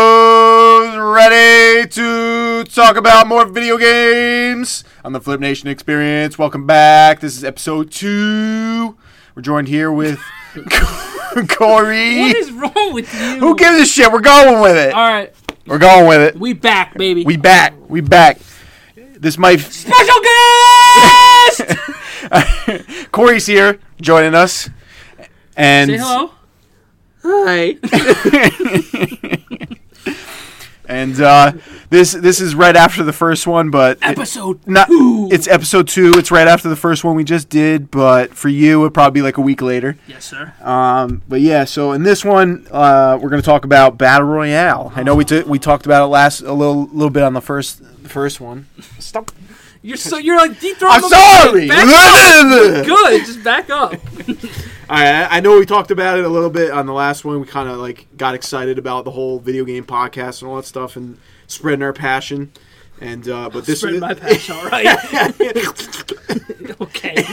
Who's ready to talk about more video games on the Flip Nation Experience? Welcome back. This is episode two. We're joined here with Corey. What is wrong with you? Who gives a shit? We're going with it. All right, We're going with it. we back, baby. We back. We back. This might. special guest. Corey's here joining us. And Say hello. Hi. and uh, this this is right after the first one, but it- Episode. not it's episode two. It's right after the first one we just did, but for you it'd probably be like a week later. Yes, sir. Um, but yeah, so in this one uh, we're gonna talk about battle royale. I know we t- we talked about it last a little little bit on the first the first one. Stop. You're so you're like deep throat. I'm sorry. Back up. Good. Just back up. All right, I- I know we talked about it a little bit on the last one. We kind of like got excited about the whole video game podcast and all that stuff, and spreading our passion. And uh, but this Spread my patch. All right. okay.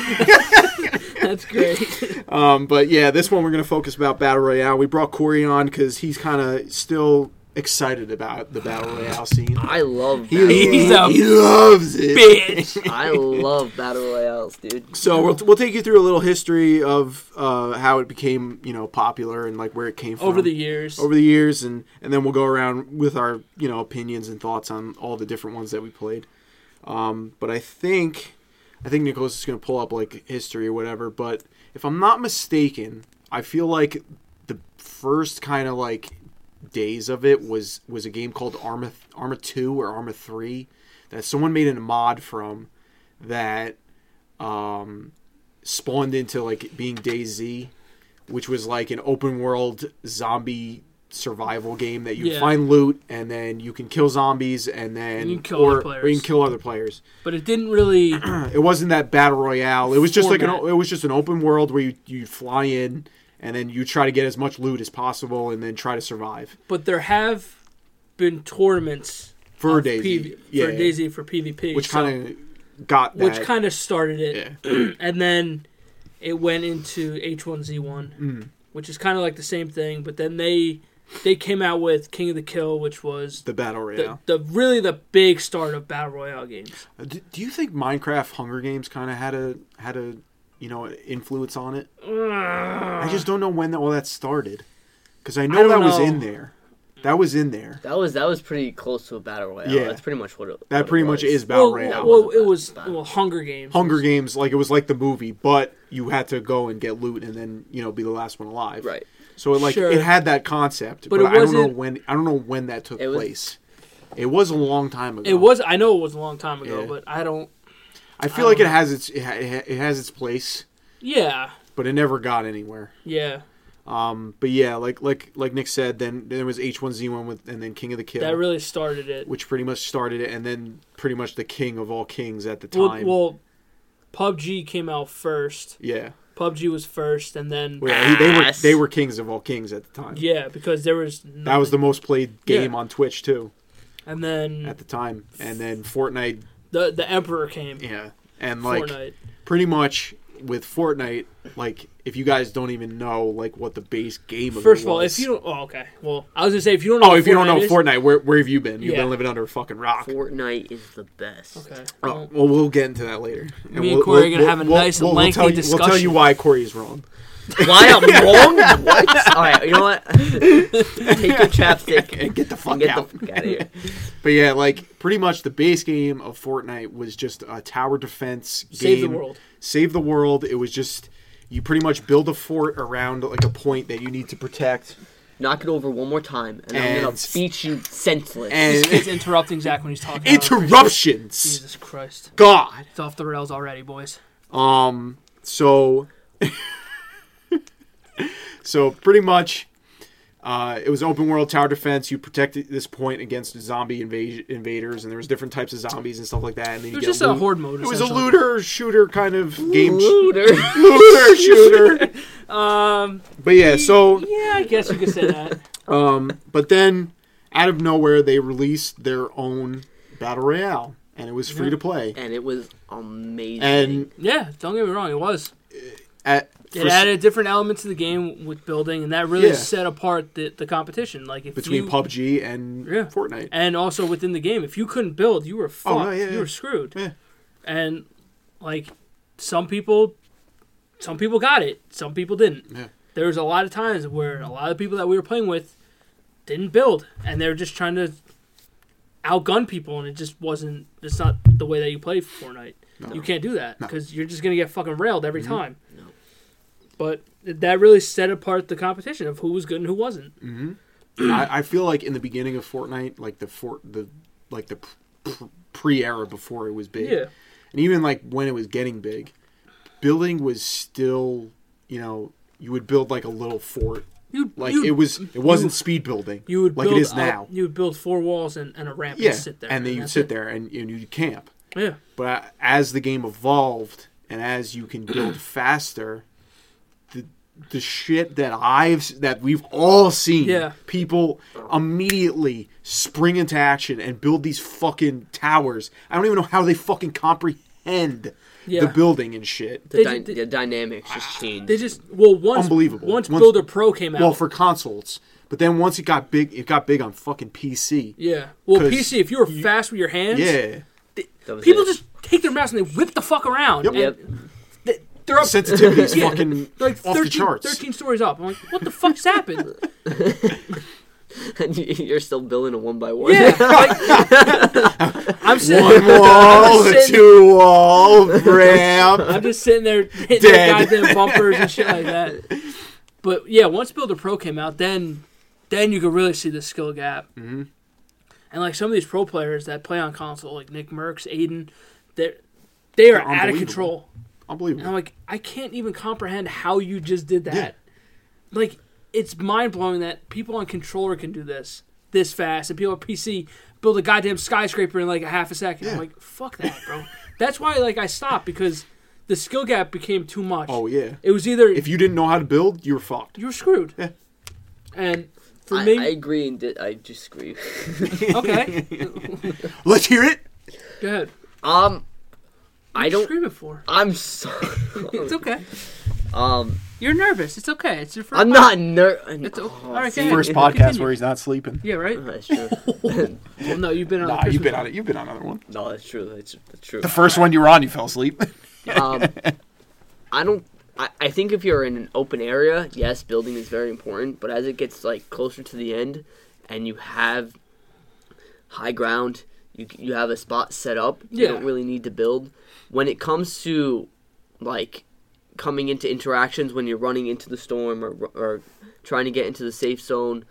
That's great. Um, but yeah, this one we're gonna focus about battle royale. We brought Corey on because he's kind of still excited about the battle royale scene. I love He, battle He's royales. a he loves it. Bitch. I love battle royales, dude. So we'll, we'll take you through a little history of uh, how it became you know popular and like where it came from Over the years. over the years, and and then we'll go around with our you know opinions and thoughts on all the different ones that we played. Um, but I think I think Nicholas is going to pull up like history or whatever. But if I'm not mistaken, I feel like the first kind of like days of it was was a game called Arma Arma Two or Arma Three that someone made a mod from that um, spawned into like being DayZ, which was like an open world zombie survival game that you Yeah. find loot and then you can kill zombies and then you can kill or, other or you can players. kill other players. but it didn't really. It wasn't that battle royale. It was just like an Format. it was just an open world where you you fly in and then you try to get as much loot as possible and then try to survive But there have been tournaments for of Daisy. PV, yeah, for Daisy for PvP, which so- kind of got that. which kind of started it, and then it went into H1Z1, which is kind of like the same thing. But then they they came out with King of the Kill, which was the battle the, royale. the really the big start of battle royale games. do, do you think Minecraft Hunger Games kind of had a had a you know influence on it? I just don't know when that, all that started because I know don't that was know. in there. That was in there. That was that was pretty close to a battle royale. Yeah. That's pretty much what it. what That it pretty much was. is battle Well, royale. well, well, it was Battle. well Hunger Games. Hunger was- Games, like it was like the movie, but you had to go and get loot and then you know be the last one alive. Right. So it, like Sure. it had that concept, but, But it I don't know wasn't- when I don't know when that took It was- place. It was a long time ago. It was I know it was a long time ago, Yeah. but I don't. I feel I like it don't has its it, ha- it ha- it has its place, Yeah, but it never got anywhere. yeah. Um, but yeah, like like like Nick said, then there was H one Z one with and then King of the Kill, That really started it. which pretty much started it, and then pretty much the king of all kings at the Well, time. well, PUBG came out first. yeah, PUBG was first, and then Well, he- they were Ass. they were kings of all kings at the time. yeah, because there was That was the most played game Yeah. on Twitch too. and then at the time, and then Fortnite, the the emperor came. yeah, and like Fortnite. pretty much with Fortnite, like if you guys don't even know like what the base game of First it of all, was, if you don't, oh okay. Well, I was gonna say if you don't know, oh if you don't know is- Fortnite, where where have you been? You've Yeah. been living under a fucking rock. Fortnite is the best. okay. Oh, Well, well, we'll get into that later. And Me and we'll- Corey are we'll- gonna have a we'll- nice, we'll- lengthy we'll tell you, We'll tell you discussion. why Corey's wrong. Why I'm wrong? What? All right, you know what? Take your chapstick And get the fuck and get out. the fuck out of here. But yeah, like pretty much the base game of Fortnite was just a tower defense game. Save the world. Save the world. It was just you pretty much build a fort around like a point that you need to protect. Knock it over one more time, and, And- I'm gonna beat you senseless. this And kid's interrupting Zach when he's talking. I don't appreciate it. interruptions. Jesus Christ! God. It's off the rails already, boys. Um. So. so pretty much, uh, it was open world tower defense. You protected this point against zombie invasion invaders, and there was different types of zombies and stuff like that. And then It you was get just a loot. horde mode. It was a essentially. looter shooter kind of game. Looter. looter shooter. Um. But yeah, so Yeah, I guess you could say that. um, but then out of nowhere they released their own battle royale, and it was free to play. and it was amazing. And Yeah, don't get me wrong. It was. at It for- added a different element to the game with building, and that really Yeah. set apart the, the competition. Like if between you, PUBG and Yeah. Fortnite. and also within the game, if you couldn't build, you were fucked. Oh, no, yeah, you yeah. were screwed. Yeah. And like some people, some people got it. Some people didn't. Yeah. There was a lot of times where a lot of people that we were playing with didn't build, and they were just trying to outgun people, and it just wasn't. It's not the way that you play Fortnite. No. You can't do that No. Mm-hmm. because you're just gonna get fucking railed every time. No. But that really set apart the competition of who was good and who wasn't. Mm. I, I feel like in the beginning of Fortnite, like the fort, the like the pre era before it was big, Yeah. and even like when it was getting big, building was still, you know, you would build like a little fort, You like you- it was. It wasn't speed building. You would like build it is a- now. you would build four walls and, and a ramp yeah, and sit there. and then you that's sit it. there and, and you camp. Yeah. But as the game evolved and as you can build faster, the the shit that I've that we've all seen, Yeah. people immediately spring into action and build these fucking towers. I don't even know how they fucking comprehend Yeah. the building and shit. The, They dy- ju- they- the dynamics Ah. just changed. They just well once Unbelievable. Once, Once- Builder Pro came out. Well, for consoles, but then once it got big, it got big on fucking PC. yeah. Well, 'cause PC if you were fast with your hands, Yeah, That was people it. just take their mouse and they whip the fuck around. Yep. and Yep. They, they're up sensitivity is Yeah. fucking they're like off 13, the charts. 13 stories up. I'm like, what the fuck's happened? And you- You're still building a one by one. yeah. Like, I'm sitting. One wall, the Sitting- two wall ramp. I'm just sitting there hitting their Dead. goddamn bumpers and shit like that. But yeah, once Builder Pro came out, then then you could really see the skill gap. Mm-hmm. And like some of these pro players that play on console, like Nick Merckx, Aiden, they're they are They're out of unbelievable. control. And Unbelievable. I'm like, I can't even comprehend how you just did that. Like, it's mind blowing that people on controller can do this this fast, and people on PC build a goddamn skyscraper in like a half a second. I'm Yeah. like, fuck that, bro. That's why like I stopped because the skill gap became too much. Oh yeah. It was either If you didn't know how to build, you were fucked. you're screwed. Yeah. And for I, me, I agree and di- I disagree. okay, Let's hear it. go ahead. um, I What you don't. screaming for. I'm sorry. It's okay. um, You're nervous. It's okay. It's your 1st I'm not ner. It's oh, okay. All right, see? go ahead. First Yeah, podcast continue. where he's not sleeping. Yeah, right. That's true. Well, no, you've been on. Nah, the you've Christmas been on it. You've been on another one. no, that's true. That's, that's true. The first one you were on, you fell asleep. um, I don't. I, I think if you're in an open area, yes, building is very important. But as it gets like closer to the end, and you have high ground, you c- you have a spot set up. You Yeah. don't really need to build. When it comes to like coming into interactions when you're running into the storm or or trying to get into the safe zone,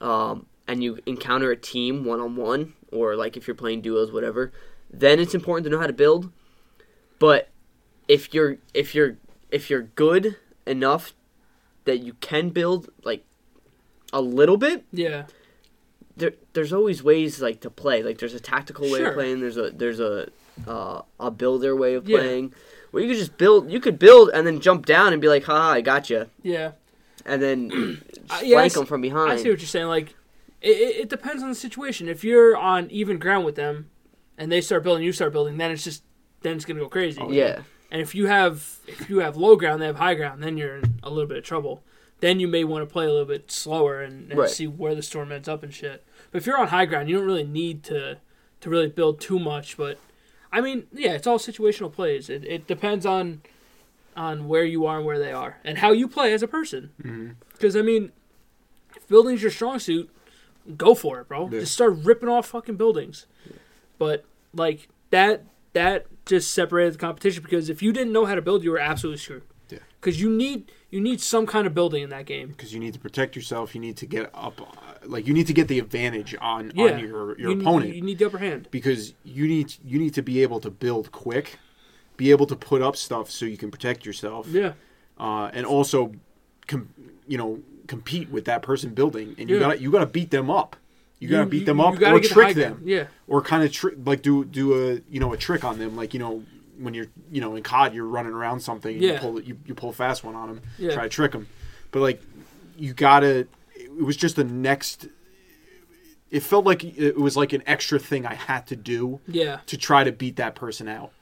um, and you encounter a team one on one or like if you're playing duos, whatever. Then it's important to know how to build. But if you're if you're if you're good enough that you can build like a little bit Yeah. there there's always ways like to play like there's a tactical way Sure. of playing there's a there's a uh, a builder way of Yeah. playing where you could just build you could build and then jump down and be like haha I got you Yeah. and then I- flank Uh, yeah, I s- them from behind I see what you're saying. Like, it, it, it depends on the situation. If you're on even ground with them, and they start building, you start building, then it's just then it's gonna go crazy. Oh, yeah And if you have if you have low ground, they have high ground, then you're in a little bit of trouble. Then you may want to play a little bit slower and, and Right. see where the storm ends up and shit. But if you're on high ground, you don't really need to to really build too much. But I mean, yeah, it's all situational plays. It, it depends on on where you are and where they are and how you play as a person. Because I mean, if building's your strong suit, go for it, bro. Yeah. Just start ripping off fucking buildings. But like that that just separated the competition because if you didn't know how to build, you were absolutely screwed. Yeah. Because you need you need some kind of building in that game. Because you need to protect yourself. You need to get up. uh, Like you need to get the advantage on Yeah. on your You your need- opponent you need the upper hand. because you need you need to be able to build quick, be able to put up stuff so you can protect yourself. Yeah. uh, and also, com- you know, compete with that person building, and you Yeah. got you got to beat them up. You got to beat them you up gotta or get the high trick ground. them, Yeah. or kind of tri- like do do a you know a trick on them, like you know when you're you know in COD you're running around something, and you Yeah. pull you you pull a fast one on them, Yeah. try to trick them, but like you gotta. It was just the next. It felt like it was like an extra thing I had to do Yeah. to try to beat that person out.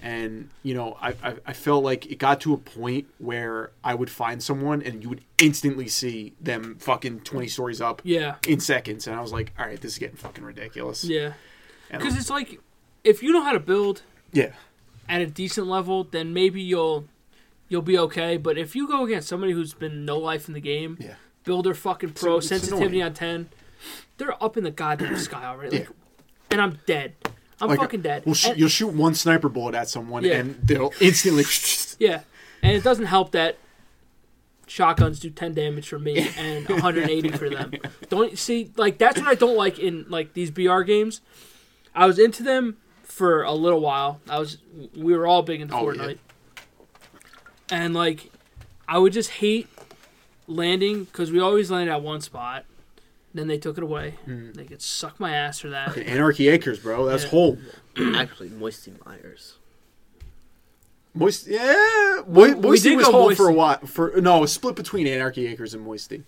And you know, I, I I felt like it got to a point where I would find someone and you would instantly see them fucking twenty stories up Yeah. in seconds, and I was like, all right, this is getting fucking ridiculous. Yeah. And- Because it's like, if you know how to build yeah, at a decent level, then maybe you'll you'll be okay. But if you go against somebody who's been no life in the game, yeah. builder fucking pro, it's sensitivity annoying. on ten, they're up in the goddamn sky already. Like, Yeah. And I'm dead. I'm Like, fucking dead. Well, sh- And- you'll shoot one sniper bullet at someone, Yeah. and they'll instantly. Yeah, and it doesn't help that shotguns do ten damage for me and 180 for them. Don't see like that's what I don't like in like these BR games. I was into them for a little while. I was we were all big into Oh, yeah. Fortnite, and like I would just hate landing because we always landed at one spot. Then they took it away. Mm. They could suck my ass for that. Anarchy Acres, bro. That's Yeah. whole Actually, Moisty Myers. Moist. Yeah, Mo- we Moisty did was go home for a Moisty. while. For no, it was split between Anarchy Acres and Moisty,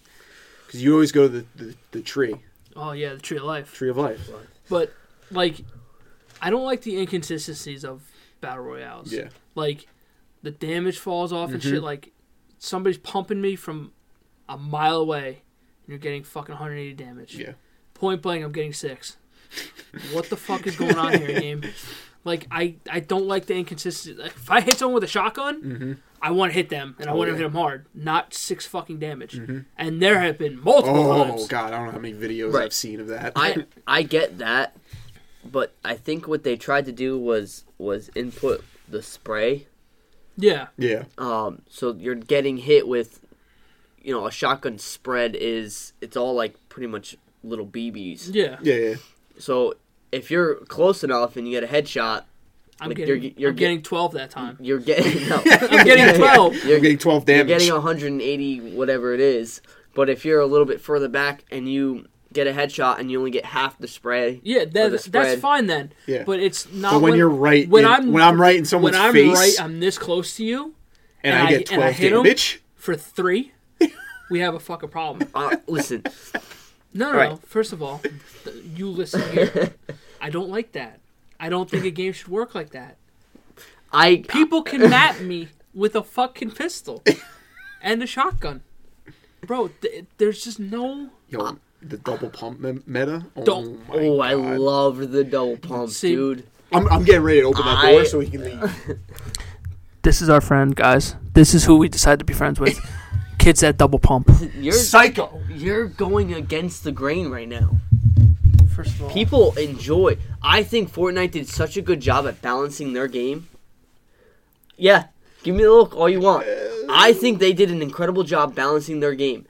because you always go to the, the, the tree, Oh yeah, the tree of life. tree of life. But like, I don't like the inconsistencies of battle royales. Yeah, Like, the damage falls off and Mm-hmm. shit. Like, somebody's pumping me from a mile away, and you're getting fucking 180 damage. yeah. Point blank, I'm getting six. what the fuck is going on here, game? Like, I I don't like the inconsistency. Like, if I hit someone with a shotgun. I want to hit them, and I Mm-hmm. Oh, want to yeah. Mm-hmm. hit them hard, not six fucking damage. And there have been multiple Oh times. god, I don't know how many videos Right. I've seen of that. I I get that, but I think what they tried to do was was input the spray. Yeah, yeah, Um, so you're getting hit with, you know, a shotgun spread is it's all like pretty much little BBs. yeah. yeah, yeah. So if you're close enough and you get a headshot, I'm Like, getting you're- you're I'm getting 12 that time. you're getting no, I'm getting 12. You're you're, getting twelve you're damage. getting 180 whatever it is. But if you're a little bit further back and you get a headshot and you only get half the spray, Yeah, the that, that's spread. fine then. Yeah. But it's not but when, you're right, when in- I'm- when I'm right in someone's when I'm face, right, I'm this close to you and, and I I- get and I twelve hit 'em. damage. for three. we have a fucking problem. uh, listen, No, no, no. Right. First of all, th- you listen here. I don't like that. I don't think a game should work like that. I People can map me with a fucking pistol and a shotgun. Bro, th- there's just no. Yo, the double pump me- meta. Oh, Ah. Don't- my Oh, I God. love the double pump, See- dude. I'm, I'm getting ready to open that door I- so we can leave. This is our friend, guys. This is who we decide to be friends with. Kids that double pump. You're Psycho. you're going against the grain right now. First of all, People enjoy. I think Fortnite did such a good job at balancing their game. Yeah, give me the look all you want. I think they did an incredible job balancing their game.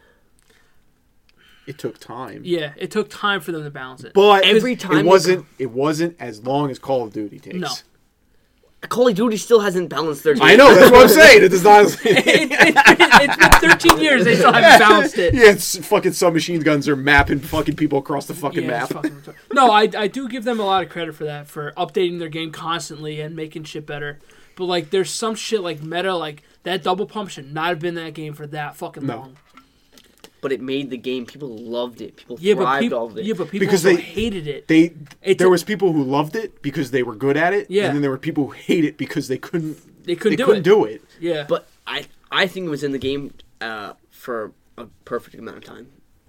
It took time. yeah, it took time for them to balance it. But Every time it they wasn't it wasn't as long as Call of Duty takes. No. Call of Duty still hasn't balanced their game. I know that's what I'm saying. It does not. yeah, it, it, it's been 13 years they still haven't balanced it. it's fucking submachine guns are mapping fucking people across the fucking Yeah, map. it's fucking retarded. no, I, I do give them a lot of credit for that, for updating their game constantly and making shit better. But, like, there's some shit like meta, like, that double pump should not have been in that game for that fucking No. long. But it made the game. People loved it. People Yeah, but thrived people, off it. yeah, but people Because also they- hated it. They It's there a- was people who loved it because they were good at it, Yeah. and then there were people who hate it because they couldn't they couldn't, they do, couldn't it. do it. Yeah, But I I think it was in the game uh, for a perfect amount of time.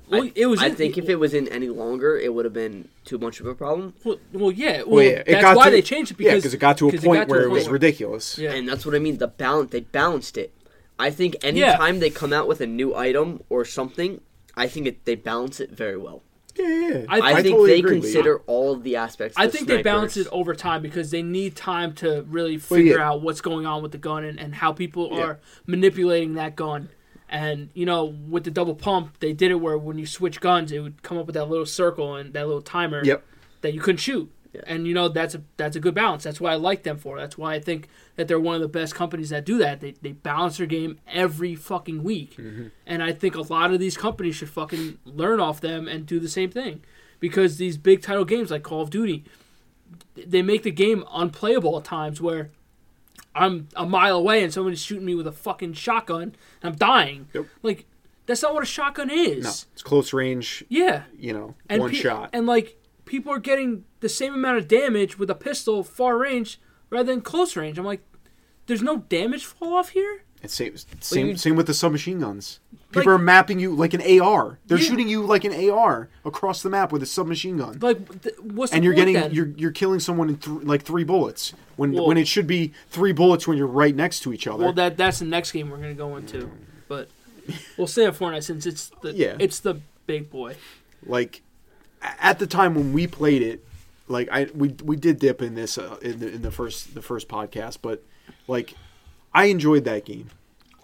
Well, I, it was I in- think if it was in any longer, it would have been too much of a problem. well, well, yeah, well, Well, yeah, it that's got why to- they changed it Yeah, because because it got to a 'cause point got to a where it was point ridiculous. Yeah. And that's what I mean. The balance they balanced it. I think any Yeah. time they come out with a new item or something, I think it, they balance it very well. yeah, yeah, yeah. I- I, think totally they agree with you. consider all of the aspects. I the think they balance it snipers. over time because they need time to really Well, figure yeah. out what's going on with the gun and, and how people Yeah. are manipulating that gun. And you know, with the double pump, they did it where when you switch guns, it would come up with that little circle and that little timer Yep. that you couldn't shoot. Yeah. And you know, that's a that's a good balance. That's why I like them for. it. That's why I think that they're one of the best companies that do that. They they balance their game every fucking week. Mm-hmm. And I think a lot of these companies should fucking learn off them and do the same thing. Because these big title games like Call of Duty, they make the game unplayable at times where I'm a mile away and somebody's shooting me with a fucking shotgun and I'm dying. Yep. Like that's not what a shotgun is. No, it's close range. Yeah. You know, And one pe- shot. And like people are getting the same amount of damage with a pistol far range rather than close range. I'm like, there's no damage fall off here. And same same you- same with the submachine guns. People Like- are mapping you like an AR. They're Yeah. shooting you like an AR across the map with a submachine gun. Like, th- what's the and you're point getting then? you're you're killing someone in th- like three bullets when Well- when it should be three bullets when you're right next to each other. Well, that that's the next game we're gonna go into, but we'll stay at Fortnite since it's the Yeah. it's the big boy. like a- at the time when we played it, like I we we did dip in this uh, in the in the first the first podcast, but like I enjoyed that game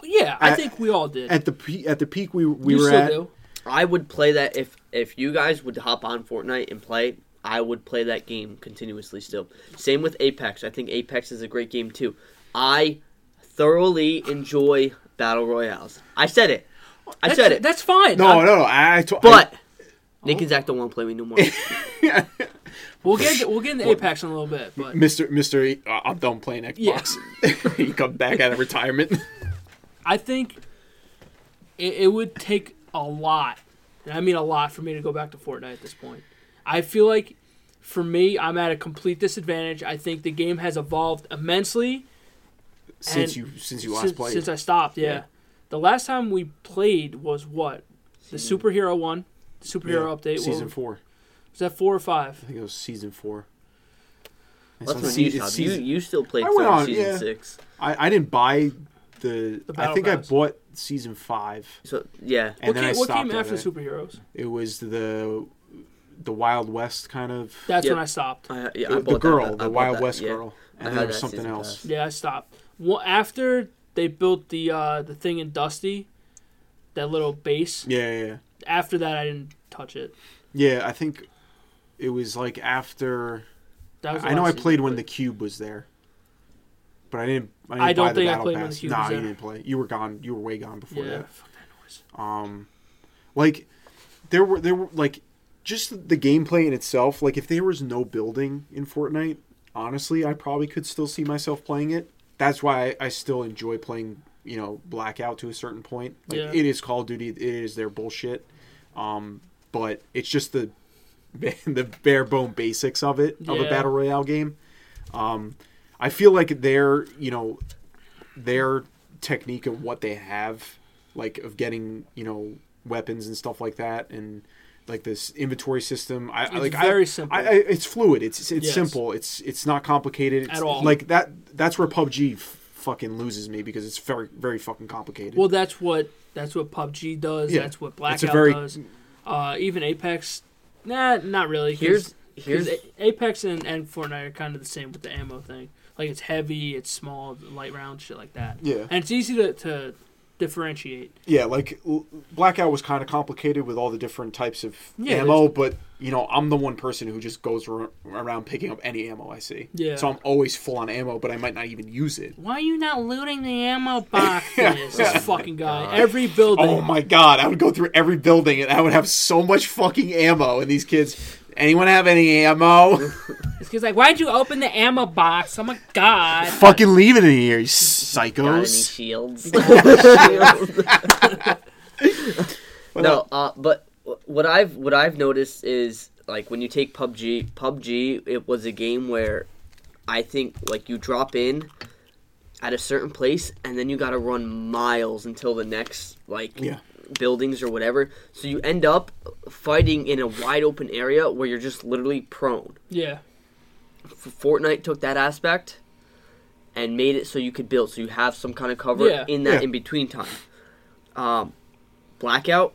Yeah, I At- think we all did. at the pe- at the peak we we you were still at. do. I would play that if if you guys would hop on Fortnite and play. I would play that game continuously still. Same with Apex. I think Apex is a great game too. I thoroughly enjoy battle royales. I said it. I That's, Oh. said it. That's fine. No, I'm- no, no. I, I t- But Nick and Zach don't want to play me no more. we'll get into, we'll get into Apex in a little bit, but Mister Mister, E- uh, I'm done playing Xbox. he come back out of retirement. I think it, it would take a lot, and I mean a lot, for me to go back to Fortnite at this point. I feel like for me, I'm at a complete disadvantage. I think the game has evolved immensely since And you since you since, last played, since I stopped. Yeah. Yeah. the last time we played was what the superhero one, superhero update. what season was- four. was that four or five? I think it was season four. It's That's on when sea- you it's stopped. You, season- you still played I went through on, season yeah. six. I, I didn't buy the. The I Battle think Pass. I bought season five, So yeah, and then what came, I what stopped. came at after it. superheroes? It was the the Wild West kind of. That's Yeah. when I stopped. I, yeah, I the, bought the that. girl, I the bought Wild that, West yeah. girl, I and had then there was that something season else. pass. Yeah, I stopped. Well, after they built the uh, the thing in Dusty, that little base. Yeah, yeah, yeah. After that, I didn't touch it. Yeah, I think it was like after. That was the I know last I season played when the played. cube was there, but I didn't. I, didn't I don't buy the think I Battle played when Pass. the cube Nah, was you there. didn't play. You were gone. You were way gone before Yeah, that. fuck that noise. Um, like there were there were like just the gameplay in itself. Like if there was no building in Fortnite, honestly, I probably could still see myself playing it. That's why I, I still enjoy playing. You know, Blackout to a certain point. Like Yeah. it is Call of Duty. It is their bullshit. Um, but it's just the the bare bone basics of it of a Yeah. battle royale game. Um, I feel like their you know their technique of what they have, like of getting you know weapons and stuff like that, and like this inventory system. I, I It's like I, very simple. I, I, it's fluid. It's it's Yes. simple. It's it's not complicated it's, At all. Like that. That's where PUBG f- fucking loses me because it's very very fucking complicated. Well, that's what that's what PUBG does. Yeah. That's what It's a Blackout very- does. Uh, even Apex, nah, not really. 'cause- Here's 'cause here's A- Apex and, and Fortnite are kind of the same with the ammo thing. Like it's heavy, it's small, light round, shit like that. Yeah. and it's easy to, to differentiate. yeah, like l- Blackout was kind of complicated with all the different types of Yeah, ammo, but you know, I'm the one person who just goes ar- around picking up any ammo I see. Yeah. So I'm always full on ammo, but I might not even use it. Why are you not looting the ammo boxes? this fucking guy. God. Every building. Oh my god, I would go through every building and I would have so much fucking ammo. And these kids, anyone have any ammo? This guy's like, why'd you open the ammo box? Oh my god. fucking leave it in here, you got any psychos. shields? But, no, uh, but wh- what I've what I've noticed is like when you take PUBG, PUBG it was a game where I think like you drop in at a certain place and then you got to run miles until the next like Yeah. buildings or whatever. So you end up fighting in a wide open area where you're just literally prone. Yeah. F- Fortnite took that aspect and made it so you could build, so you have some kind of cover Yeah. in that Yeah. in between time. Um, Blackout,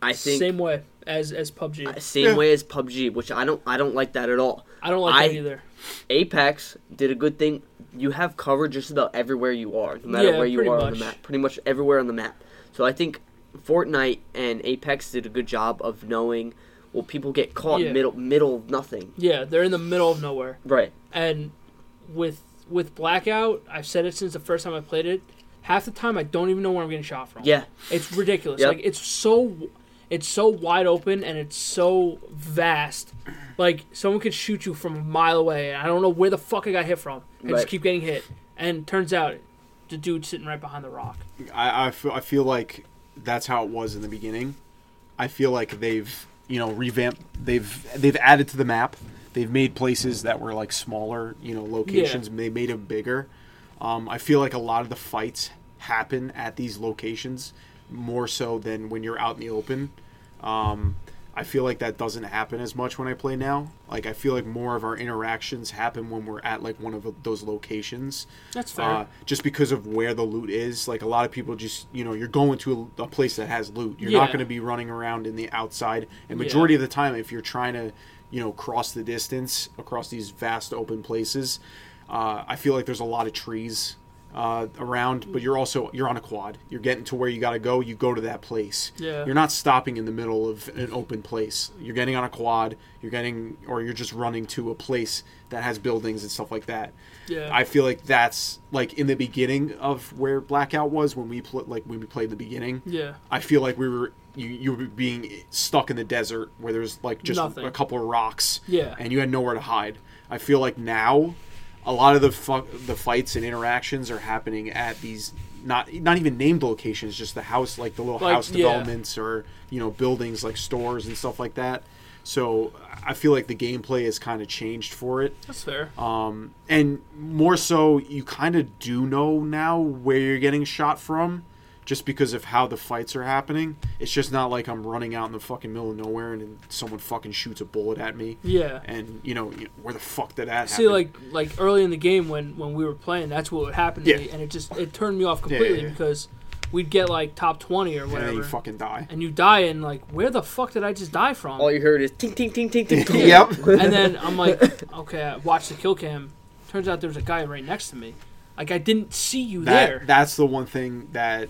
I think Same way as as PUBG. same Yeah. way as PUBG, which I don't I don't like that at all. I don't like I- that either. Apex did a good thing. You have cover just about everywhere you are, no matter Yeah, where you pretty are on the much. map. Pretty much everywhere on the map. So I think Fortnite and Apex did a good job of knowing. Well, people get caught Yeah. middle middle of nothing. Yeah, they're in the middle of nowhere. Right. And with with Blackout, I've said it since the first time I played it. Half the time, I don't even know where I'm getting shot from. Yeah. It's ridiculous. Yep. Like it's so it's so wide open and it's so vast. Like someone could shoot you from a mile away and I don't know where the fuck I got hit from. I Right. just keep getting hit. And turns out the dude's sitting right behind the rock. I, I, feel, I feel like that's how it was in the beginning. I feel like they've, you know, revamped, they've, they've added to the map. They've made places that were like smaller, you know, locations. They made them bigger. Um, I feel like a lot of the fights happen at these locations more so than when you're out in the open. Um, I feel like that doesn't happen as much when I play now. Like I feel like more of our interactions happen when we're at like one of those locations. That's fair. Uh, just because of where the loot is, like a lot of people just you know you're going to a, a place that has loot. You're not Yeah. going to be running around in the outside. And majority of the time, if you're trying to you know cross the distance across these vast open places, uh, I feel like there's a lot of trees uh, around. But you're also you're on a quad. You're getting to where you got to go. You go to that place. Yeah. You're not stopping in the middle of an open place. You're getting on a quad. You're getting or you're just running to a place that has buildings and stuff like that. yeah. I feel like that's like in the beginning of where Blackout was when we pl- like when we played the beginning. yeah. I feel like we were you you were being stuck in the desert where there's like just Nothing. a couple of rocks. Yeah. and you had nowhere to hide. I feel like now a lot of the fu- the fights and interactions are happening at these not not even named locations, just the house like the little Like, house yeah. developments or you know buildings like stores and stuff like that. So I feel like the gameplay has kind of changed for it. That's fair. Um, and more so, you kind of do know now where you're getting shot from, just because of how the fights are happening. It's just not like I'm running out in the fucking middle of nowhere and then someone fucking shoots a bullet at me. yeah. And you know, you know, where the fuck did that See, happen? like like early in the game when when we were playing, that's what would happen to Yeah. me, and it just it turned me off yeah, completely yeah. because we'd get like top twenty or and whatever, then and, you fucking die. you die, and like where the fuck did I just die Oh, from? All you heard is ting ting ting ting ting. ting. yep. and then I'm like, okay, I watch the kill cam. Turns out there was a guy right next to me. Like I didn't see you there. That, that's the one thing that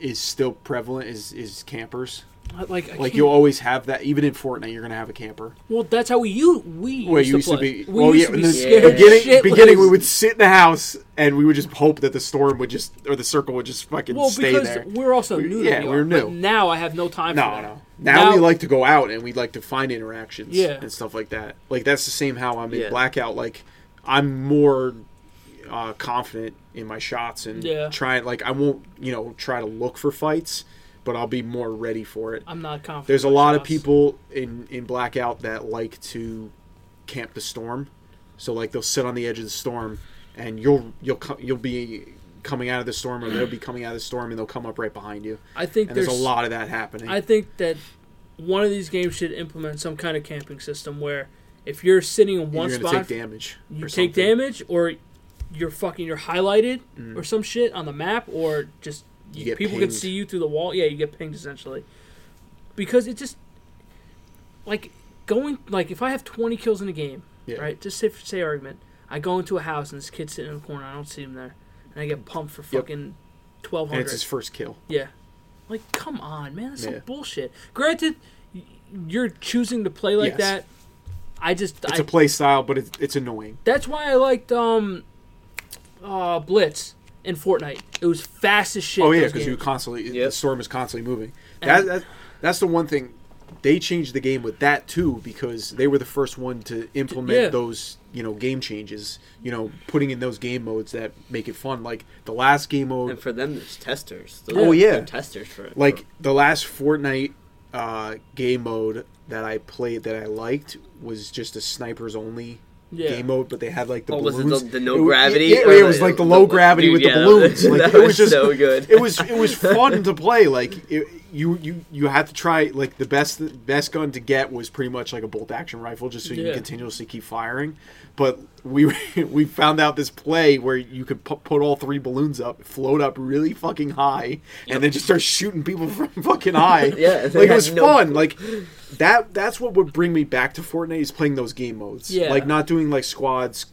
is still prevalent is is campers. like I Like can't- you'll always have that. Even in Fortnite, you're gonna have a camper. well, that's how we you we Well, used, you used to, to be. play. We well, used yeah, to be in the scared beginning, shitless. beginning, we would sit in the house and we would just hope that the storm would just or the circle would just fucking Well, stay because there. we're also We- new. yeah, to New we're York, but new. now I have no time. for No, that. no. Now, we Now- like to go out and we like to find interactions Yeah. and stuff like that. Like that's the same how I'm in Yeah. blackout. Like I'm more uh, confident in my shots and Yeah. try like I won't you know try to look for fights, but I'll be more ready for it. I'm not confident. There's a in my lot of shots. people in in blackout that like to camp the storm. So like they'll sit on the edge of the storm, and you'll you'll co- you'll be coming out of the storm, or they'll be coming out of the storm, and they'll come up right behind you. I think And there's, a lot of that happening. I think that one of these games should implement some kind of camping system where if you're sitting in You're one gonna spot, take damage. you or take something. Mm. damage, or you're fucking you're highlighted or some shit on the map, or just You get people can pinged. see you through the wall. Yeah, you get pinged essentially because it just like going like if I have 20 kills in a game, Yeah. right? Just say for say argument, I go into a house and this kid's sitting in the corner, I don't see him there, and I get pumped for fucking And it's 1200. his first kill. Yeah. Like, come on, man. That's Yeah. some bullshit. Granted, y- you're choosing to play like Yes. that. I just. It's I, a play style, but it's, it's annoying. that's why I liked um, uh, Blitz in Fortnite. It was fast as shit. Oh yeah, those because you games. constantly the Yep. storm is constantly moving. That, And- that that's the one thing they changed the game with that too because they were the first one to implement Yeah. those you know game changes. You know, putting in those game modes that make it fun. Like the last game mode, And for them, there's testers. Those Oh, are yeah. testers for it. like the last Fortnite uh, game mode that I played that I liked was just a snipers only. Yeah. Game mode, but they had like the Oh, was balloons. it the, the no It wa- gravity? Yeah, Or it was like the low gravity dude, with yeah, the balloons. That, Like, that it was, was just so good. it was it was fun to play. Like it, you you you had to try like the best the best gun to get was pretty much like a bolt action rifle, just so you Yeah. can continuously keep firing. But we we found out this play where you could pu- put all three balloons up, float up really fucking high, and then just start shooting people from fucking high. Yeah, they like it had was no- fun. Like that that's what would bring me back to Fortnite is playing those game modes. Yeah. like not doing like squads.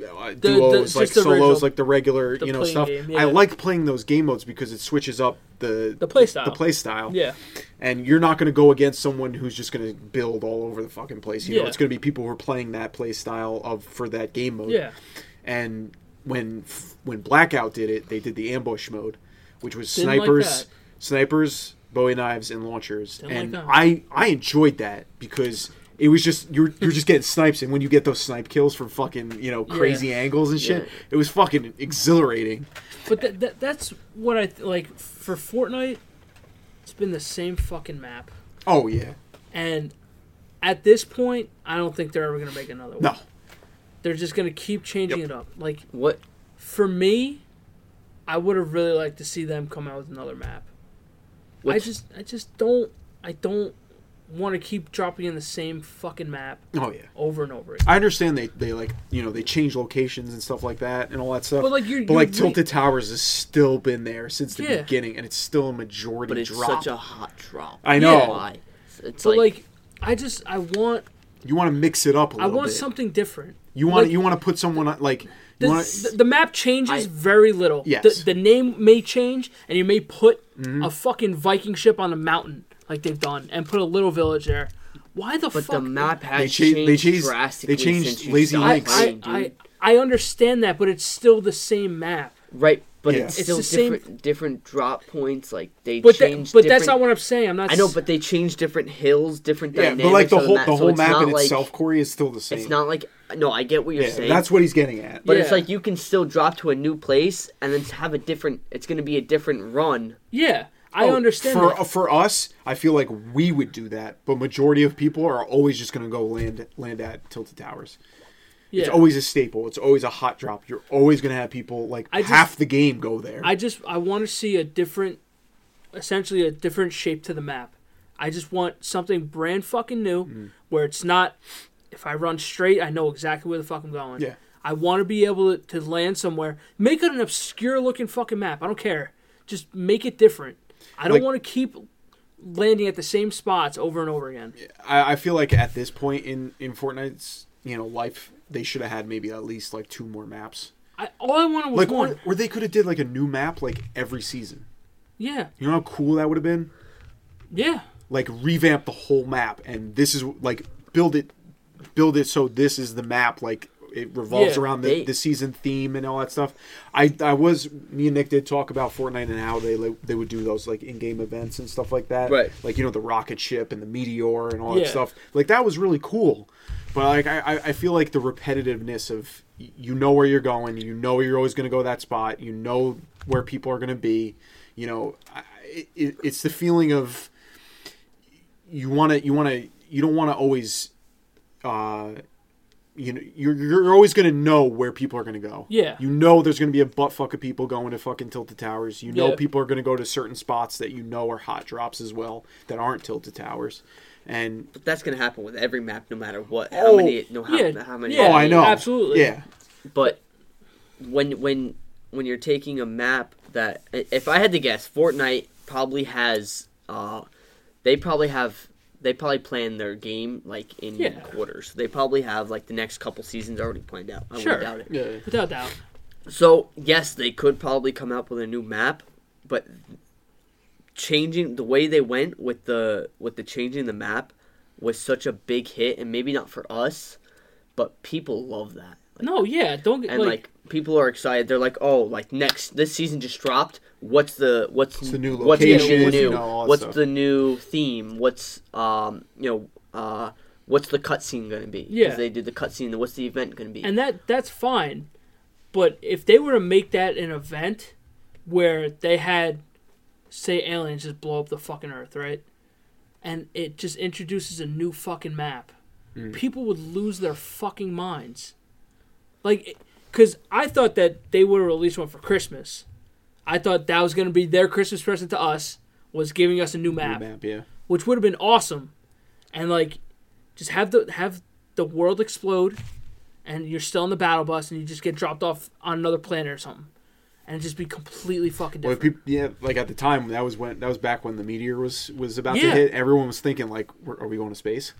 Uh, the- duos, just like the solos, original- like the regular, the you know, playing stuff. game, I yeah. like playing those game modes because it switches up the The play style. The play style. Yeah. And you're not going to go against someone who's just going to build all over the fucking place. You know, Yeah. it's going to be people who are playing that play style of for that game mode. Yeah. And when when Blackout did it, they did the ambush mode, which was Didn't like snipers, that. snipers, Bowie knives, and launchers. Didn't and like that. I I enjoyed that because. It was just you're you're just getting snipes, and when you get those snipe kills from fucking you know crazy angles and shit, Yeah. it was fucking exhilarating. But that, that that's what I. Th- like, for Fortnite, it's been the same fucking map. Oh yeah, And at this point, I don't think they're ever going to make another one. No. They're just going to keep changing it up. Like, What? for me, I would have really liked to see them come out with another map. I What's- just, I just don't, I don't want to keep dropping in the same fucking map Oh yeah. over and over again. I understand they, they like you know they change locations and stuff like that and all that stuff. But, like, you're- but like you're re- Tilted Towers has still been there since the Yeah. beginning, and it's still a majority But it's drop. such a hot drop. I know. Yeah. Why? It's- It's But like, like, I just, I want, You want to mix it up a I little want bit. something different. you want like- you want to put someone on, like The, you wanna, the, the map changes I- very little. Yes. The, the name may change, and you may put Mm-hmm. a fucking Viking ship on a mountain like they've done, and put a little village there. Why the but fuck? the map has They cha- they changed changed- drastically they changed since you Lazy stopped Links. I, playing, I, dude. I, I understand that, but it's still the same map. right, but Yeah. it's It's still the same- different, different drop points. Like they But that, changed. but that's not different- what I'm saying. I'm not. I know, s- but they changed different hills, different yeah, dynamics. but like the of whole the so whole it's map not in like, itself, Corey, is still the same. It's not like no, I get what you're yeah, saying. that's what he's getting at. But it's Yeah. like you can still drop to a new place and then have a different. It's going to be a different run. yeah, I Oh, understand. For that. for us, I feel like we would do that, but majority of people are always just going to go land land at Tilted Towers. yeah. It's always a staple. It's always a hot drop. You're always going to have people like I just- half the game go there. I just I want to see a different, essentially a different shape to the map. I just want something brand fucking new, Mm-hmm. where it's not. If I run straight, I know exactly where the fuck I'm going. Yeah. I want to be able to, to land somewhere. Make it an obscure looking fucking map. I don't care. Just make it different. I don't Like- want to keep landing at the same spots over and over again. I, I feel like at this point in in Fortnite's you know life, they should have had maybe at least like two more maps, I, all I wanted was like one. or, or they could have did like a new map like every season. yeah, You know how cool that would have been? yeah. Like revamp the whole map, and this is like build it, build it so this is the map. Like it revolves Yeah, around the, they- the season theme and all that stuff. I I was me and Nick did talk about Fortnite and how they like, they would do those like in game events and stuff like that. Right. Like you know the rocket ship and the meteor and all all Yeah. that stuff. Like that was really cool. But like I, I- I feel like the repetitiveness of y- you know where you're going, you know you're always going to go that spot, you know where people are going to be. You know, I- I- it, it's the feeling of you want to you want to you don't want to always. Uh, you know, you're, you're always going to know where people are going to go. Yeah. You know there's going to be a butt fuck of people going to fucking Tilted Towers. You know Yeah. people are going to go to certain spots that you know are hot drops as well that aren't Tilted Towers. And But that's going to happen with every map, no matter what. Oh, how many? No, how, yeah, how many? yeah. oh, I know. absolutely. Yeah. But when when when you're taking a map that, if I had to guess, Fortnite probably has. Uh, they probably have. They probably plan their game like in Yeah. quarters. They probably have like the next couple seasons already planned out. I Sure. wouldn't doubt it. Yeah. Without doubt. So yes, they could probably come up with a new map, but changing the way they went with the with the changing the map was such a big hit, and maybe not for us, but people love that. Like, No, yeah. Don't get and like, like people are excited. They're like, oh, like next this season just dropped. What's the what's the new what's location, new? you know, all that what's stuff. the new theme? What's um you know uh what's the cutscene gonna be? 'Cause Yeah. they did the cutscene. What's the event gonna be? and that that's fine. But if they were to make that an event where they had, say, aliens just blow up the fucking Earth, right? And it just introduces a new fucking map, people would lose their fucking minds. Like, because I thought that they would have released one for Christmas. I thought that was going to be their Christmas present to us, was giving us a new map Map, yeah. which would have been awesome, and like just have the have the world explode, and you're still in the battle bus, and you just get dropped off on another planet or something, and it just be completely fucking Well, different. people, yeah, like at the time that was when that was back when the meteor was was about to Yeah. hit. Everyone was thinking like, we're- are we going to space?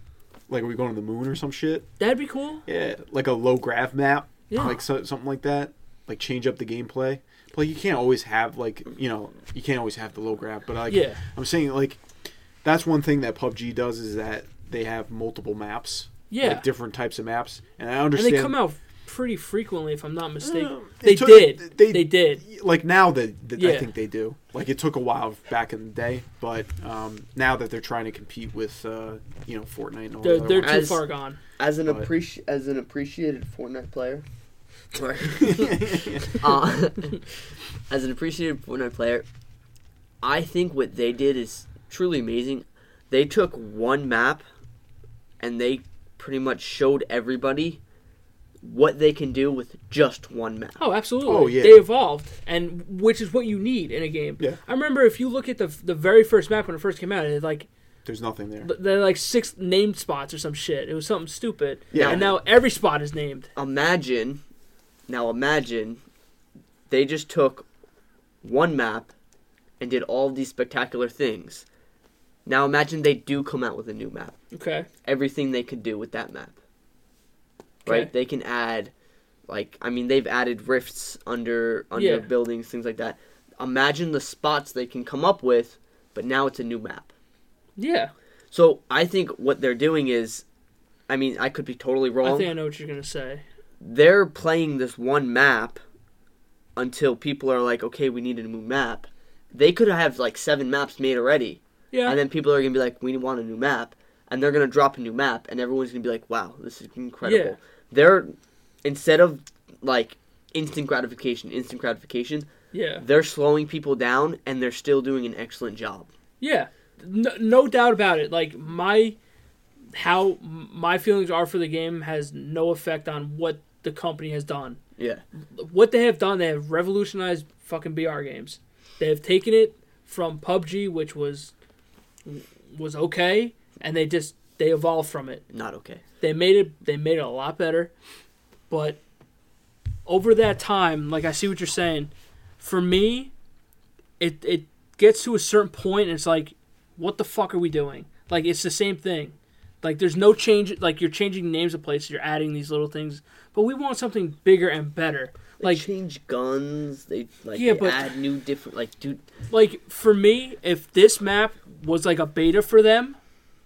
Like, are we going to the moon or some shit? That'd be cool. Yeah, like a low grav map, Yeah. like so, something like that. Like change up the gameplay. But like, you can't always have like you know you can't always have the low grav. But like Yeah. I'm saying like that's one thing that PUBG does is that they have multiple maps. Yeah. like different types of maps, and I And understand. they come out pretty frequently, if I'm not mistaken. Uh, they it took- did. They, did. Like now that, that I Yeah. think they do. Like it took a while back in the day, but um, now that they're trying to compete with uh, you know Fortnite and all They're that, they're too As- far gone. As an But- appreci- as an appreciated Fortnite player, Sorry. uh, as an appreciated Fortnite player, I think what they did is truly amazing. They took one map and they pretty much showed everybody what they can do with just one map. Oh, absolutely. Oh, yeah. They evolved, and which is what you need in a game. Yeah. I remember if you look at the the very first map when it first came out, it had like There's nothing there. they're like six named spots or some shit. It was something stupid. Yeah. And now every spot is named. Imagine, now imagine, they just took one map and did all these spectacular things. Now imagine they do come out with a new map. Okay. everything they could do with that map. Okay. Right? They can add like I mean they've added rifts under under Yeah. buildings, things like that. Imagine the spots they can come up with, but now it's a new map. Yeah. So I think what they're doing is I mean, I could be totally I wrong. think I know what you're gonna say. They're playing this one map until people are like, "Okay, we need a new map." They could have like seven maps made already. Yeah. And then people are gonna be like, "We want a new map," and they're gonna drop a new map, and everyone's gonna be like, "Wow, this is incredible." Yeah. They're instead of like instant gratification, instant gratification, yeah. they're slowing people down, and they're still doing an excellent job. Yeah, no, no doubt about it. Like my how m- my feelings are for the game has no effect on what the company has done. Yeah, What they have done, they have revolutionized fucking BR games. They have taken it from PUBG, which was was okay, and they just they evolved from it. not okay. They made it they made it a lot better. But over that time, like I see what you're saying, for me, it it gets to a certain point and it's like, what the fuck are we doing? Like it's the same thing. Like there's no change like you're changing names of places, you're adding these little things, but we want something bigger and better. They Like change guns. They like Yeah, they but- add new different like dude. like for me, if this map was like a beta for them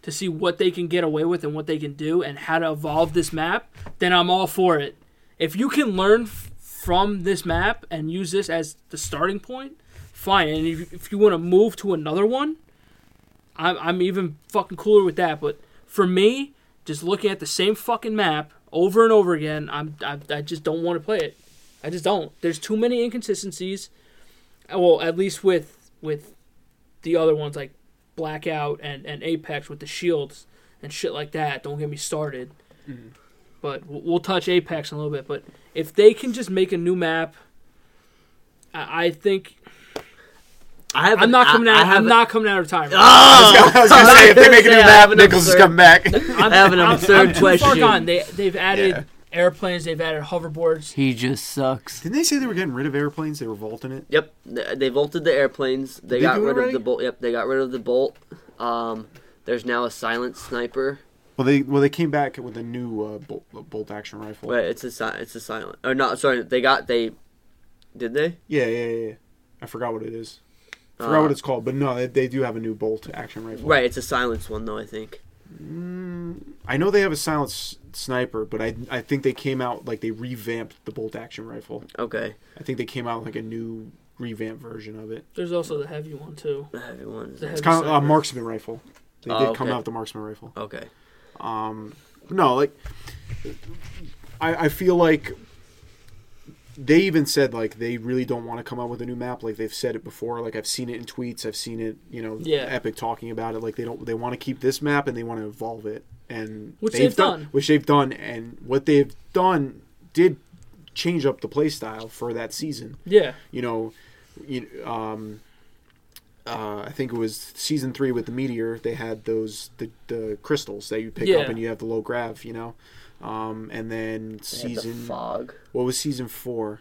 to see what they can get away with and what they can do and how to evolve this map, then I'm all for it. If you can learn f- from this map and use this as the starting point, fine. And if, if you want to move to another one, I'm, I'm even fucking cooler with that. But for me, just looking at the same fucking map over and over again, I'm I, I just don't want to play it. I just don't. There's too many inconsistencies well at least with with the other ones like blackout and and apex with the shields and shit like that don't get me started but we'll, we'll touch apex in a little bit but if they can just make a new map i, I think I have i'm an- not I- coming I out have Ah! i'm an- not coming out of retirement I was gonna say if they make a new I map, have an Nichols is absurd- coming back. I'm, I have an I'm- absurd I'm too far question. gone. They, they've added Yeah. airplanes they've added hoverboards He just sucks. Didn't they say they were getting rid of airplanes? They were vaulting it. Yep, th- they vaulted the airplanes. They Did they got do it rid of already? the bolt. Yep, they got rid of the bolt. Um, there's now a silent sniper. Well, they well they came back with a new uh, bolt, bolt action rifle. Wait, it's a si- it's a silent. Or not? Sorry, they got they. Did they? Yeah, yeah, yeah, yeah. I forgot what it is. Forgot Uh, what it's called, but no, they, they do have a new bolt action rifle. Right, it's a silence one though. I think. I know they have a silenced sniper, but I I think they came out like they revamped the bolt action rifle. Okay, I think they came out with like a new revamped version of it. there's also the heavy one too the heavy ones. The It's heavy- kind of a Sniper. marksman rifle. They Oh, did come okay. out with the marksman rifle. Okay. No, like I, I feel like they even said like they really don't want to come out with a new map. Like they've said it before. Like I've seen it in tweets. I've seen it. You know, Yeah. Epic talking about it. Like they don't. They want to keep this map and they want to evolve it. And Which they've done. Which they've done. And what they've done did change up the play style for that season yeah you know, you, um, uh, I think it was season three with the meteor. They had those the, the crystals that you pick Yeah. up and you have the low grav, you know. Um, and then They had the season fog. what was season four?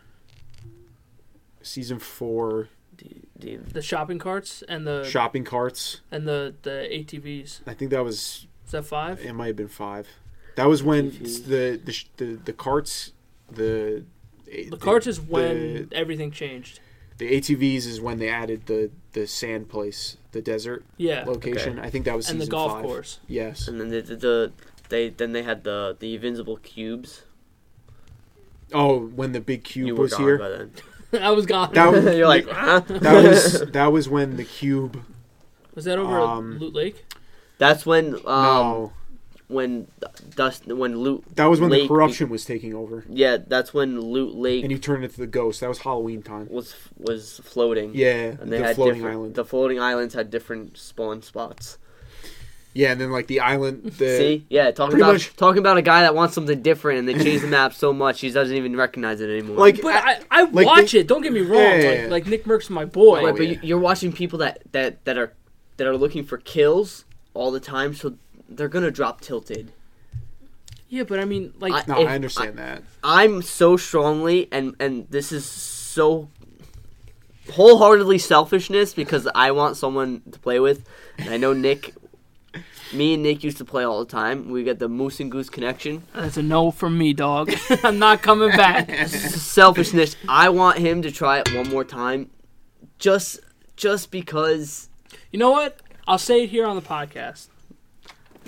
Season four Do, do, the shopping carts and the shopping carts. and the the atvs I think that was is that five it. Might have been five. That was when Mhm. the the sh- the, the carts the The carts is when everything changed. the ATVs is when they added the the sand place, the desert Yeah, location. I think that was and season the golf five. course. Yes. and then they did the they then they had the the invincible cubes. Oh, when the big cube you were was gone here. by then. I was gone. That was, You're like, huh? that was that was when the cube. was that over um, at Loot Lake? That's when um no, when dust when loot. that was when the Lake be- corruption was taking over, yeah, that's when loot lake and you turned into the ghost. That was Halloween time. was was floating. Yeah, And they the had floating different, island. The floating islands had different spawn spots. Yeah, and then like the island. The, See, yeah, talking Pretty about much- talking about a guy that wants something different, and they change the map so much he doesn't even recognize it anymore. Like, But I, I Like watch they- it. Don't get me wrong. Yeah, yeah, like, yeah. like Nick Merck's my boy. Right, Oh, but yeah. you you're watching people that, that, that are that are looking for kills all the time, so they're gonna drop tilted. yeah, but I mean, like, I- no, if- I understand that. I'm so strongly and and this is so wholeheartedly selfishness because I want someone to play with. And I know Nick, me and Nick used to play all the time. We got the moose and goose connection. that's a no from me, dog. I'm not coming back. selfishness. I want him to try it one more time, just just because. You know what? I'll say it here on the podcast.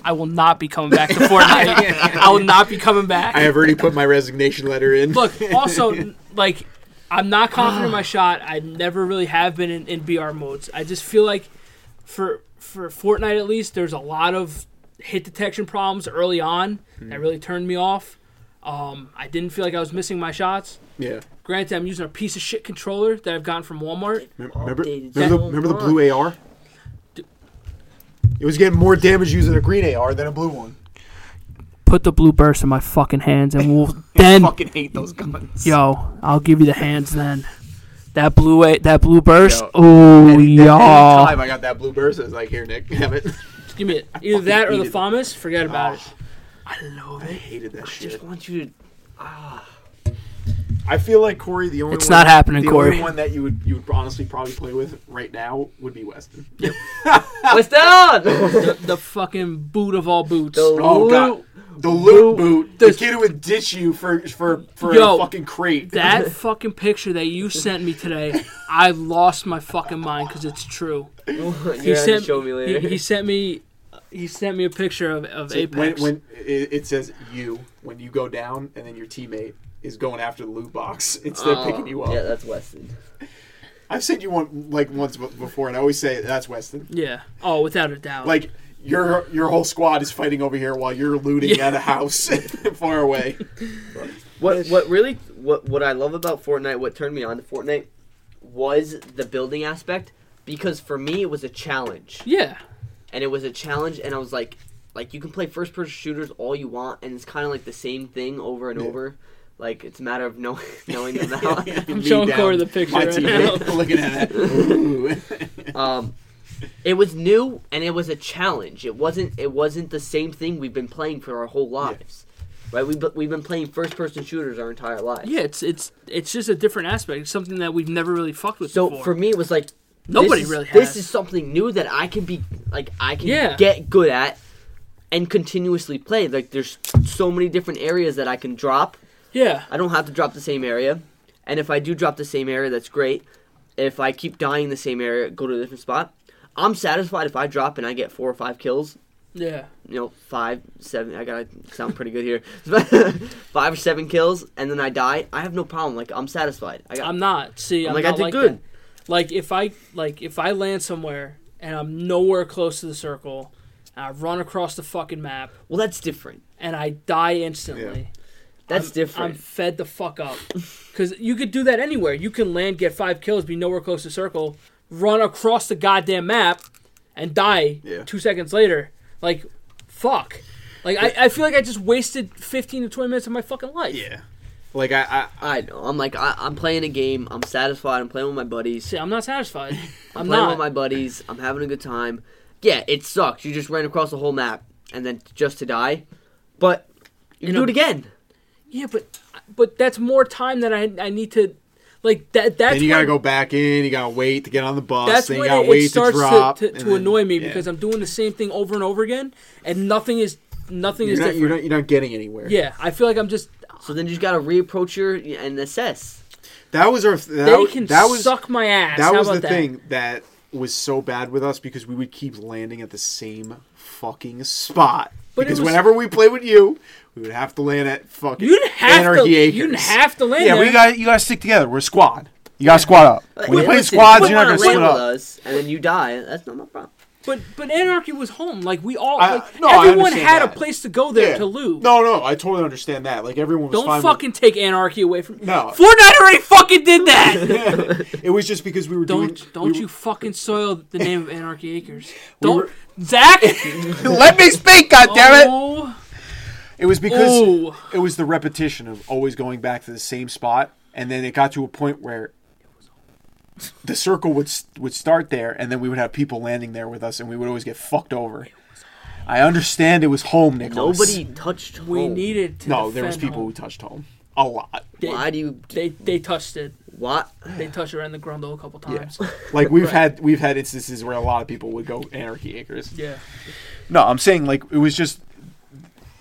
I will not be coming back to Fortnite. I will not be coming back. I have already put my resignation letter in. Look, also, n- like, I'm not confident in my shot. I never really have been in, in BR modes. I just feel like for for Fortnite at least, there's a lot of hit detection problems early on Hmm. that really turned me off. Um, I didn't feel like I was missing my shots. yeah. Granted, I'm using a piece of shit controller that I've gotten from Walmart. Mem- Remember, Updated remember, the, so remember the much. blue AR? It was getting more damage using a green AR than a blue one. Put the blue burst in my fucking hands, and we'll then fucking hate those guns. Yo, I'll give you the hands then. That blue wa- that blue burst. Yo. Oh, Any- y'all. Anytime I got that blue burst, I was like, here, Nick, have it. Give me it. Either that or the hated it. Famas. Forget about it. Oh, Ah. I love I it. hated that I just shit. want you to. I feel like Corey, the only It's one, not happening, the Corey. only one that you would you would honestly probably play with right now would be Weston. What's that? The, the fucking boot of all boots. The Oh, loot. God. The loot boot, the This- kid who would ditch you for for for Yo. a fucking crate. That fucking picture that you sent me today, I lost my fucking mind because it's true. You're He gonna have to sent show me later. He, he sent me. He sent me a picture of, of It- when Apex. when it, it says you when you go down and then your teammate is going after the loot box instead of Oh, picking you up. Yeah, that's Weston. I've sent you one like once be- before, and I always say that's Weston. yeah. Oh, without a doubt. Like your your whole squad is fighting over here while you're looting at a house far away. What what really what what I love about Fortnite, what turned me on to Fortnite, was the building aspect. Because for me, it was a challenge, yeah. and it was a challenge, and I was like, like you can play first person shooters all you want, and it's kind of like the same thing over and Yeah. over. Like it's a matter of knowing knowing the amount. I'm showing Corey the picture right now. looking at it. Ooh. um, it was new and it was a challenge. It wasn't. It wasn't the same thing we've been playing for our whole lives, right? We've been- we've been playing first person shooters our entire lives. Yeah. It's it's it's just a different aspect. It's something that we've never really fucked with So before. for me, it was like Nobody this is- really This has. is something new that I can be like I can Yeah. get good at and continuously play. Like there's so many different areas that I can drop. yeah. I don't have to drop the same area, and if I do drop the same area, that's great. If I keep dying the same area, go to a different spot. I'm satisfied if I drop and I get four or five kills. Yeah. you know, five, seven. I gotta sound pretty good here. five or seven kills, and then I die. I have no problem. Like I'm satisfied. I got. I'm not. See, I'm, I'm like, I not did like good. that. Like if I like if I land somewhere and I'm nowhere close to the circle, and I run across the fucking map well, that's different. and I die instantly. That's I'm different. fed the fuck up. Cuz you could do that anywhere. You can land, get 5 kills, be nowhere close to circle, run across the goddamn map and die Yeah. 2 seconds later. Like fuck. Like I, I feel like I just wasted 15 to 20 minutes of my fucking life. Yeah, like I, I i know. I'm like I, I'm playing a game. I'm satisfied. I'm playing with my buddies. See, I'm not satisfied. I'm, I'm playing not. with my buddies. I'm having a good time. Yeah, it sucks. You just ran across the whole map and then just to die, but You you, can know- do it again. Yeah, but but that's more time that I I need to like that. That's then you gotta when- go back in. You gotta wait to get on the bus. That's then you when gotta it, wait it starts to drop. to, to, and to then- annoy me yeah. because I'm doing the same thing over and over again, and nothing is nothing you're is not, different. you're not you're not getting anywhere. yeah, I feel like I'm just. So then you just gotta reapproach your and assess. that was our. That, They was- can that was suck my ass. that How was about the that? thing that was so bad with us because we would keep landing at the same fucking spot. But it because was- whenever we play with you, we would have to land at fucking You didn't have Anarchy to. Acres. You didn't have to land yeah, there. we got you guys stick together. We're a squad. You gotta squad up. When you Hey, play in listen, squads, if you you're not wanna gonna split land with up. us, and then you die. That's not my problem. But but anarchy was home. Like we all, I- like, no, I everyone understand had a that. place to go there Yeah. to loot. No, no, I totally understand that. Like everyone was Don't fine with- fucking take anarchy away from. No. Fortnite already fucking did that. it was just because we were doing. don't don't we you were- fucking soil the name of Anarchy Acres. We Don't were- Zach. Let me speak, God damn it! Oh, It was because Oh. it was the repetition of always going back to the same spot, and then it got to a point where the circle would s- would start there, and then we would have people landing there with us, and we would always get fucked over. I understand it was home, Nicholas. Nobody touched home. we needed to. Oh. No, there was defend people home. who touched home a lot. They, Why do you? they they touched it. What? They touched it around the grundle a couple Yeah. times. Like we've had we've had instances where a lot of people would go anarchy acres. yeah. No, I'm saying like it was just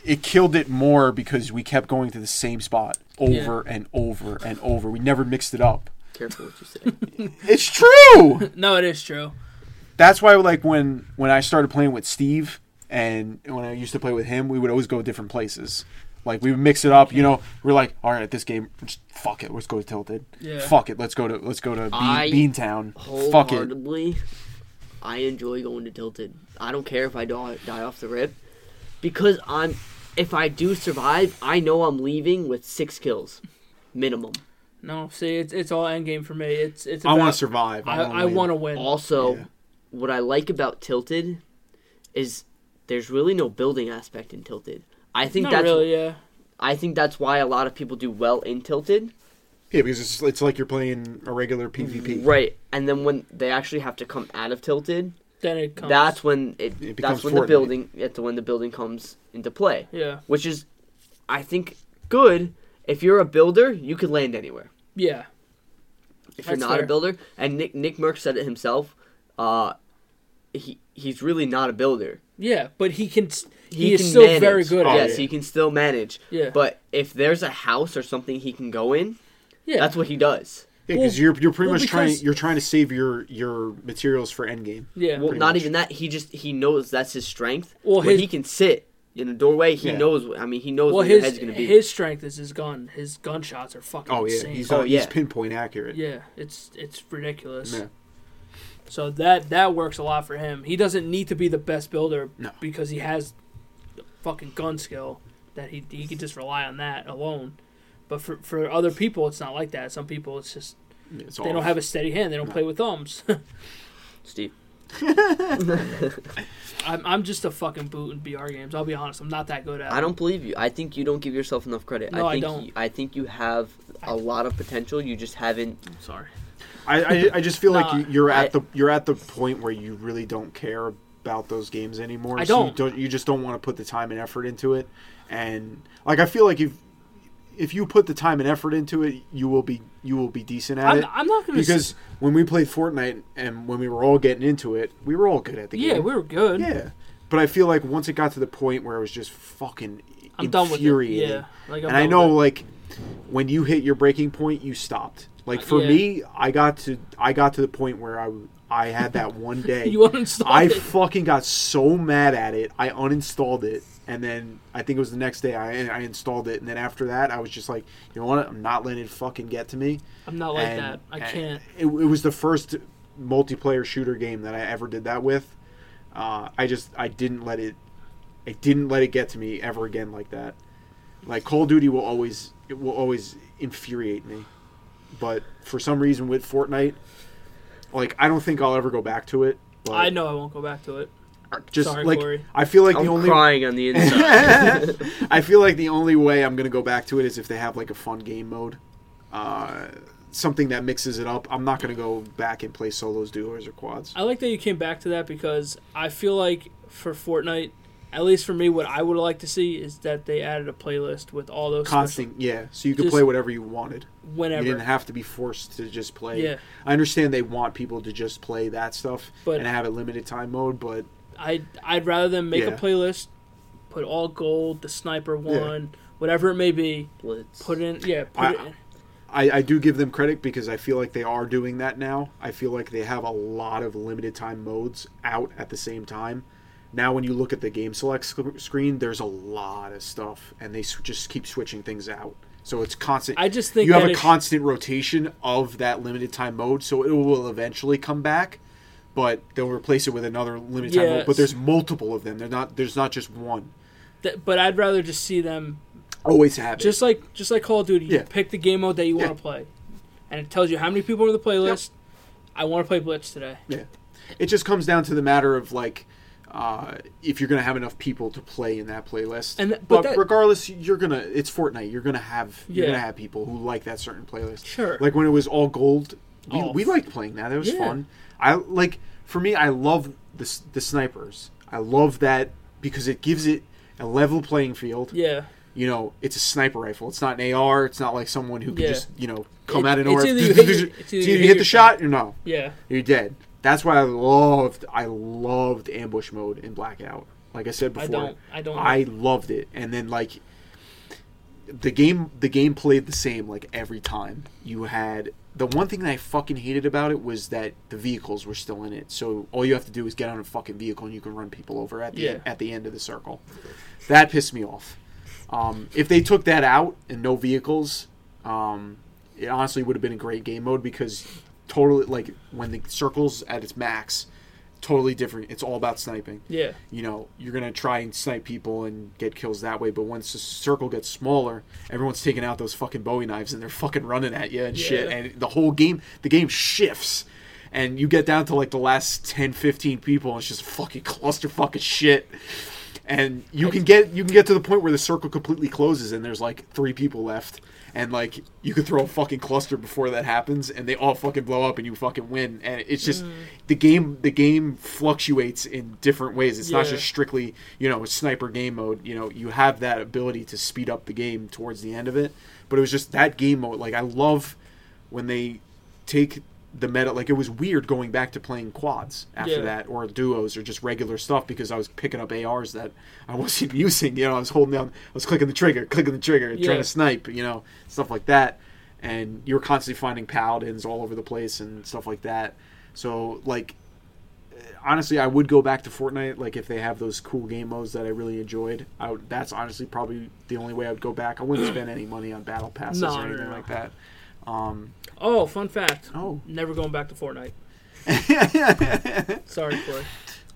it killed it more because we kept going to the same spot over and over and over. We never mixed it up. Careful what you say. It's true. No, it is true. That's why like when when I started playing with Steve and when I used to play with him, we would always go different places. Like we would mix it up, you know. We're like, all right, this game, just fuck it, let's go to Tilted. Yeah. Fuck it, let's go to let's go to Bean, I Beantown. Fuck it. Wholeheartedly, I enjoy going to Tilted. I don't care if I die, die off the rip, because I'm. If I do survive, I know I'm leaving with six kills, minimum. No, see, it's it's all end game for me. It's it's. I About, want to survive. I, I win. want to win. Also, Yeah. what I like about Tilted is there's really no building aspect in Tilted. I think Not that's really. Yeah. I think that's why a lot of people do well in Tilted. Yeah, because it's, it's like you're playing a regular PvP. Right. And then when they actually have to come out of Tilted, Then it comes. that's when it, It becomes that's when Fortnite. the building that's when the building comes into play. yeah. Which is I think good. If you're a builder, you could land anywhere. Yeah. If you're That's not fair. a builder, and Nick Nick Merck said it himself, uh he he's really not a builder. Yeah, but he can. s- He, can is still manage. very good at Oh, yes, yeah. it. he can still manage. Yeah. But if there's a house or something he can go in, Yeah. that's what he does. Yeah, because Well- you're you're pretty well, much trying because- you're trying to save your your materials for endgame. Yeah. Well, pretty not much. even that. He just he knows that's his strength. Well, Well, his- he can sit in a doorway. He Yeah. knows. I mean, he knows well, where his your head's gonna be. his strength is his gun. His gunshots are fucking Oh yeah, insane. he's Oh, uh, he's yeah. pinpoint accurate. yeah, it's it's ridiculous. Yeah. So that that works a lot for him. He doesn't need to be the best builder No. because he has the fucking gun skill that he he can just rely on that alone. But for for other people, it's not like that. Some people, it's just It's they all- don't have a steady hand. They don't play with thumbs. Steve. I'm I'm just a fucking boot in BR games. I'll be honest. I'm not that good at. I don't believe you. I think you don't give yourself enough credit. No, I I think don't. You, I think you have a lot of potential. You just haven't. it. Sorry. I, I I just feel Nah, like you- you're at I- the you're at the point where you really don't care about those games anymore. I So you don't. don't you just don't want to put the time and effort into it. And like I feel like if if you put the time and effort into it, you will be you will be decent at I'm, it. I'm not gonna s- because when we played Fortnite and when we were all getting into it, we were all good at the yeah, game. we were good. Yeah, but I feel like once it got to the point where it was just fucking I'm done with it. infuriating. Yeah, like I'm and I done know with like when you hit your breaking point, you stopped. Like for yeah. me, I got to I got to the point where I I had that one day. it. you uninstalled I it. fucking got so mad at it, I uninstalled it, and then I think it was the next day I I installed it, and then after that I was just like, you know what, I'm not letting it fucking get to me. I'm not like And- that. I and can't. It, it was the first multiplayer shooter game that I ever did that with. Uh, I just I didn't let it. I didn't let it get to me ever again like that. Like Call of Duty will always it will always infuriate me, but for some reason with Fortnite, like I don't think I'll ever go back to it. But I know I won't go back to it. Just Sorry, like Corey. I feel like I'm the only crying on the inside. I feel like the only way I'm gonna go back to it is if they have like a fun game mode, uh, something that mixes it up. I'm not gonna go back and play solos, duos, or quads. I like that you came back to that because I feel like for Fortnite, at least for me, what I would like to see is that they added a playlist with all those Constant, yeah. So you could Just play whatever you wanted. special- You whenever. didn't have to be forced to just play. Yeah. I understand they want people to just play that stuff But- and have a limited time mode, but I I'd rather them make Yeah. a playlist, put all gold, the sniper one, whatever it may be, Let's- put in yeah, put I- it in. I, I do give them credit because I feel like they are doing that now. I feel like they have a lot of limited time modes out at the same time. Now, when you look at the game select sc- screen, there's a lot of stuff, and they s just keep switching things out. So it's constant. I just think you have that a it sh- constant rotation of that limited time mode, so it will eventually come back. but they'll replace it with another limited time rule. Yes. But there's multiple of them. They're not. There's not just one. Th- but I'd rather just see them Always have it. just like just like Call of Duty. You Yeah. pick the game mode that you Yeah. want to play, and it tells you how many people are on the playlist. I want to play Blitz today. Yeah, it just comes down to the matter of like uh, if you're gonna have enough people to play in that playlist. And th- but but that- regardless, you're gonna it's Fortnite. You're gonna have you're Yeah. gonna have people who like that certain playlist. Sure. Like when it was all gold, we, Oh. we liked playing that. That was Yeah. fun. I like for me, I love the s- the snipers. I love that because it gives it a level playing field. Yeah, You know, it's a sniper rifle. It's not an AR. It's not like someone who can Yeah. just you know come It- out of it's nowhere. either you hit your- it's It's either either you you hit hit your the shot or no. yeah. You did. That's why I loved I loved ambush mode in Blackout. Like I said I before, don't. I don't. I loved it. And then like the game the game played the same like every time. You had the one thing that I fucking hated about it was that the vehicles were still in it. So all you have to do is get on a fucking vehicle and you can run people over at the Yeah. at the end of the circle. That pissed me off. Um, if they took that out and no vehicles, um, it honestly would have been a great game mode because totally like when the circle's at its max, totally different. It's all about sniping yeah. you know you're gonna try and snipe people and get kills that way but once the circle gets smaller everyone's taking out those fucking bowie knives and they're fucking running at you and shit Yeah. and the whole game the game shifts and you get down to like the last 10 15 people and it's just fucking cluster fucking shit and you can get you can get to the point where the circle completely closes and there's like three people left and like you could throw a fucking cluster before that happens and they all fucking blow up and you fucking win and it's just the game the game fluctuates in different ways it's not Yeah. just strictly you know sniper game mode you know you have that ability to speed up the game towards the end of it but it was just that game mode like i love when they take the meta like it was weird going back to playing quads after Yeah. that or duos or just regular stuff because i was picking up ars that i wasn't using you know i was holding down i was clicking the trigger clicking the trigger Yeah. trying to snipe you know stuff like that and you were constantly finding paladins all over the place and stuff like that so like honestly, I would go back to Fortnite. Like if they have those cool game modes that I really enjoyed, I would, that's honestly probably the only way I would go back. I wouldn't spend any money on battle passes No, or no, anything no. like that. Um, Oh, fun fact. oh, Never going back to Fortnite. but Sorry, Corey.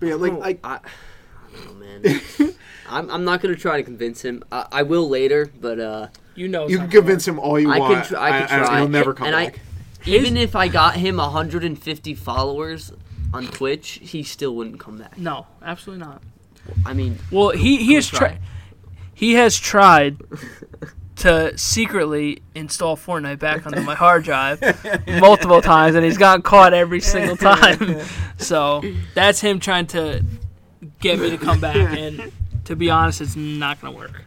yeah, like Oh, I, I, I don't know, man. I'm, I'm not gonna try to convince him. I, I will later, but uh, You know. you can convince him all you I can want. tr- I can try. He'll never come And I- back. even if I got him 150 followers on Twitch, he still wouldn't come back. No, absolutely not. I mean, Well, he he has try. tried. He has tried to secretly install Fortnite back onto my hard drive multiple times, and he's gotten caught every single time. so that's him trying to get me to come back, and to be honest, it's not gonna work.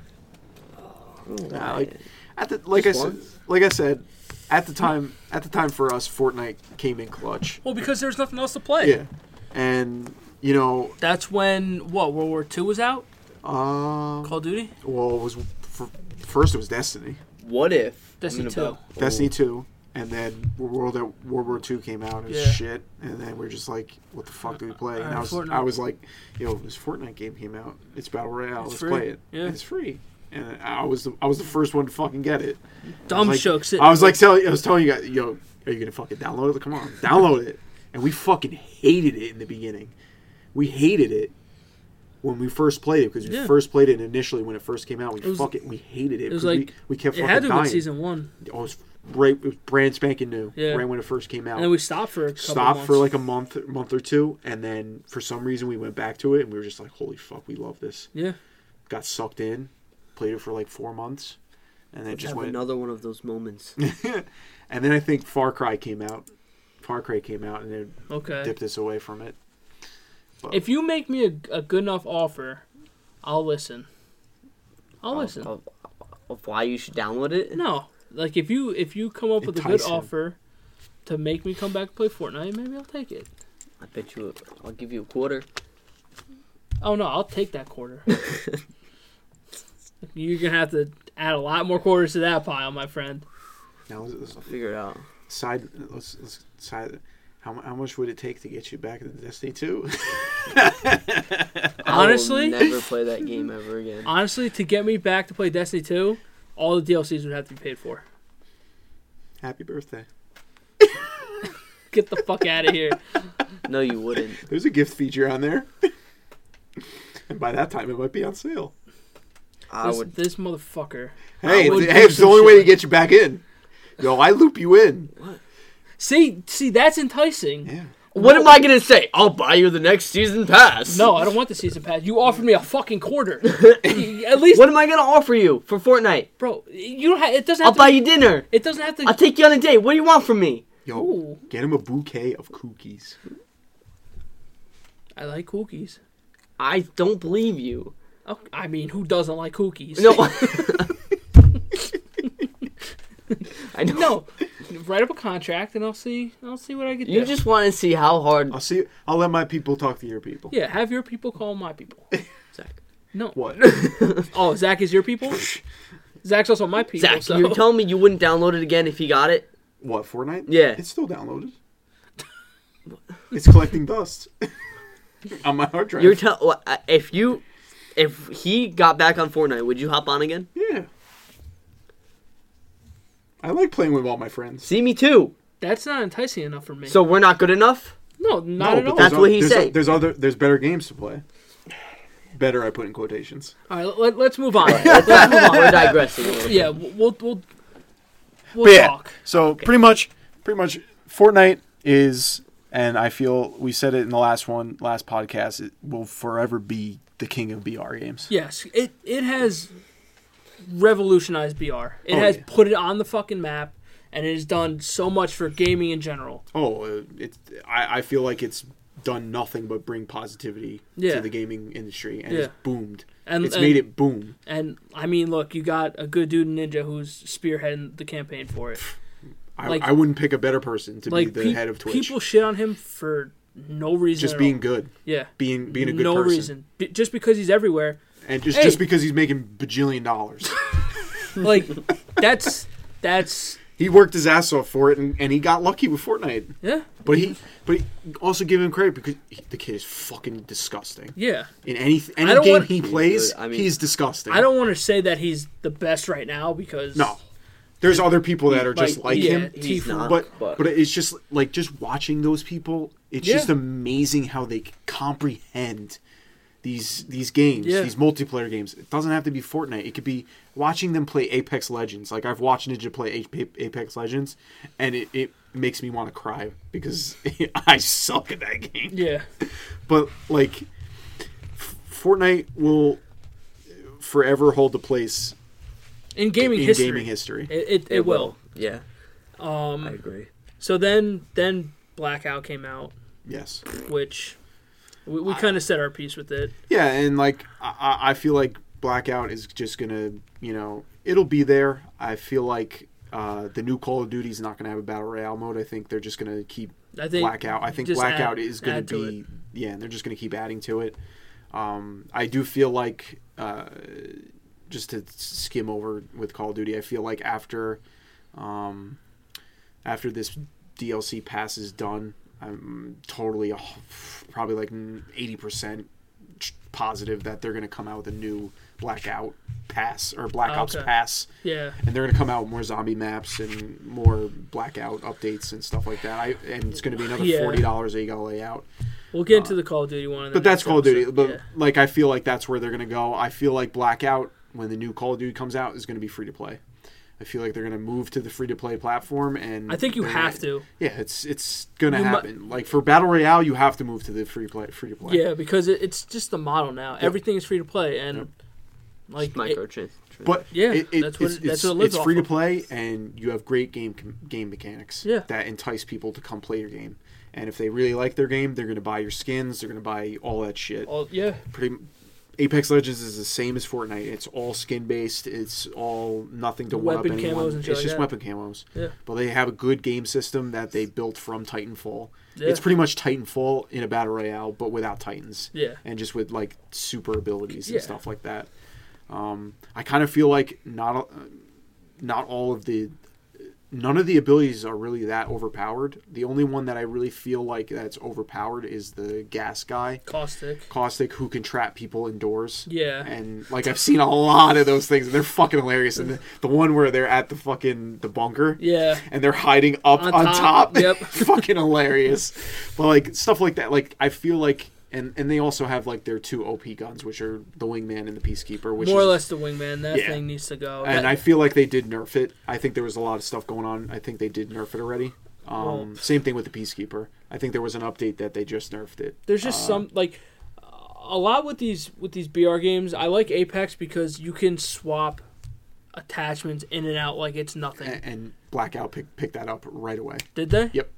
Nah, like, at the, like I Just said, once? like I said, at the time, at the time for us, Fortnite came in clutch. Well, because there's nothing else to play. Yeah, and you know, That's when what World War II was out. um, Call of Duty. well, it was f first it was Destiny. what if Destiny I'm two. about- Destiny two, and then World at World War Two came out. It was Yeah. shit, and then we're just like, what the fuck do we play? And Uh, I was Fortnite. I was like, yo, this Fortnite game came out. It's battle royale. It's Let's free. play it. Yeah. It's free. And I was the, I was the first one to fucking get it. Dumb like, shook. sitting- I was like, tell, I was telling you guys, yo, are you gonna fucking download it? Come on, download it. And we fucking hated it in the beginning. We hated it when we first played it because we Yeah. first played it initially when it first came out. We It was- fucking we hated it. it was 'cause like- we, we kept it fucking had to be dying. season one, Oh, it was right. It was brand spanking new. Yeah. Right when it first came out. and then we stopped for a couple stopped for months. like a month, month or two, and then for some reason we went back to it, and we were just like, "Holy fuck, we love this!" yeah. Got sucked in, played it for like four months, and then Let's just have went. another one of those moments. And then I think Far Cry came out. Far Cry came out, and it Okay. dipped us away from it. If you make me a, a good enough offer, I'll listen. Oh, I'll of, listen. of- of why you should download it. no, like if you if you come up with a good Entice him. offer to make me come back and play Fortnite, maybe I'll take it. I bet you. I'll give you a quarter. Oh no, I'll take that quarter. You're gonna have to add a lot more quarters to that pile, my friend. Now, let's, let's Figure it out. side. Let's, let's side. How, mu- how much would it take to get you back into Destiny Two? I will Honestly? never play that game ever again. Honestly, to get me back to play Destiny 2, all the DLCs would have to be paid for. Happy birthday. Get the fuck out of here. No, you wouldn't. There's a gift feature on there. and by that time, it might be on sale. I this, would. this motherfucker. Hey, would it's, do hey, it's the some only way shit. to get you back in. Yo, I loop you in. See, see, that's enticing. Yeah. What am I gonna say? I'll buy you the next season pass. No, I don't want the season pass. You offered me a fucking quarter. At least, What am I gonna offer you for Fortnite? bro, you don't have. It doesn't. I'll Have to, buy you dinner. It doesn't have to. I'll take you on a date. What do you want from me? Yo, Ooh. get him a bouquet of cookies. I like cookies. I don't believe you. Oh, I mean, who doesn't like cookies? No. I know. no. Write up a contract, and I'll see. I'll see what I can do. You just want to see how hard. I'll see. I'll let my people talk to your people. yeah. Have your people call my people. Zach. No. What? Oh, Zach is your people. Zach's also my people. Zach, so. you're telling me you wouldn't download it again if he got it? what? Fortnite? Yeah. It's still downloaded. it's collecting dust on my hard drive. You're tell wha- if you if he got back on Fortnite, would you hop on again? yeah. I like playing with all my friends. See me too. That's not enticing enough for me. So we're not good enough. no, not No, at all. there's That's what oth- he there's said. o- There's other. There's better games to play. Better, I put in quotations. All right, let, let's move on. Let's not- we're digressing. a little bit. yeah, we'll we'll we'll But yeah, talk. so pretty much, pretty much, Fortnite is, and I feel we said it in the last one, last podcast, it will forever be the king of BR games. Yes, it it has revolutionized BR. It Oh, has yeah. put it on the fucking map, and it has done so much for gaming in general. Oh, uh, it. I, I feel like it's done nothing but bring positivity Yeah. to the gaming industry, and Yeah. it's boomed. And- it's and- made it boom. And I mean, look, you got a good dude ninja who's spearheading the campaign for it. I, like- I wouldn't pick a better person to Like be the pe- head of Twitch. people shit on him for no reason. just at being all. good, yeah, being being a good no person, reason. B- just because he's everywhere, and just Hey. just because he's making bajillion dollars. like that's that's he worked his ass off for it, and, and he got lucky with Fortnite. yeah But he, but he also give him credit because he, the kid is fucking disgusting. yeah. In any any I don't game want- he plays, Dude, I mean- he's disgusting. I don't want to say that he's the best right now because No, there's other people that are just like, like yeah, him. He's Tifu. not. But but- but it's just like just watching those people. It's Yeah. just amazing how they comprehend these these games, Yeah. these multiplayer games. It doesn't have to be Fortnite. It could be watching them play Apex Legends. Like I've watched Ninja play Ape- Apex Legends, and it, it makes me want to cry because I suck at that game Yeah, but like F- Fortnite will forever hold the place in gaming in history, gaming history. it it, it, will. Yeah, I Um, agree. so then then Blackout came out, Yes. which we, we kind of said our piece with it. Yeah, and like I, I I feel like Blackout is just gonna, you know, it'll be there. I feel like uh, the new Call of Duty is not gonna have a battle royale mode. I think they're just gonna keep I think Blackout. I think just Blackout add- is gonna add to be yeah, and they're just gonna keep adding to it. Um, I do feel like uh, just to skim over with Call of Duty, I feel like after um, after this DLC pass is done, I'm totally oh, probably like eighty percent positive that they're going to come out with a new Blackout pass or Black Oh, Ops okay. pass, Yeah, and they're going to come out with more zombie maps and more Blackout updates and stuff like that. I, and it's going to be another Yeah. forty dollars that you got to lay out. we'll get into the Call of Duty one. in the But that's next Call of Duty. episode. But Yeah. like, I feel like that's where they're going to go. I feel like Blackout, when the new Call of Duty comes out, is going to be free to play. I feel like they're going to move to the free to play platform, and I think you they're have not- to. Yeah, it's it's going to You mu- happen. like for battle royale, you have to move to the free play free to play. Yeah, because it, it's just the model now. Everything is free to play, and like it- Microtrans. But Yeah, it, it, that's what it's, it- that's it's, what it lives it's off free to of. play, and you have great game com- game mechanics Yeah. that entice people to come play your game. And if they really like their game, they're going to buy your skins. They're going to buy all that shit. all, yeah, Pretty, Apex Legends is the same as Fortnite. It's all skin based. It's all nothing to one up Weapon anyone. camos and shit it's like just that. weapon camos. Yeah. But they have a good game system that they built from Titanfall. Yeah. It's pretty much Titanfall in a battle royale, but without titans. Yeah. And just with like super abilities Yeah. and stuff like that. Um, I kind of feel like not uh, not all of the none of the abilities are really that overpowered. The only one that I really feel like that's overpowered is the gas guy, Caustic. Caustic, who can trap people indoors. Yeah. And like I've seen a lot of those things, and they're fucking hilarious. And the, the one where they're at the fucking the bunker, Yeah. and they're hiding up On on, top, top. yep. fucking hilarious. But like stuff like that, like I feel like. And, and they also have like their two OP guns, which are the wingman and the peacekeeper, which More is or less the wingman. That Yeah. thing needs to go. and That- I feel like they did nerf it. I think there was a lot of stuff going on. I think they did nerf it already. Um, Well- same thing with the Peacekeeper. I think there was an update that they just nerfed it. There's just some like a lot with these with these BR games. I like Apex because you can swap attachments in and out like it's nothing. And, and Blackout picked picked that up right away. Did they? Eh, Yep.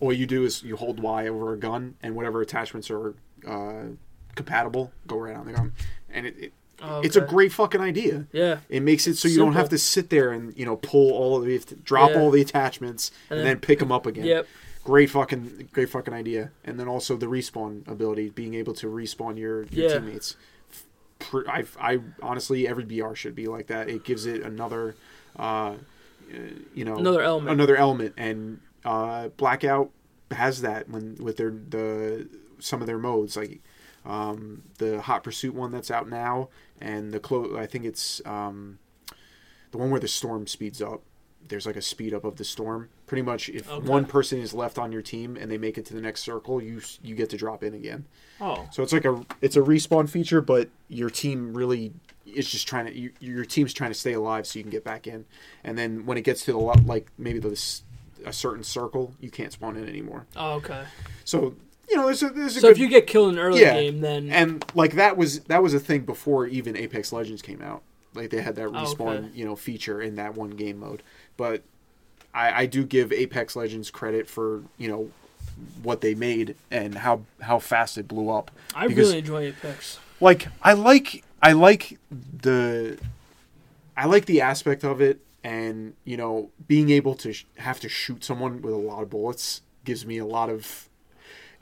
All you do is you hold Y over a gun, and whatever attachments are uh, compatible go right on the gun. And it, it Oh, it's a okay. great fucking idea. Yeah. It makes it so you don't have Simple. to sit there and you know pull all of the you have to drop Yeah. all the attachments and, And then, then- pick them up again. Yep. Great fucking great fucking idea. And then also the respawn ability, being able to respawn your, your Yeah. teammates. Pr- I I honestly every BR should be like that. It gives it another uh you know Another element. another element and uh blackout has that when with their the some of their modes like um the hot pursuit one that's out now and the clo- i think it's um the one where the storm speeds up there's like a speed up of the storm pretty much if Okay. one person is left on your team and they make it to the next circle you s- you get to drop in again Oh. so it's like a it's a respawn feature, but your team really is just trying to you, your team's trying to stay alive so you can get back in. And then when it gets to the lot, like maybe this a certain circle, you can't spawn in anymore. Oh, okay. So you know there's a there's a So good, if you get killed in an early Yeah. game, then and like that was that was a thing before even Apex Legends came out. Like they had that Oh, respawn okay. you know feature in that one game mode, but I, I do give Apex Legends credit for you know what they made and how how fast it blew up. I Because- really enjoy Apex. like I like I like the I like the aspect of it and you know being able to sh- have to shoot someone with a lot of bullets gives me a lot of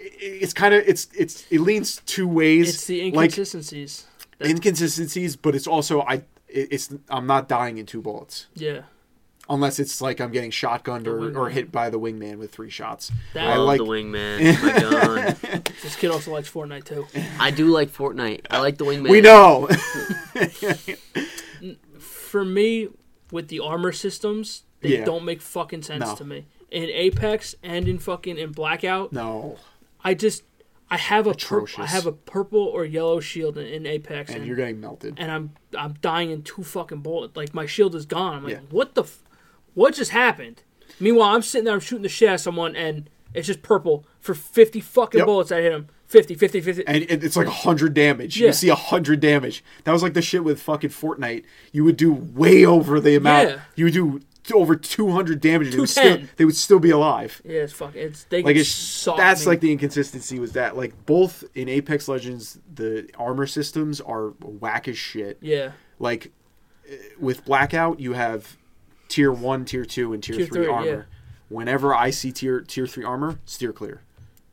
i- i- it's kind of it's it's it leans two ways It's the like inconsistencies. that- inconsistencies but it's also I it- it's I'm not dying in two bullets yeah. unless it's like I'm getting shotgunned or, or hit by the wingman with three shots That- I Love like the wingman. My God, This kid also likes Fortnite too. Eh. I do like Fortnite. I like the wingman. we know For me, with the armor systems, they Yeah. don't make fucking sense No. to me. In Apex and in fucking in Blackout, no I just I have a pur- I Atrocious. have a purple or yellow shield in, in Apex, and, and you're getting melted and I'm I'm dying in two fucking bullets. Like my shield is gone. I'm like, Yeah. what the, f- what just happened? Meanwhile, I'm sitting there, I'm shooting the shit out of someone, and it's just purple for fifty fucking Yep. bullets. I hit him 50, 50, 50. and it- it's like 100 damage. Yeah. You see 100 damage. That was like the shit with fucking Fortnite. You would do way over the amount. Yeah. You would do t- over 200 damage. And it would still, 210. they would still be alive. yeah, it's fucking. It's they Like can it's suck that's me. like the inconsistency was that like both in Apex Legends the armor systems are whack as shit. yeah. Like eh, with Blackout you have tier 1, tier 2 and tier, Tier 3 three, armor. yeah. Whenever I see tier tier 3 armor, steer clear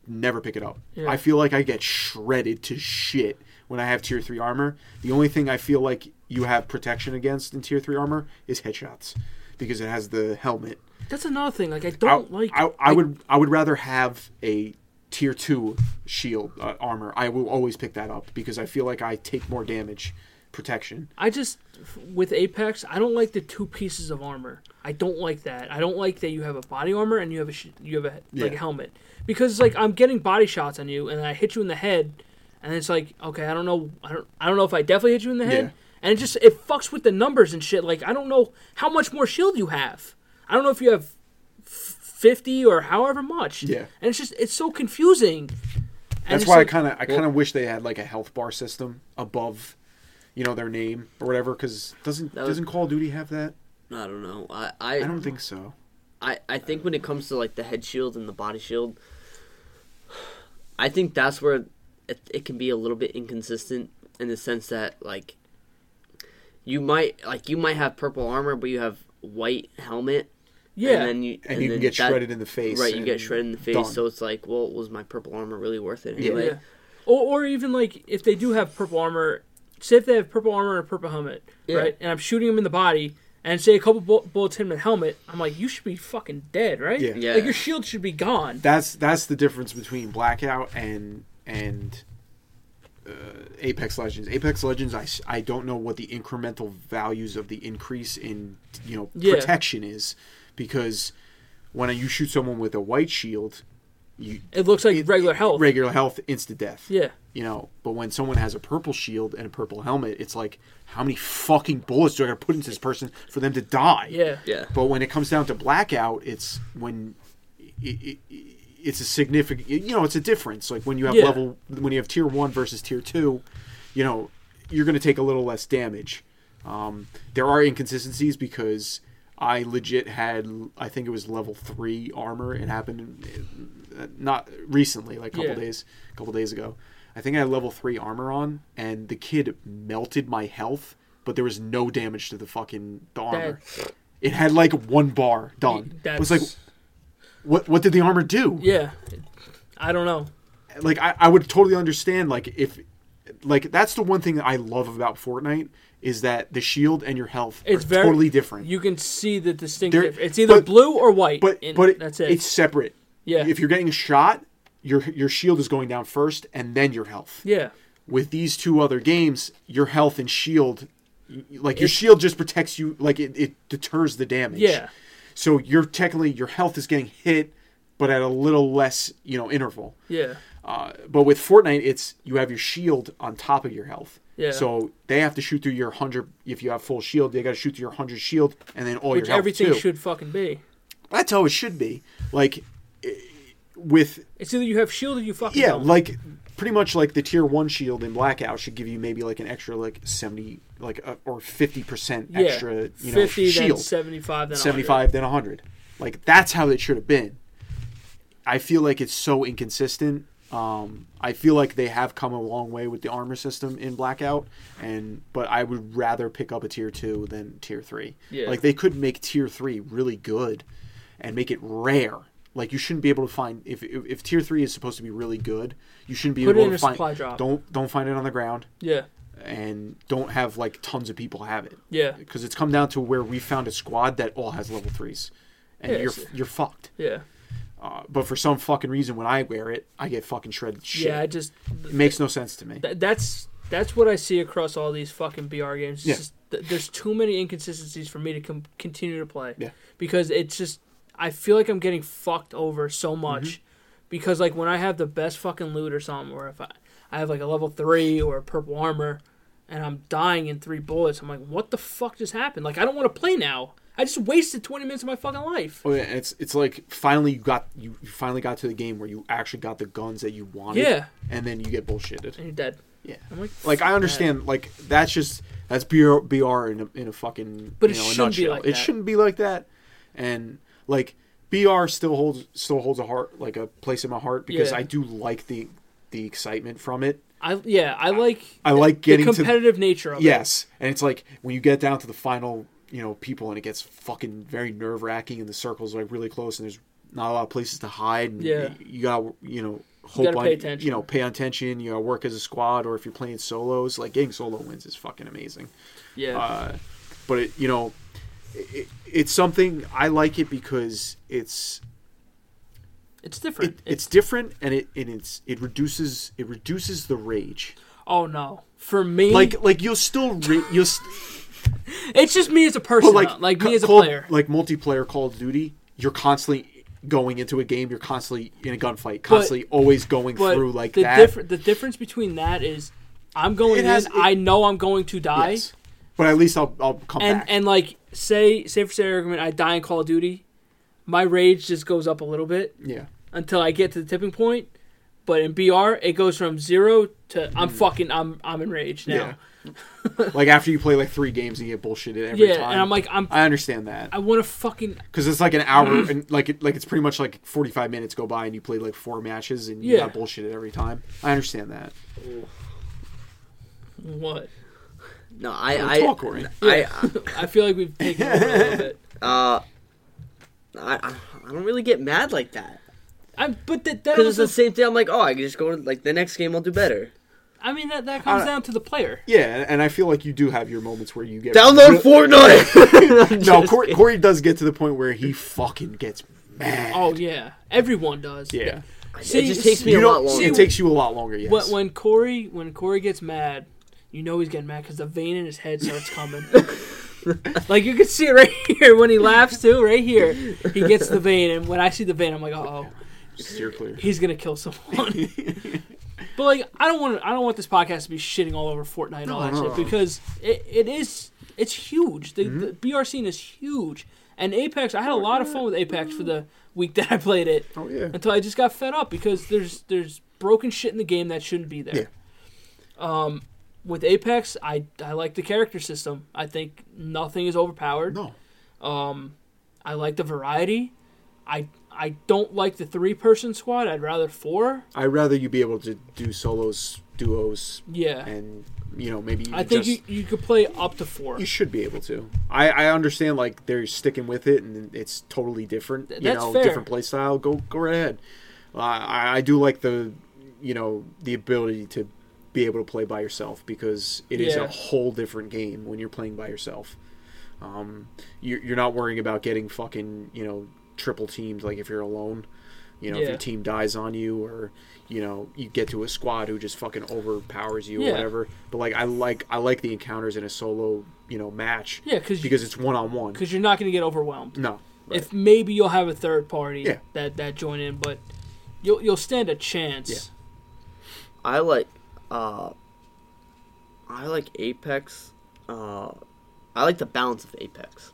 never pick it up. Yeah. I feel like I get shredded to shit when I have tier three armor. The only thing I feel like you have protection against in tier three armor is headshots because it has the helmet. That's another thing. Like I I, don't like. I, I would I would rather have a tier two shield uh, armor. I will always pick that up because I feel like I take more damage protection. I just with Apex, I don't like the two pieces of armor. I don't like that. I don't like that you have a body armor and you have a sh- you have a like a Yeah. helmet because it's like I'm getting body shots on you and I hit you in the head, and it's like okay, I don't know, I don't I don't know if I definitely hit you in the head, Yeah. and it just it fucks with the numbers and shit. Like I don't know how much more shield you have. I don't know if you have f- fifty or however much. Yeah. and it's just it's so confusing. And That's it's why I like- kind of I kind of wish they had like a health bar system above, you know, their name or whatever. Because doesn't was- doesn't Call of Duty have that? I don't know. I I I, don't think so. I, I think when it comes to like the head shield and the body shield, I think that's where it, it can be a little bit inconsistent in the sense that like you might like you might have purple armor but you have white helmet. yeah. and then you and, you then can get that- shredded in the face. Right, you and get shredded in the face. done. So it's like, well, was my purple armor really worth it Yeah. anyway? Yeah. Or, or even like if they do have purple armor, say if they have purple armor and a purple helmet, Yeah. right? And I'm shooting them in the body, and say a couple bu- bullets hit him in the helmet, I'm like, you should be fucking dead, right? Yeah. Yeah. Like your shield should be gone. That's that's the difference between Blackout and and uh, Apex Legends. Apex Legends, I, s- I don't know what the incremental values of the increase in you know Yeah. protection is, because when you shoot someone with a white shield, you It looks like it- regular health. regular health, instant death. yeah. You know, but when someone has a purple shield and a purple helmet, it's like, how many fucking bullets do I gotta put into this person for them to die? Yeah. Yeah. But when it comes down to blackout, it's when it, it, it's a significant. You know, it's a difference. Like when you have Yeah. level when you have tier one versus tier two, you know, you're going to take a little less damage. Um, there are inconsistencies because I legit had I think it was level three armor. It happened uh, not recently, like a couple Yeah. days, a couple days ago. I think I had level three armor on, and the kid melted my health, but there was no damage to the fucking the armor. It had like one bar done. It was like, what what did the armor do? yeah. I don't know. Like I, I would totally understand like if like that's the one thing that I love about Fortnite is that the shield and your health It's are very totally different. You can see the distinct There- difference. It's either but- blue or white. but and but it- that's it. It's separate. Yeah. If you're getting shot, your your shield is going down first and then your health. yeah. With these two other games, your health and shield like your It's- shield just protects you like it, it deters the damage. Yeah. So you're technically your health is getting hit, but at a little less, you know, interval. Yeah. Uh, but with Fortnite, it's you have your shield on top of your health. Yeah. So they have to shoot through your hundred. If you have full shield, they got to shoot through your hundred shield, and then all Which your health everything too. should fucking be. That's how it should be. Like eh, with It's either you have shield or you fucking yeah, don't. like pretty much like the tier one shield in Blackout should give you maybe like an extra like seventy like uh, or fifty percent yeah. extra you know 50, then shield 75, then 100. 75 then 100 like that's how it should have been i feel like it's so inconsistent um, i feel like they have come a long way with the armor system in blackout and but i would rather pick up a tier 2 than tier 3 Yeah. like they could make tier 3 really good and make it rare like you shouldn't be able to find if if, if tier 3 is supposed to be really good you shouldn't be Put it able in to a find supply drop. don't don't find it on the ground Yeah. and don't have like tons of people have it Yeah. because it's come down to where we found a squad that all has level threes, and Yeah, you're it's- you're fucked. Yeah. Uh, but for some fucking reason, when I wear it, I get fucking shredded to shit. Yeah, I just it makes no sense to me. Th- that's that's what I see across all these fucking BR games. It's Yeah. just, th- there's too many inconsistencies for me to com- continue to play. Yeah. Because it's just I feel like I'm getting fucked over Mm-hmm. so much because like when I have the best fucking loot or something or if I I have like a level 3 or a purple armor and I'm dying in 3 bullets, I'm like what the fuck just happened? Like I don't want to play now. I just wasted 20 minutes of my fucking life. Oh, yeah, and it's it's like finally you got you you finally got to the game where you actually got the guns that you wanted. Yeah. and then you get bullshitted. And you're dead. Yeah, I'm like like I fuck understand. Like that's just that's BR, BR in a, in a fucking But you it know, a shouldn't be nutshell. like it that. shouldn't be like that, and like BR still holds still holds a heart like a place in my heart because Yeah. I do like the the excitement from it. that. I yeah, I like I like the getting to competitive nature of it. yes, and it's like when you get down to the final you know people and it gets fucking very nerve wracking and the circles like really close and there's not a lot of places to hide. And Yeah. you, you got you know. gotta Hope on, pay attention. you know, pay attention. You know, work as a squad, or if you're playing solos, like getting solo wins is fucking amazing Yeah. uh, but it, you know, it, it's something I like it because it's it's it, different. it's different and it and it's it reduces it reduces the rage. Oh no, for me, Like like you'll still ra- you'll st- it's just me as a person, but like, like like ca- me as a Call- player. like multiplayer Call of Duty. You're constantly going into a game. You're constantly in a gunfight. Constantly always going But through like the that. different the difference between that is, I'm going It has- in. it- I know I'm going to die, Yes. But at least I'll I'll come and back. and like say say for say argument, I die in Call of Duty, my rage just goes up a little bit yeah. until I get to the tipping point. But in BR, it goes from zero to Mm. I'm fucking I'm I'm enraged now. Yeah. like after you play like three games and you get bullshitted every Yeah, time. and I'm like I'm I understand that. I want to fucking because it's like an hour and like it, like it's pretty much like 45 minutes go by and you played like four matches and you Yeah. got bullshitted every time i understand that what? No, I Well, I talk, Corey. I, I feel like we've taken over a little bit. uh, I I I don't really get mad like that I'm, but that that because it's also the same thing. I'm like, oh, I can just go to like the next game. I'll do better. I mean that that comes I- down to the player. Yeah, and I feel like you do have your moments where you get Download Fortnite. I'm No, just Corey, kidding. Corey does get to the point where he fucking gets mad. Oh yeah, everyone does. yeah. See, it just takes see, me You a lot don't, longer. it takes you a lot longer. Yes. When, when Corey when Corey gets mad, you know he's getting mad because the vein in his head starts coming. like you can see it right here when he laughs too. Right here, he gets the vein, and when I see the vein, I'm like, oh, Steer clear. he's gonna kill someone. but like, I don't want I don't want this podcast to be shitting all over Fortnite and all that No, no, shit no. Mm-hmm. because it, it is it's huge. The, the BR scene is huge, and Apex. I had a lot of fun with Apex for the week that I played it Oh yeah. until I just got fed up because there's there's broken shit in the game that shouldn't be there. Um, with Apex, I I like the character system. I think nothing is overpowered. No. Um, I like the variety. I I don't like the three person squad. I'd rather four. I'd rather you be able to do solos, duos, Yeah, and you know maybe. I think just- you, you could play up to four. You should be able to. I, I understand like they're sticking with it and it's totally different. You that's know, fair. different play style. Go go right ahead. Uh, I I do like the you know the ability to be able to play by yourself because it is Yeah. a whole different game when you're playing by yourself. Um, you're, you're not worrying about getting fucking you know triple teamed like if you're alone. You know, if Yeah. your team dies on you, or you know, you get to a squad who just fucking overpowers you Yeah. or whatever. But like, I like I like the encounters in a solo, you know, match yeah, cause you, because it's one on one. cause you're not gonna get overwhelmed. No, Mm, right. If maybe you'll have a third party Yeah. that that join in, but you'll you'll stand a chance. Yeah. I like uh I like Apex. Uh I like the balance of Apex.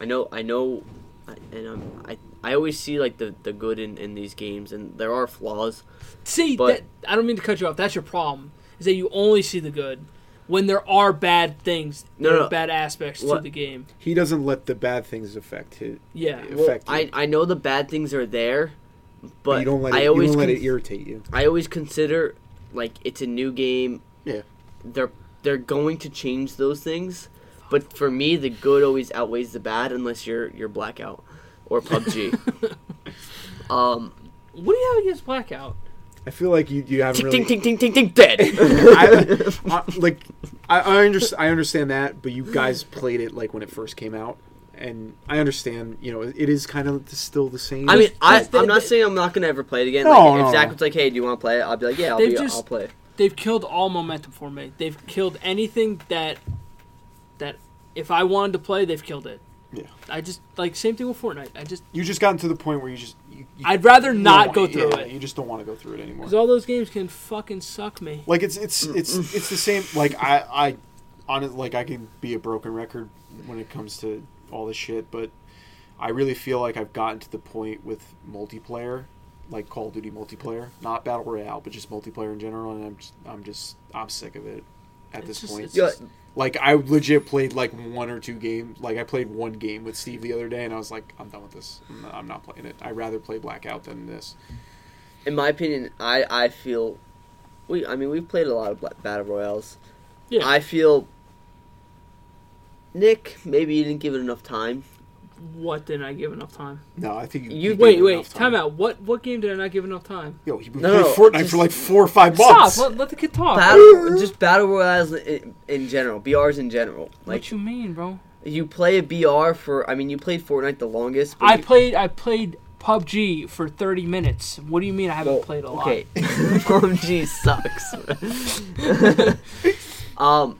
I know I know I- and I'm, I I always see like the the good in in these games and there are flaws. See, But- that, I don't mean to cut you off. That's your problem. Is that you only see the good when there are bad things, No, there no, are bad aspects to what- the game. he doesn't let the bad things affect his. Yeah. Well, Well, Effective. I I know the bad things are there, But but you don't let it, I always you don't let con- it irritate you. I always consider like it's a new game. Yeah. They're they're going to change those things, but for me the good always outweighs the bad unless you're you're blackout or PUBG. um What do you have against blackout? I feel like you you haven't ting really. ting ting ting ting dead. I, I, like I, I, under, I understand that, but you guys played it like when it first came out, and I understand. You know, it is kind of still the same. I mean, I, Just- I'm not saying I'm not gonna ever play it again. No, like, no, if Zach no. was like, "Hey, do you want to play it?" I'll be like, "Yeah, I'll, They've be, just- I'll play." They've killed all momentum for me. They've killed anything that that if I wanted to play, they've killed it. Yeah. I just like same thing with Fortnite. I just you just gotten to the point where you just. You, you I'd rather you not don't go wanna- through yeah, it. You just don't want to go through it anymore. because all those games can fucking suck me. Like it's it's it's it's the same. Like I I honest like I can be a broken record when it comes to all this shit, but I really feel like I've gotten to the point with multiplayer, like Call of Duty multiplayer, not battle royale, but just multiplayer in general, and I'm just, I'm just I'm sick of it at It's this just- point. it's Yeah, just- Like I legit played like one or two games. Like I played one game with Steve the other day, and I was like, I'm done with this. I'm not, I'm not playing it. I'd rather play Blackout than this. in my opinion, I I feel we. I mean, we've played a lot of bla- battle royales. Yeah. I feel Nick maybe you didn't give it enough time. What did I give enough time? No, I think you. You- gave Wait, it wait, enough time. out. What what game did I not give enough time? Yo, he been No, playing no, Fortnite just- for like four or five months. Stop. Let, let the kid talk. Battle, just battle royales in, in general, BRs in general. Like what you mean, bro? you play a BR for. I mean, you played Fortnite the longest. I you- played I played PUBG for 30 minutes. What do you mean I haven't Well, played a lot? Okay, PUBG sucks. um,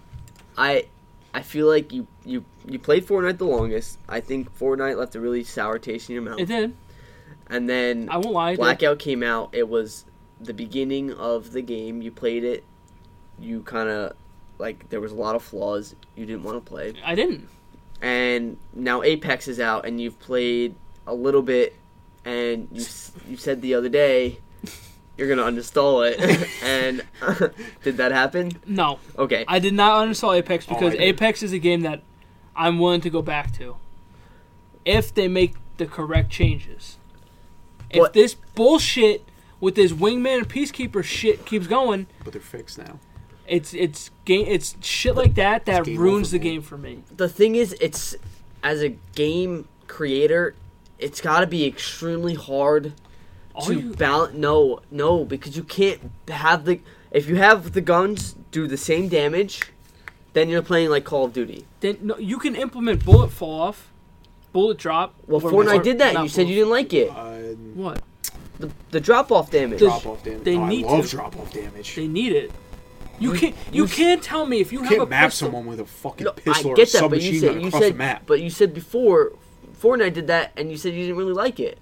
I I feel like you you you played Fortnite the longest. I think Fortnite left a really sour taste in your mouth. It did. And then I won't lie. It did. Blackout came out. It was the beginning of the game. You played it. You kind of like there was a lot of flaws you didn't want to play. I didn't. And now Apex is out, and you've played a little bit, and you s- you said the other day. You're gonna uninstall it, and did that happen? No, Okay, I did not uninstall Apex Oh, I because did. Apex is a game that I'm willing to go back to if they make the correct changes. If But- this bullshit with this wingman and peacekeeper shit keeps going, But they're fixed now. it's it's game it's shit like that that game ruins over, the man. game for me. the thing is, it's as a game creator, it's got to be extremely hard All to you- balance. No, no, because you can't have the If you have the guns do the same damage, then you're playing like Call of Duty. Then no, you can implement bullet fall off, bullet drop. Well, or- Fortnite or- did that. not and You said bullet- you didn't like it. Uh, what? The, the drop off damage. Does- drop off damage. they oh, need I love to. drop off damage. They need it. You You- can't. You, you- can't tell me if you, you have a can't map pistol. someone with a fucking No, pistol I or a get that, but you submachine said gun you across the said map. but you said before Fortnite did that, and you said you didn't really like it.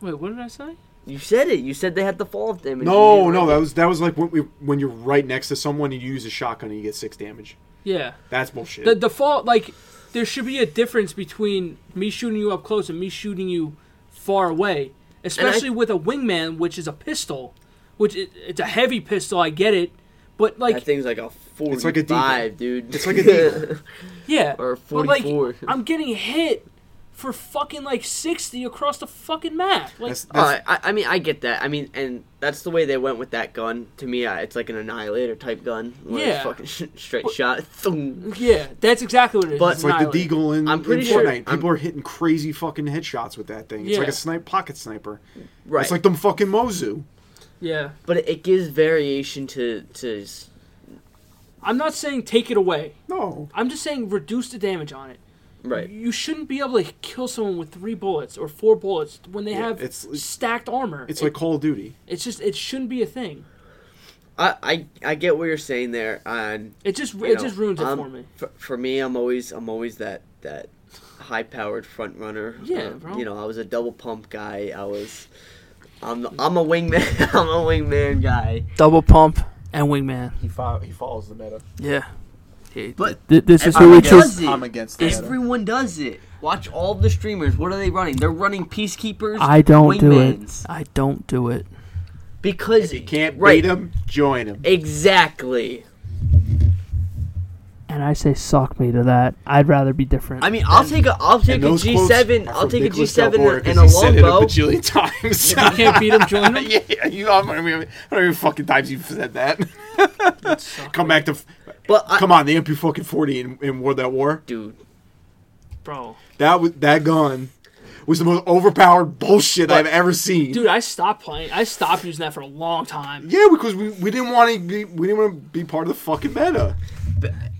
Wait, what did I say? You said it. You said they had the fall off damage. You no, didn't no, like that it. was that was like when we when you're right next to someone and you use a shotgun and you get six damage. Yeah. That's bullshit. The default, like, there should be a difference between me shooting you up close and me shooting you far away, especially with a wingman, which is a pistol, which it, it's a heavy pistol. I get it, but That like, thing's like a forty-five, like a deagle. dude. It's like a deagle. yeah, or but, like, 44. I'm getting hit for fucking like sixty across the fucking map. Like, That's- All that's- right, I, I mean, I get that. I mean, and that's the way they went with that gun. To me, I, it's like an annihilator type gun. where it's Yeah. fucking straight shot. Thunk. yeah, that's exactly what it is. But- It's like the Annihilate. Deagle in, I'm pretty in sure- Fortnite. I'm- People are hitting crazy fucking headshots with that thing. It's like Yeah. a snipe pocket sniper. Right. It's like them fucking Mozu. Yeah, but it, it gives variation to to. s- I'm not saying take it away. No. I'm just saying reduce the damage on it. Right. You shouldn't be able to kill someone with three bullets or four bullets when they Yeah, have it's- stacked armor. It's like Call of Duty. It's just it shouldn't be a thing. I, I I get what you're saying there, and It just you it know, just ruins it Um, I'm- for me. For, for me, I'm always I'm always that that high powered front runner. Yeah, bro. You know, I was a double pump guy. I was. I'm I'm a wingman. I'm a wingman guy. Double pump and wingman. He, fo- he follows the meta. Yeah. But this is who we choose. it. against Everyone does it. Watch all the streamers. What are they running? They're running peacekeepers. wingmans. I don't do it. because If you can't right, beat him, join him. Exactly. And I say suck me to that. I'd rather be different. I mean, I'll take a I'll take And a those G quotes seven. are I'll from take a G Nicholas seven Del Boer and 'cause a he said it a longbow. bajillion times. you can't beat him, join him. yeah, you, I don't even I don't even fucking times you've said that. Come back to, f- But I, come on, the MP fucking forty in, in World at War. dude, bro. That was that gun was the most overpowered bullshit I've ever seen. Dude, I stopped playing. I stopped using that for a long time. Yeah, because we, we didn't want to be we didn't want to be part of the fucking meta.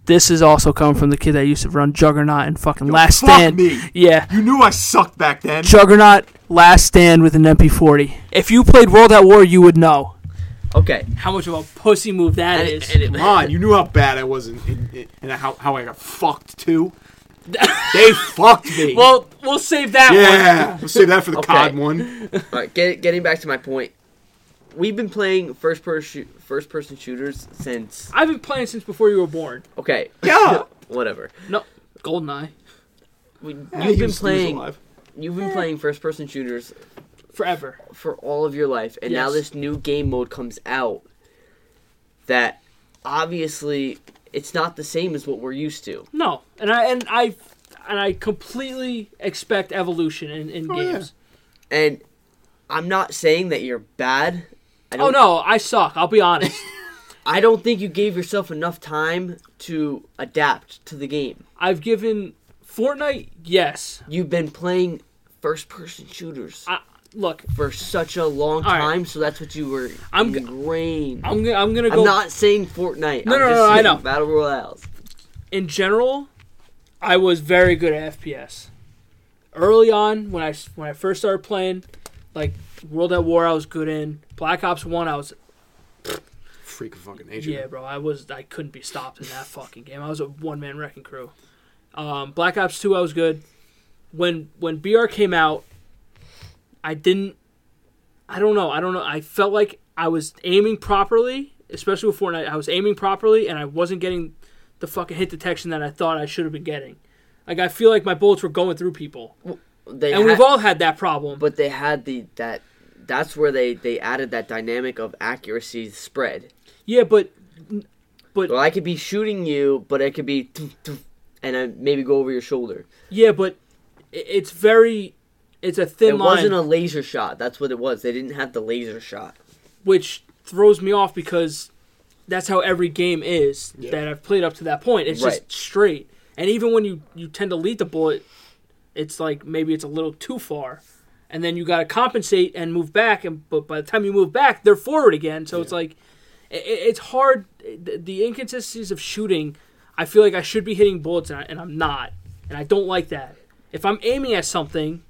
This is also coming from the kid that used to run Juggernaut and fucking Last fuck Stand. me. Yeah, You knew I sucked back then. Juggernaut, Last Stand with an MP40. If you played World at War, you would know okay. how much of a pussy move that And is. it, and it- Come on, you knew how bad I was in, in, in, and how, how I got fucked too. they fucked me. well, we'll save that yeah, we'll save that for the Okay. COD one. All right, get, getting back to my point, we've been playing first person first person shooters since one. I've been playing since before you were born. okay, Yeah, whatever. No, Goldeneye We, Yeah, you've he been was- he was playing alive. you've been playing first person shooters forever. for all of your life, and now Yes. this new game mode comes out that obviously it's not the same as what we're used to. No, and I and I and I completely expect evolution in, in Oh, yeah. games. And I'm not saying that you're bad. I Oh don't, no, I suck. I'll be honest. I don't think you gave yourself enough time to adapt to the game. I've given Fortnite yes. You've been playing first person shooters. I, look, for such a long All right. time, so that's what you were I'm g- ingrained. I'm, I'm gonna, I'm gonna go not saying Fortnite. No, I'm no, just no, I saying know. Battle Royales. in general. I was very good at FPS. Early on, when I s- when I first started playing, like World at War, I was good in Black Ops One. I was Freak of fucking nature. Yeah, bro. I was I couldn't be stopped in that fucking game. I was a one man wrecking crew. Um, Black Ops Two, I was good. When when BR came out, I didn't. I don't know. I don't know. I felt like I was aiming properly, especially with Fortnite. I was aiming properly, and I wasn't getting the fucking hit detection that I thought I should have been getting. Like I feel like my bullets were going through people, They and had, we've all had that problem. but they had the that. That's where they they added that dynamic of accuracy spread. yeah, but Well, I could be shooting you, but it could be tum, tum, and I maybe go over your shoulder. yeah, but it- it's very. It's a thin It line. wasn't a laser shot. That's what it was. They didn't have the laser shot. which throws me off because that's how every game is Yeah. that I've played up to that point. It's Right. just straight, and even when you you tend to lead the bullet, it's like maybe it's a little too far, and then you got to compensate and move back. And but by the time you move back, they're forward again. So it's like i- i it's hard. The, the inconsistencies of shooting. I feel like I should be hitting bullets and, I, and I'm not, and I don't like that. If I'm aiming at something,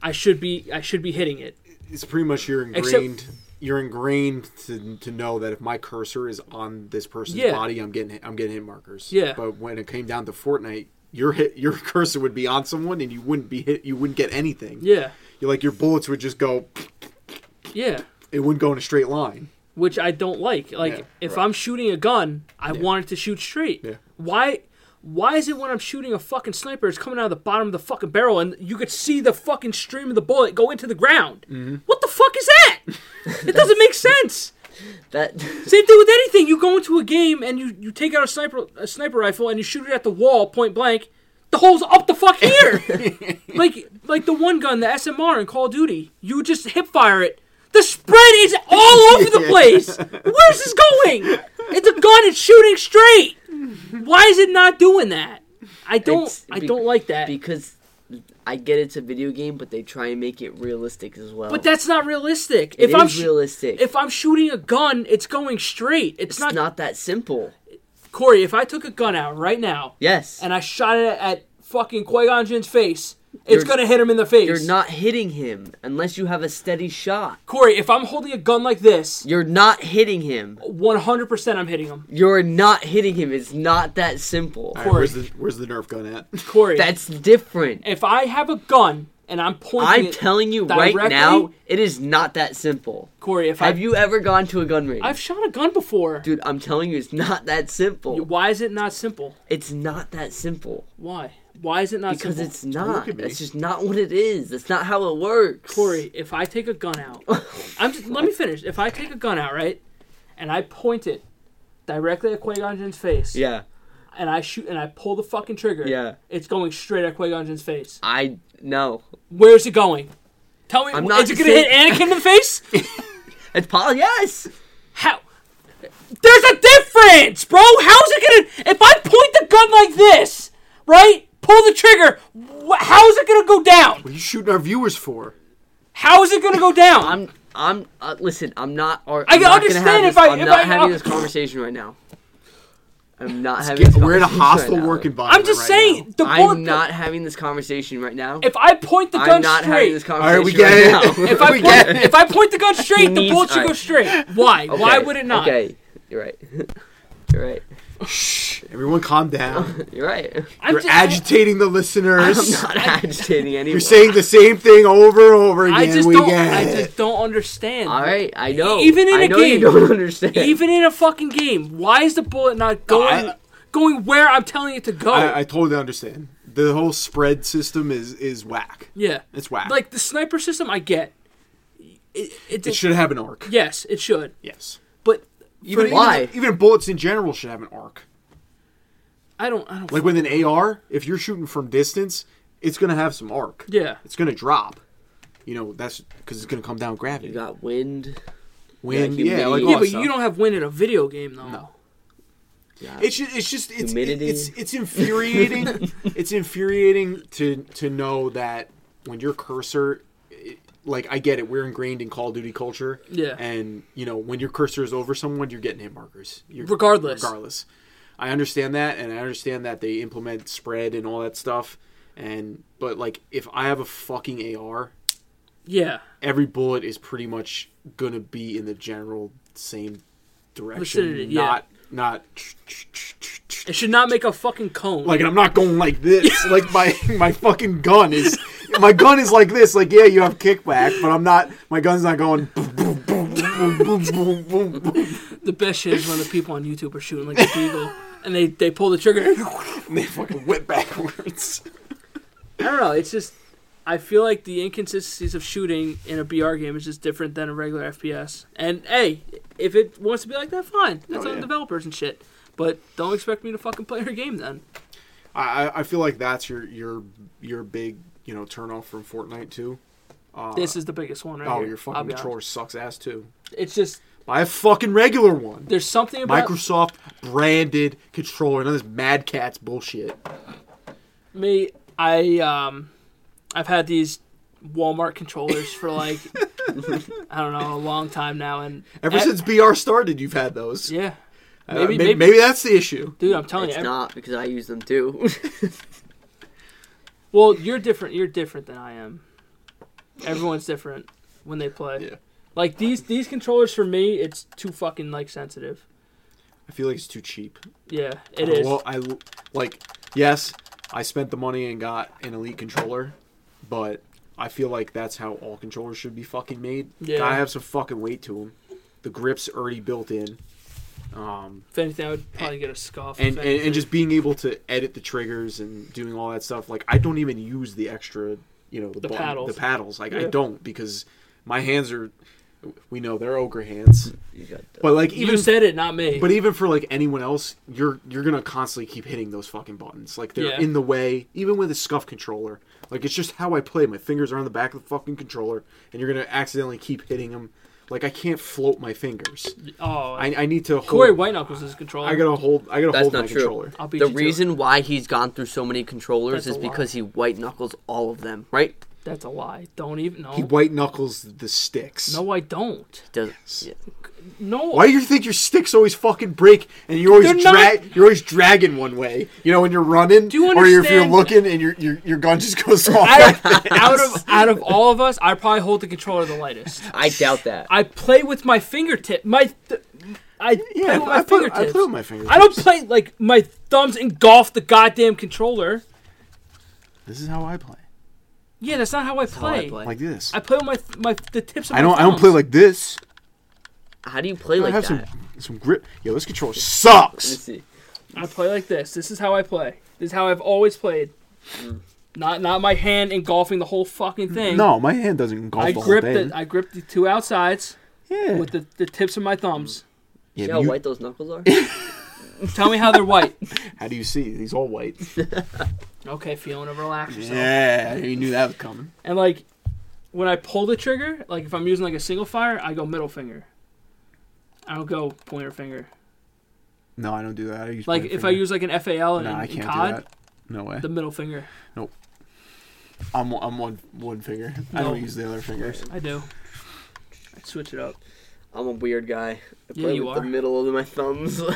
I should be I should be hitting it. It's pretty much you're ingrained. you're ingrained to, to know that if my cursor is on this person's Yeah. body, I'm getting hit, I'm getting hit markers. Yeah. But when it came down to Fortnite, your hit your cursor would be on someone, and you wouldn't be hit. You wouldn't get anything. Yeah, You're like your bullets would just go. yeah. It wouldn't go in a straight line. which I don't like. Like Yeah, if right. I'm shooting a gun, I want it to shoot straight. Yeah. Why? Why is it when I'm shooting a fucking sniper, it's coming out of the bottom of the fucking barrel, and you could see the fucking stream of the bullet go into the ground? Mm-hmm. What the fuck is that? it doesn't make sense. That Same thing with anything. You go into a game and you, you take out a sniper a sniper rifle and you shoot it at the wall point blank. The hole's up the fuck here. like like the one gun, the SMR in Call of Duty. You just hip fire it. The spread is all over the place. Where's this going? It's a gun. It's shooting straight. Why is it not doing that? I don't. It's I be- don't like that. because I get it's a video game, but they try and make it realistic as well. but that's not realistic. It if I'm is sh- realistic. if I'm shooting a gun, it's going straight. It's, it's not, not, that simple. Corey. If I took a gun out right now, Yes, and I shot it at fucking Qui Gon Jinn's face, it's You're- gonna hit him in the face. you're not hitting him unless you have a steady shot. Corey. If I'm holding a gun like this, You're not hitting him. 100 percent I'm hitting him. You're not hitting him. It's not that simple. All right, where's the where's the Nerf gun at? Corey. That's different. if I have a gun and I'm pointing, I'm it telling you directly- right now, it is not that simple. Corey. If Have I, you ever gone to a gun range? I've shot a gun before. Dude, I'm telling you, it's not that simple. Why is it not simple? It's not that simple. Why? Why is it not Because simple? it's not. at me. That's just not what it is. That's not how it works. Corey, if I take a gun out, I'm just, let me finish. If I take a gun out, right, and I point it directly at Qui Gon Jinn's face, Yeah. and I shoot and I pull the fucking trigger, Yeah. it's going straight at Qui Gon Jinn's face. I no. Where's it going? Tell me, I'm not is it gonna saying- hit Anakin in the face? It's probably yes. How? There's a difference, bro. How's it gonna? If I point the gun like this, right? Pull the trigger. wh- How's it gonna go down? What are you shooting our viewers for? How is it gonna go down? I'm. I'm. Uh, listen. I'm not. Or, I I'm can not understand gonna have if this, I- I'm if not I- having uh, this conversation right now. I'm not having. Get- this we're in a conversation hostile right now. working environment. I'm just right saying now. the bullet. I'm not having this conversation right now. if I point the I'm gun not having straight, this All right, conversation we get it. right now. if we I point, get it. if I point the gun straight, the needs- bullet should go alright. straight. Why? Why Okay, would it not? Okay, you're right. You're right. Shh, everyone, calm down. You're right. I'm You're just, agitating the I'm listeners. not agitating anyone. You're saying the same thing over and over again. I just we don't. get I it. just don't understand. All right, I know. Even in I a know game. you don't understand. Even in a fucking game, why is the bullet not going I- going where I'm telling it to go? I, I totally understand. The whole spread system is is whack. yeah, It's whack. like the sniper system, I get. It, it, it should have an arc. yes, it should, Yes. but Even, Why? even even bullets in general should have an arc. I don't. I don't. Like with an AR, if you're shooting from distance, it's gonna have some arc. yeah, It's gonna drop. You know that's because it's gonna come down gravity. you got wind. Wind, Yeah, yeah, like oh, humidity. all yeah, that but stuff. you don't have win in a video game though. No. Yeah. It's just, it's just it's Humidity. it's it's infuriating. it's infuriating to to know that when your cursor, it, like I get it, we're ingrained in Call of Duty culture. Yeah. and you know when your cursor is over someone, you're getting hit markers. You're, Regardless. regardless, I understand that, and I understand that they implement spread and all that stuff. And but like if I have a fucking AR, Yeah, every bullet is pretty much gonna be in the general same direction, Vicinity, yeah. not not. it should not make a fucking cone. Like, and I'm not going like this. like my my fucking gun is my gun is like this. Like, yeah, you have kickback, but I'm not. My gun's not going. Boom, boom, boom, boom, boom, boom, boom, boom. the best shit is when the people on YouTube are shooting like a beagle and they they pull the trigger. And they fucking whip backwards. I don't know. It's just I feel like the inconsistencies of shooting in a BR game is just different than a regular FPS. And hey, if it wants to be like that, fine. That's Oh, on yeah. developers and shit. But don't expect me to fucking play your game then. I I- I feel like that's your your your big you know turnoff from Fortnite too. this is the biggest one right Uh, Oh, here. your fucking I'll be honest. controller sucks ass too. It's just Buy a fucking regular one. there's something about Microsoft branded controller, none of this Mad Catz bullshit. me. I um, I've had these Walmart controllers for like I don't know a long time now, and Ever at- since BR started, you've had those. yeah, Uh, maybe- may- maybe- Eh. maybe that's the issue. dude, I'm telling It's you. ev- not because I use them too. well, you're different. You're different than I am. Everyone's different when they play. Yeah. Like these these controllers for me, it's too fucking like sensitive. I feel like it's too cheap. Yeah, it I is. lo- I lo- like yes, I spent the money and got an elite controller, but I feel like that's how all controllers should be fucking made. Yeah. Gotta have some fucking weight to them. The grip's already built in, um, if anything, I would probably get a scoff. and, if and anything. and just being able to edit the triggers and doing all that stuff. Like I don't even use the extra, you know, the, The button- paddles. The paddles, like I Yeah. don't because my hands are. We know they're ogre hands, you got the, but like even you said it, not me. but even for like anyone else, you're you're gonna constantly keep hitting those fucking buttons. Like they're Yeah. in the way. Even with a scuff controller, like it's just how I play. My fingers are on the back of the fucking controller, and you're gonna accidentally keep hitting them. Like I can't float my fingers. oh, I, I need to hold. Corey Uh-huh. White Knuckles is controller. I gotta hold. I gotta That's hold not my true. controller. I'll beat the you to it. reason why he's gone through so many controllers That's is a lot. because he white knuckles all of them, right? That's a lie. Don't even no. He white knuckles the sticks. no, I don't. Does, Yes. yeah. No. Why do you think your sticks always fucking break and you're always They're not- drag you're always dragging one way? You know when you're running, Do you or if you're understand- looking and your your your gun just goes off. out of, out of out of all of us, I probably hold the controller the lightest. I doubt that. I play with my fingertip. My th- I play yeah, with my I put, fingertips. I put my fingers. I don't play like my thumbs engulf the goddamn controller. This is how I play. Yeah, that's not how I how I play. play. Like this. I play with my my the tips. Of I my don't. I don't thumbs. play like this. How do you play I like have that? some Let some grip. Yo, this controller me sucks. see. I play like this. This is how I play. This is how I've always played. Not not my hand engulfing the whole fucking thing. No, my hand doesn't engulf I the grip whole thing. the I grip the two outsides yeah. with the, the tips of my thumbs. Yeah, See but how you- white those knuckles are? Tell me how they're white. How do you see? He's all white. Okay, Fiona, relax yourself. yeah, you knew that was coming. And like when I pull the trigger, like if I'm using like a single fire, I go middle finger. I don't go pointer finger. No, I don't do that. I use Like pointer if I finger. use like an FAL and, Nah, I and can't COD, do that. No way. the middle finger. I'm one- I'm one one finger. I No. don't use the other fingers. I do. I switch it up. I'm a weird guy. I Yeah, play you with are. the middle of my thumbs.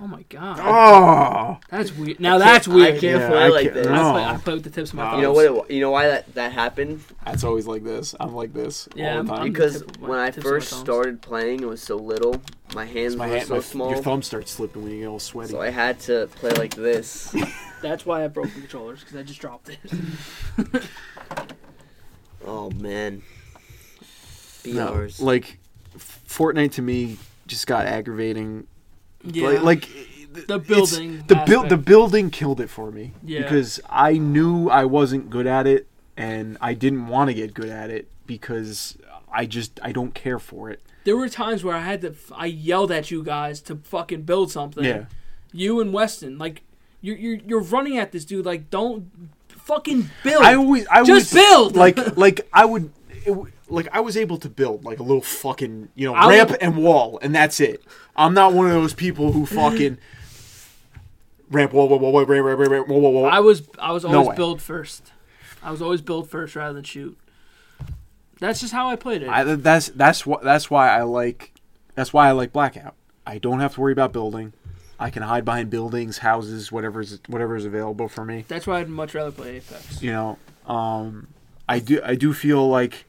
Oh my god. Oh, That's weird. Now that's weird. I can't Yeah, play I like can't- this. I, No. play, I play with the tips of my No. thumbs. You know what? It, you know why that, that happened? that's always like this. I'm like this Yeah, all the I'm- time. Because tip of my- when I tips of my first thumbs. started playing, it was so little. My hands My were hand, so my, small, your thumb starts slipping when you get all sweaty. so I had to play like this. That's why I broke the controllers because I just dropped it. oh man, No, BRs. like Fortnite to me just got aggravating. yeah. Like, like the it's- building. the build the aspect. building killed it for me Yeah. because I knew I wasn't good at it and I didn't want to get good at it because I just I don't care for it. There were times where I had to. f- I yelled at you guys to fucking build something. Yeah. You and Weston, like you're you're, you're running at this dude. Like don't fucking build. I always I Just was, build! like like I would it, w- like I was able to build like a little fucking you know I ramp would- and wall and that's it. I'm not one of those people who fucking ramp wall wall wall wall ramp ramp ramp, ramp wall wall wall. I was I was No always way. build first. I was always build first rather than shoot. That's just how I played it. I, th- that's that's why that's why I like that's why I like blackout. I don't have to worry about building. I can hide behind buildings, houses, whatever's whatever's available for me. That's why I'd much rather play Apex. You know, um, I do I do feel like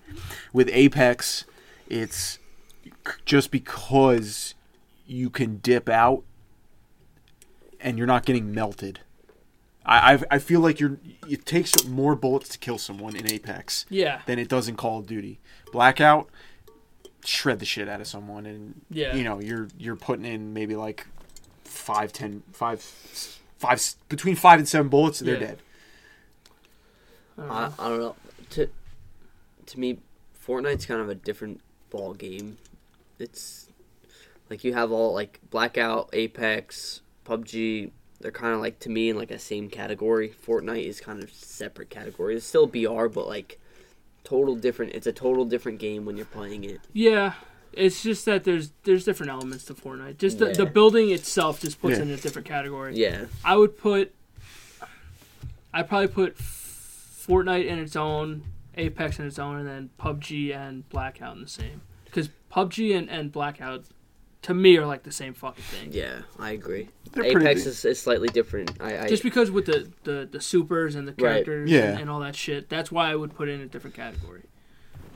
with Apex, it's c- just because you can dip out and you're not getting melted. I I've, I feel like you're it takes more bullets to kill someone in Apex Yeah. than it does in Call of Duty. Blackout, shred the shit out of someone, and Yeah. you know you're you're putting in maybe like five, ten, five, five between five and seven bullets, and they're Yeah. dead. I don't I, know. I don't know. To to me, Fortnite's kind of a different ball game. It's like you have all like Blackout, Apex, PUBG. They're kind of like to me in like a same category. Fortnite is kind of separate category. It's still BR, but like total different. It's a total different game when you're playing it. Yeah. It's just that there's there's different elements to Fortnite. Just the, the Yeah. building itself just puts Yeah. it in a different category. Yeah, I would put. I probably put Fortnite in its own Apex in its own, and then PUBG and Blackout in the same. Because PUBG and, and Blackout, to me, are like the same fucking thing. Yeah, I agree. They're pretty Apex deep. is, is slightly different. I, I Just because with the, the, the supers and the Right. characters Yeah. and, and all that shit, that's why I would put it in a different category.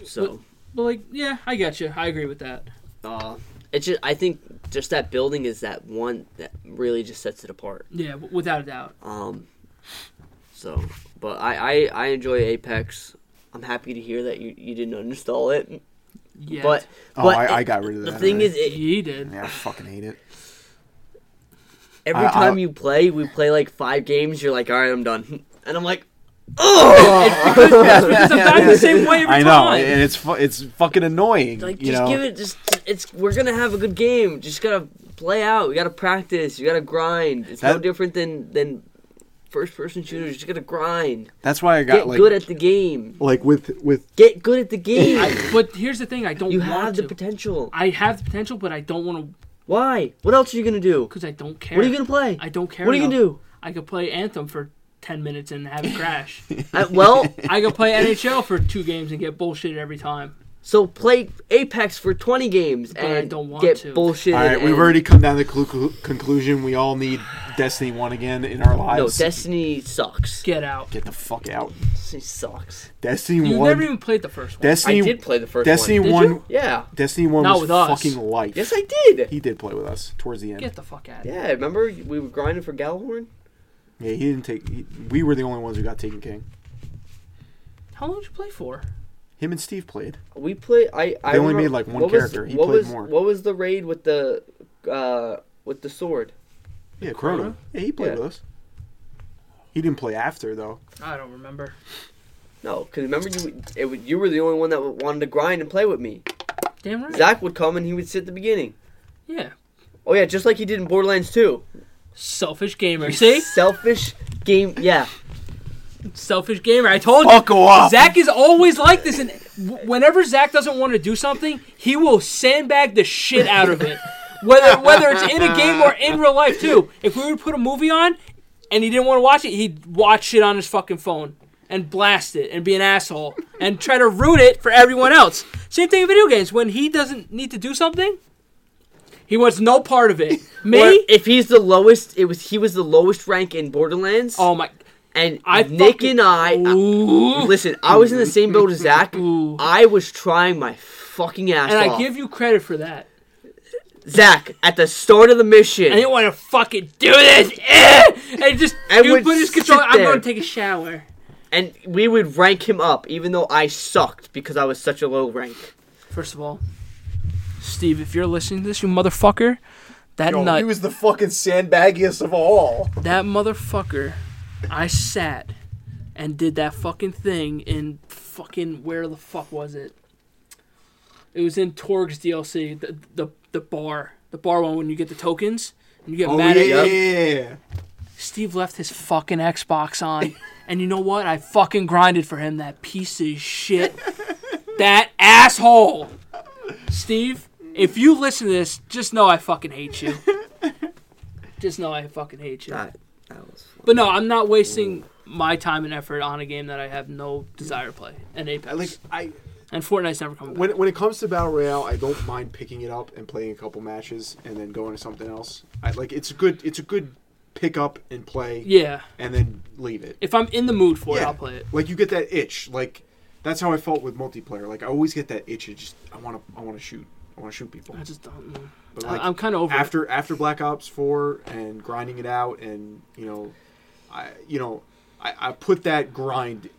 so But like, yeah, I get you. I agree with that. uh, it's just I think just that building is that one that really just sets it apart. Yeah, w- without a doubt. Um, so, but I, I, I enjoy Apex. I'm happy to hear that you, you didn't uninstall it. Yeah, But, Oh, but I, it- I got rid of the that. thing is, it, he did. yeah, I fucking hate it. every I- I- time you play, we play like five games. You're like, all right, I'm done, and I'm like, oh, That's because I'm dying the same way every I know, time. and it's fu- it's fucking annoying. like you just know? give it. Just it's we're gonna have a good game. Just gotta play out. We gotta practice. You gotta grind. It's no That- different than than first person shooters. You just gotta grind. That's why I got Get like good at the game. like with with Get good at the game. I, but here's the thing: I don't you want have to. the potential. I have the potential, but I don't want to Why? What else are you gonna do? because I don't care. What are you gonna play? I don't care. What are you gonna enough. do? I could play Anthem for ten minutes and have it crash. I, well, I could play NHL for two games and get bullshitted every time. so play Apex for 20 games I and don't want get to. bullshit. All right, we've already come down to the clu- clu- conclusion. We all need Destiny One again in our No, lives. Destiny sucks. Get out. Get the fuck out. Destiny sucks. Destiny You One. never even played the first one. Destiny. I did play the first Destiny Did One. you? Yeah. Destiny One Not was with us. fucking life. Yes, I did. he did play with us towards the end. Get the fuck out. of here. Yeah, remember we were grinding for Galahorn? yeah, he didn't take. He, we were the only ones who got taken king. How long did you play for? Him and Steve played. We played. I. I They only remember- made, like, one what character. Was, He what played was, more. What was the raid with the, uh, with the sword? Yeah, Chrono. Yeah, he played Yeah. with us. He didn't play after though. I don't remember. No, because remember you. It, was- you were the only one that wanted to grind and play with me. Damn right. Zach would come and he would sit at the beginning. yeah. Oh yeah, just like he did in Borderlands 2. Selfish gamer. See? Selfish game. Yeah. Selfish gamer. I told you. Buckle up. Zach is always like this, and w- whenever Zach doesn't want to do something, he will sandbag the shit out of it. Whether whether it's in a game or in real life too. If we were to put a movie on, and he didn't want to watch it, he'd watch it on his fucking phone and blast it and be an asshole and try to ruin it for everyone else. Same thing in video games. When he doesn't need to do something, he wants no part of it. Or Me. if he's the lowest, it was he was the lowest rank in Borderlands. Oh my! and I Nick fucking- and I, uh, I- Ooh. listen. I was in the same build as Zach. Ooh. I was trying my fucking ass And I off. give you credit for that. Zach at the start of the mission. I didn't want to fucking do this. Eh! And just I you would put his sit control. I'm there. going to take a shower. and we would rank him up, even though I sucked because I was such a low rank. First of all, Steve, if you're listening to this, you motherfucker, that nut, was the fucking sandbaggiest of all. that motherfucker, I sat and did that fucking thing in fucking where the fuck was it? It was in Torg's DLC, the the, the bar, the bar one when you get the tokens and you get Oh mad at yeah, yeah, yeah. Steve left his fucking Xbox on. and you know what? I fucking grinded for him, that piece of shit. that asshole. Steve, if you listen to this, just know I fucking hate you. Just know I fucking hate you. That, that was fun. But no, I'm not wasting my time and effort on a game that I have no desire to play. And Apex. I Like I and Fortnite's never coming back. when when it comes to battle royale, I don't mind picking it up and playing a couple matches and then going to something else. I like it's a good it's a good pick up and play yeah. and then leave it. If I'm in the mood for it, Yeah. I'll play it. Like you get that itch. Like that's how I felt with multiplayer. Like I always get that itch. It just I want to I want to shoot. I want to shoot people. I just don't know. But I- like I'm kind of over it. after after Black Ops Four and grinding it out and you know, I you know I, I put that grind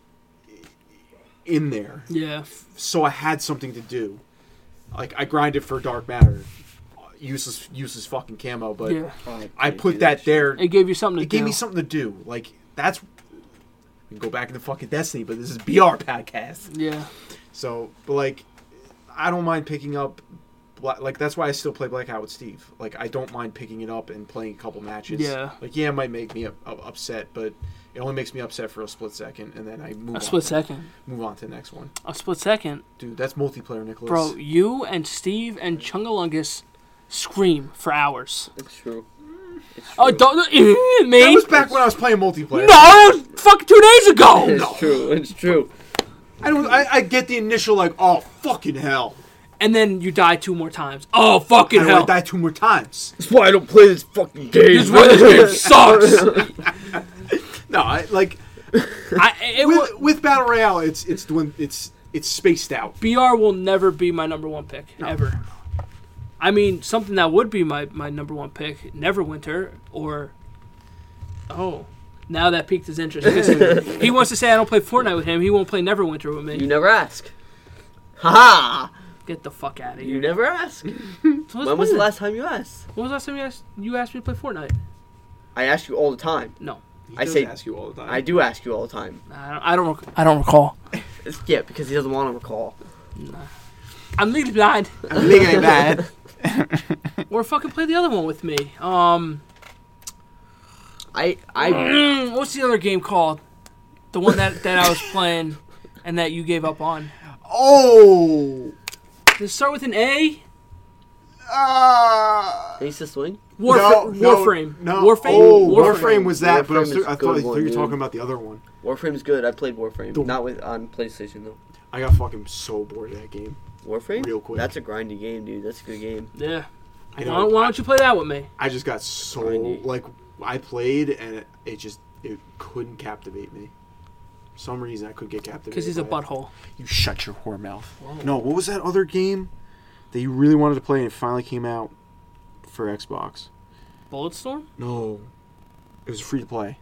in there Yeah. so I had something to do. Like I grinded for Dark Matter, useless useless fucking camo, but Yeah. I put that there. It gave you something to It gave do. me something to do. Like that's we can go back into fucking Destiny, but this is BR podcast. Yeah. So, but like I don't mind picking up. Bla- Like that's why I still play Blackout with Steve. Like I don't mind picking it up and playing a couple matches. Yeah. Like yeah, it might make me up, up, upset, but it only makes me upset for a split second, and then I move A on. split second. Move on to the next one, A split second. dude. That's multiplayer, Nicholas. Bro, you and Steve and Chungalungus scream for hours. It's true. It's true. Oh, don't eh, me. That was back when I was playing multiplayer. no, fuck, two days ago. It's true. It's true. I don't. I, I get the initial like, oh fucking hell. and then you die two more times. Oh fucking I don't hell! want to die two more times. That's why I don't play this fucking game. This is why this game sucks. No, I, like I, it will, with, with battle royale, it's it's doing it's it's spaced out. BR will never be my number one pick ever. I mean, something that would be my, my number one pick, Neverwinter, or oh, now that piqued his interest. 'Cause he wants to say I don't play Fortnite with him. He won't play Neverwinter with me. You never ask. Ha ha! Get the fuck out of here. You never ask. So let's When play was the then. last time you asked? When was the last time you asked, you asked me to play Fortnite? I ask you all the time. No, He I does say- ask you all the time. I do ask you all the time. I don't. I don't, rec- I don't recall. It's- yeah, because he doesn't want to recall. I'm legally blind. I'm looking at that. Or fucking play the other one with me. Um, I I what's the other game called? The one that that I was playing and that you gave up on. Oh. Does it start with an A? Uh, needs to swing. Warf- no, no, Warframe. No. Warframe. Oh, Warframe, was that, but I, was, Warframe I is thought, I good thought one, you were dude. talking about the other one. Warframe's good. I played Warframe, Don't- not with on PlayStation though. I got fucking so bored of that game. Warframe. Real quick. That's a grindy game, dude. That's a good game. Yeah. I Why, don't- know. why don't you play that with me? I just got so Grindy. like I played and it, it just it couldn't captivate me. For some reason I could get captivated. Because he's a by it. butthole. You shut your whore mouth. No, what was that other game that you really wanted to play and it finally came out for Xbox? Bulletstorm? No. It was free to play.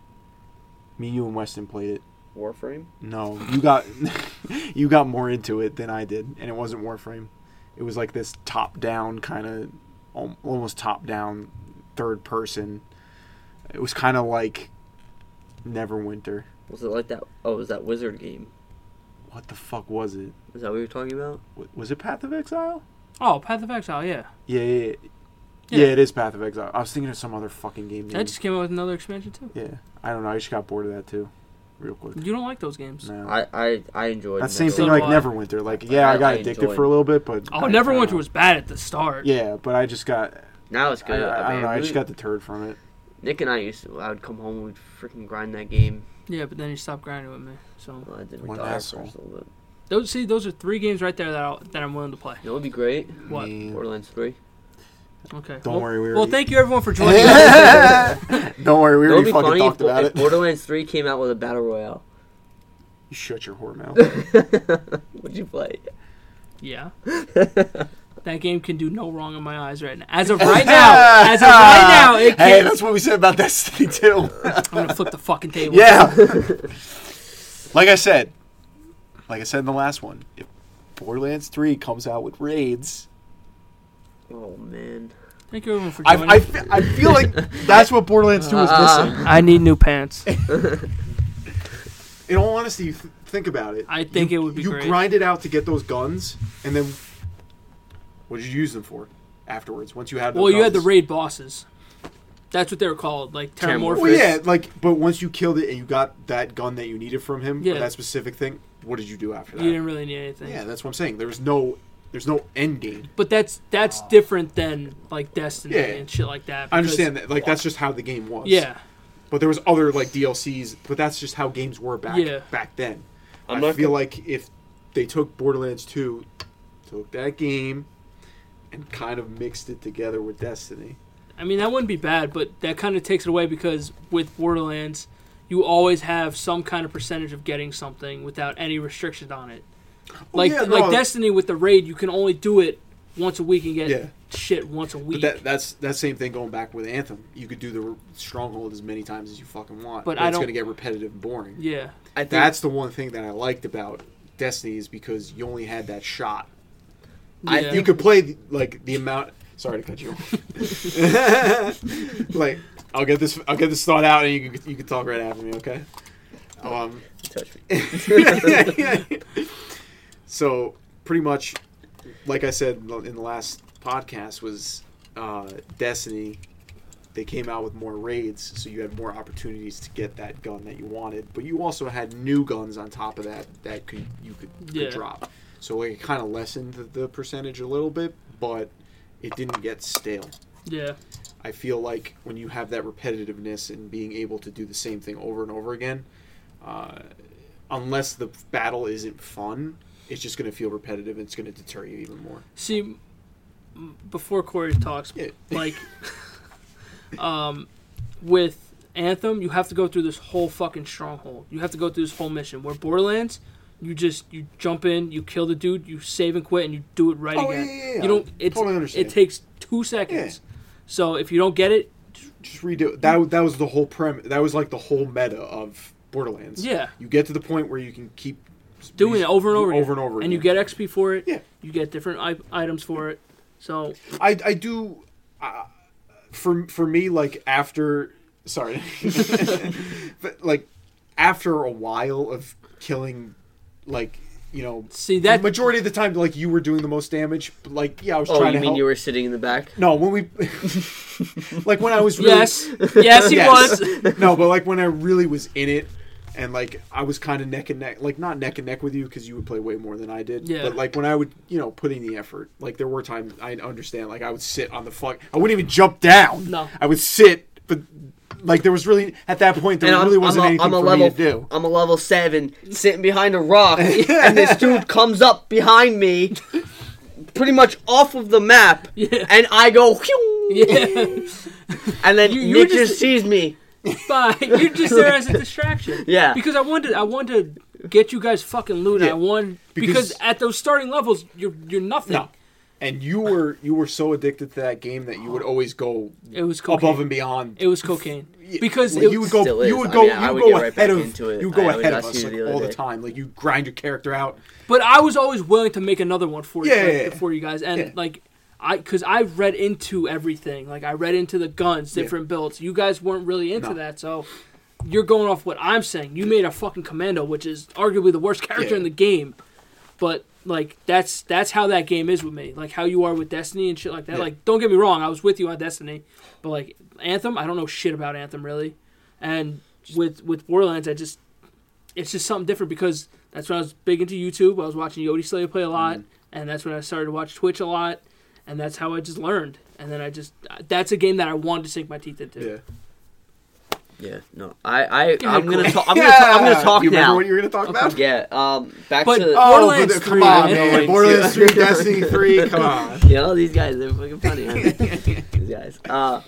Me, you, and Weston played it. Warframe. No, you got you got more into it than I did, and it wasn't Warframe. It was like this top-down kind of almost top-down third person. It was kind of like Neverwinter. Was it like that? Oh, was that Wizard game? What the fuck was it? Is that what you're talking about? W- Was it Path of Exile? Oh, Path of Exile, yeah. Yeah, yeah, yeah. Yeah. Yeah, it is Path of Exile. I was thinking of some other fucking game. Name. That just came out with another expansion, too. Yeah, I don't know. I just got bored of that too, real quick. You don't like those games. No. I I I enjoyed That same So thing do like I. Neverwinter. Like, yeah, I, I- got I addicted enjoyed- for a little bit, but Oh, I- Neverwinter I- was bad at the start. Yeah, but I just got Now it's I, good. I, I don't mean, know. I we- just got deterred from it. Nick and I used to. I would come home. We'd freaking grind that game. Yeah, but then you stopped grinding with me. So, Well, I did What with an Dire asshole. Force a little bit. those see, those are three games right there that, I'll, that I'm willing to play. You know, it'd be great. What? Man. Borderlands Three. Okay. Don't well, worry, we Well, already- thank you everyone for joining us. Don't worry, we It would already be fucking funny if, talked Bo- about if it. Borderlands Three came out with a battle royale. You shut your whore mouth. Would you play? Yeah. that game can do no wrong in my eyes right now. As of right now, as of right now, it hey, can. that's what we said about Destiny too. I'm gonna flip the fucking table. yeah. like I said, like I said in the last one, if Borderlands Three comes out with raids, Oh man. Thank you everyone for I, joining. I, fe- I feel like that's what Borderlands Two was missing. I need new pants. In all honesty, you th- think about it. I think You- it would be You great. grind it out to get those guns, and then what did you use them for afterwards? Once you had the Well, you had the guns? raid bosses. That's what they were called, like Terramorphous. Terramorphous. Well, yeah, like, but once you killed it and you got that gun that you needed from him, or Yeah. that specific thing, what did you do after that? You didn't really need anything. yeah, that's what I'm saying. There's no, there's no end game. But that's that's different than like Destiny Yeah. and shit like that. I understand that. Like, that's just how the game was. Yeah. But there was other like DLCs, but that's just how games were back Yeah. back then. i I'm not feel gonna- like if they took Borderlands 2, took that game, and kind of mixed it together with Destiny. I mean, that wouldn't be bad, but that kind of takes it away because with Borderlands, you always have some kind of percentage of getting something without any restrictions on it. Like yeah, like no. Destiny with the raid, you can only do it once a week and get Yeah. shit once a week. But that that's that same thing going back with Anthem. You could do the stronghold as many times as you fucking want, But but, I it's don't- going to get repetitive and boring. yeah. I think That's the one thing that I liked about Destiny is because you only had that shot. I Yeah. You could play the- like the amount. Sorry to cut you off. like I'll get this. I'll get this thought out, and you can, you can talk right after me. Okay. Um. touch me. so pretty much, like I said in the in the last podcast, was uh, Destiny. They came out with more raids, so you had more opportunities to get that gun that you wanted. But you also had new guns on top of that that could you could, Yeah. could drop. So like, it kind of lessened the, the percentage a little bit, but it didn't get stale. Yeah. I feel like when you have that repetitiveness and being able to do the same thing over and over again, uh, unless the battle isn't fun, it's just going to feel repetitive and it's going to deter you even more. See, m- before Corey talks, Yeah. like, um, with Anthem, you have to go through this whole fucking stronghold. You have to go through this whole mission. Where Borderlands, you just you jump in, you kill the dude, you save and quit, and you do it right Oh, again. yeah, yeah, yeah. You don't. It's, Totally understand. It takes two seconds. So if you don't get it, Just redo it. That that was the whole premise. That was like the whole meta of Borderlands. Yeah. You get to the point where you can keep doing it over and over over, again. and over and you again. get XP for it. Yeah. You get different I- items for it. So I I do. Uh, for for me, like after sorry, but like after a while of killing, like you know, See, that- majority of the time, like you were doing the most damage. But like yeah, I was Oh, trying to you mean help. you were sitting in the back? No, when we like when I was really, yes, yes, he Yes. was. no, but like when I really was in it, and like I was kind of neck and neck, like not neck and neck with you because you would play way more than I did. Yeah. But like when I would, you know, put in the effort, like there were times I understand, like I would sit on the fuck, I wouldn't even jump down. No. I would sit, but like there was really at that point there And I'm, really wasn't I'm, a, anything I'm a for level. me to do. I'm a level seven, sitting behind a rock, and this dude comes up behind me, pretty much off of the map, Yeah. and I go, "Phew," Yeah. and then You- Nick you were just, just- sees me. But you're just there as a distraction. Yeah. Because I wanted I wanted to get you guys fucking loot. Yeah. I won because, Because- at those starting levels you're you're nothing. No. And you were you were so addicted to that game that you would always go It was cocaine. above and beyond. It was cocaine. Because Like, it, you would go, still is. you would I go, mean, I you would would go get right ahead back of, into it. you would go I always ahead of asked us you the like, other all the day. time. Like you grind your character out. but I was always willing to make another one for you Yeah, like, yeah, yeah. for you guys and Yeah. like I because I read into everything. Like I read into the guns, Yeah. different builds. You guys weren't really into No. that, so you're going off what I'm saying. You made a fucking commando, which is arguably the worst character Yeah. in the game. But like that's that's how that game is with me. Like how you are with Destiny and shit like that. Yeah. Like don't get me wrong, I was with you on Destiny, but like Anthem, I don't know shit about Anthem really. And with with Borderlands, I just it's just something different because that's when I was big into YouTube. I was watching Yodi Slay play a Mm-hmm. lot, and that's when I started to watch Twitch a lot, and that's how I just learned. And then I just that's a game that I wanted to sink my teeth into. Yeah. Yeah, no, I, I, Yeah, I'm gonna cool. talk. I'm gonna, ta- I'm gonna talk you Remember now. what you were gonna talk about? Yeah, um, back But- to Oh. Borderlands but- 3, Come on, man. man. Borderlands Borderlands 3, 3, Destiny 3, come on. you know these guys. They're fucking funny. aren't they? these guys. Uh,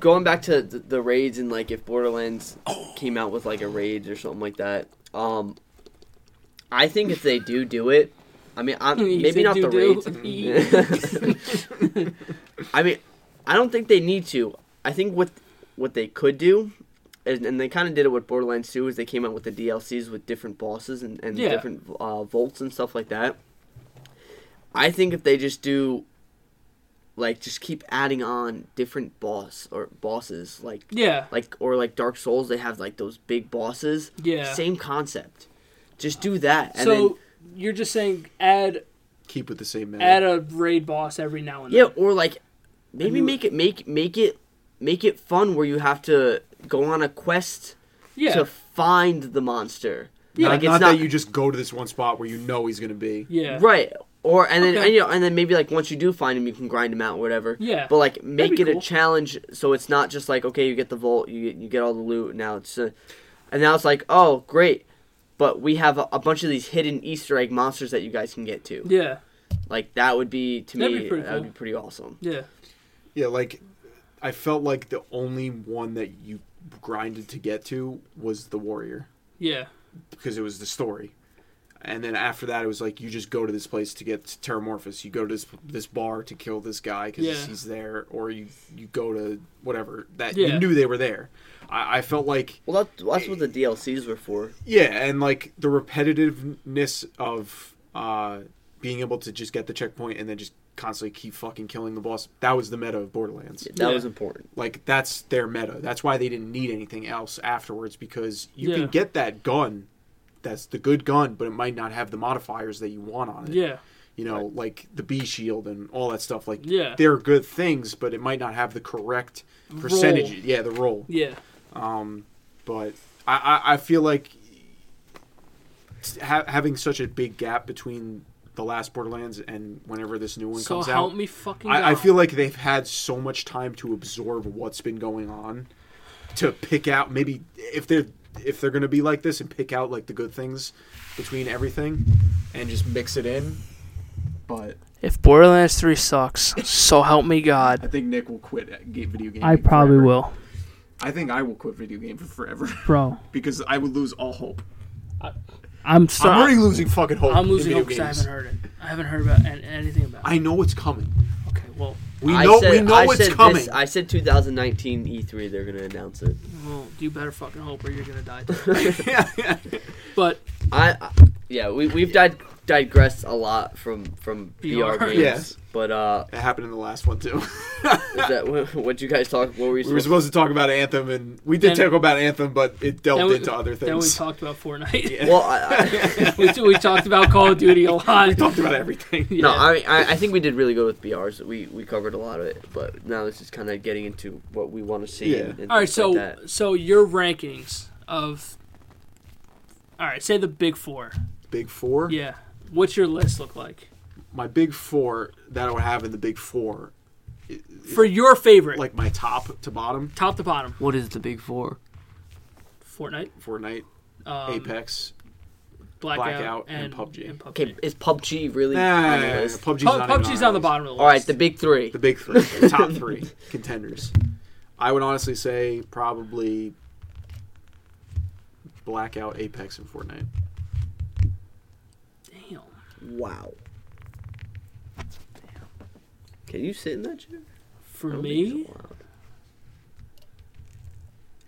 going back to the, the raids and like if Borderlands came out with like a raids or something like that, um, I think if they do do it, I mean, i You maybe said not the do-do. raids. I mean, I don't think they need to. I think what what they could do, and, and they kind of did it with Borderlands 2, is they came out with the DLCs with different bosses and, and Yeah. different uh, volts and stuff like that. I think if they just do, like, just keep adding on different boss or bosses, like, Yeah. like or like Dark Souls, they have like those big bosses. Yeah. Same concept. Just do that, and then so you're just saying add Keep with the same man. add a raid boss every now and then. Yeah, or like maybe you- make it make make it make it fun where you have to go on a quest Yeah. to find the monster. not, like it's not not, that you just go to this one spot where you know he's gonna be. yeah. right. Or and then Okay. and, you know, and then maybe like once you do find him, you can grind him out, or whatever. Yeah. But like make be it a cool. challenge, so it's not just like okay, you get the vault, you you get all the loot. Now it's, uh, and now it's like oh great, but we have a, a bunch of these hidden Easter egg monsters that you guys can get to. Yeah. Like that would be to That'd me be pretty that would cool. be pretty awesome. Yeah. Yeah, like I felt like the only one that you grinded to get to was the warrior Yeah. because it was the story. And then after that, it was like you just go to this place to get to Terramorphous. You go to this this bar to kill this guy because Yeah. he's there, or you you go to whatever that you Yeah. knew they were there. I, I felt like Well, that, that's what the DLCs were for. Yeah, and like the repetitiveness of uh, being able to just get the checkpoint and then just constantly keep fucking killing the boss. That was the meta of Borderlands. That Yeah. was important. Like that's their meta. That's why they didn't need anything else afterwards because you Yeah. can get that gun. That's the good gun, but it might not have the modifiers that you want on it. Yeah. You know, like the B shield and all that stuff. Like, Yeah. they're good things, but it might not have the correct percentage. Yeah, the roll Yeah. but I, I, I feel like ha- having such a big gap between the last Borderlands and whenever this new one So comes help out, me fucking I, I God. feel like they've had so much time to absorb what's been going on, to pick out maybe if they're if they're going to be like this and pick out like the good things between everything and just mix it in. But If Borderlands 3 sucks, so help me God. I think Nick will quit at ga- video game. I probably forever. will. I think I will quit video game for forever Bro, because I would lose all hope. I'm sorry. I'm already losing fucking hope. I'm losing in hope video because I games. haven't heard it. I haven't heard about an- anything about it. I know it's coming. Okay, well, We I know said, we know I it's said coming. This, I said 2019 E3. E They're gonna announce it. well, you better fucking hope or you're gonna die. Today. yeah, yeah. But I, I yeah, we we've dig- digressed a lot from from VR. VR, games. Yes. But uh, It happened in the last one too. is that what what you guys talk? What were you? we were supposed- supposed to talk about Anthem, and we did And- talk about Anthem, but it delved then we, into other then we things. talked about Fortnite. Yeah. well, I, I, we, t- we talked about Call of Duty a lot. we talked about everything. Yeah. no, I, I I think we did really good with BRs. We we covered a lot of it, but now it's just kind of getting into what we want to see. Yeah. And, and All right, things like so that. so your rankings of. All right, say the big four. Big four. Yeah, what's your list look like My big four that I would have in the big four, for your favorite, like like my top to bottom: top to bottom? what is the big four? Fortnite, Fortnite, um, Apex, Blackout, Blackout, and, and PUBG. and PUBG. Okay, is PUBG really Nah, on your list? PUBG's, Pub- not even PUBG's our on the list. bottom of the list. All right, the big three. The big three, the top three contenders. I would honestly say probably Blackout, Apex, and Fortnite. Damn. Wow. Can you sit in that chair? For I don't think me, so. Wow.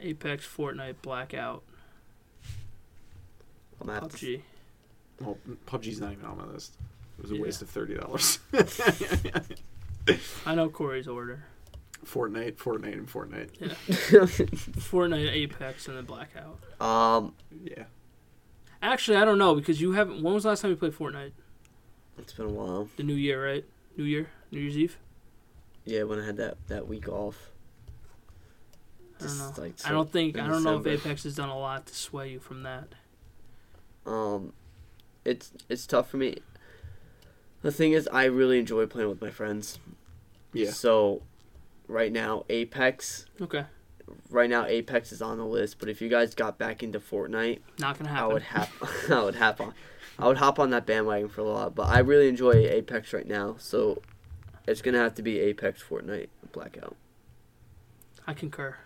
Apex, Fortnite, Blackout, I'm gonna have to- PUBG. Well, PUBG's not even on my list. It was a Yeah. waste of thirty dollars. I know Corey's order. Fortnite, Fortnite, and Fortnite. Fortnite, Apex, and then Blackout. um, Yeah. Actually, I don't know because you haven't. When was the last time you played Fortnite? it's been a while. The New Year, right? New Year, New Year's Eve. Yeah, when I had that that week off. I don't Just, know. like, I don't think. in I don't know if December. Apex has done a lot to sway you from that. Um, it's it's tough for me. The thing is, I really enjoy playing with my friends. Yeah. So, right now, Apex. Okay, Right now, Apex is on the list. But if you guys got back into Fortnite, not gonna I happen. would hop. I would hop on. I would hop on that bandwagon for a lot. But I really enjoy Apex right now. So, it's gonna have to be Apex, Fortnite, Blackout. I concur.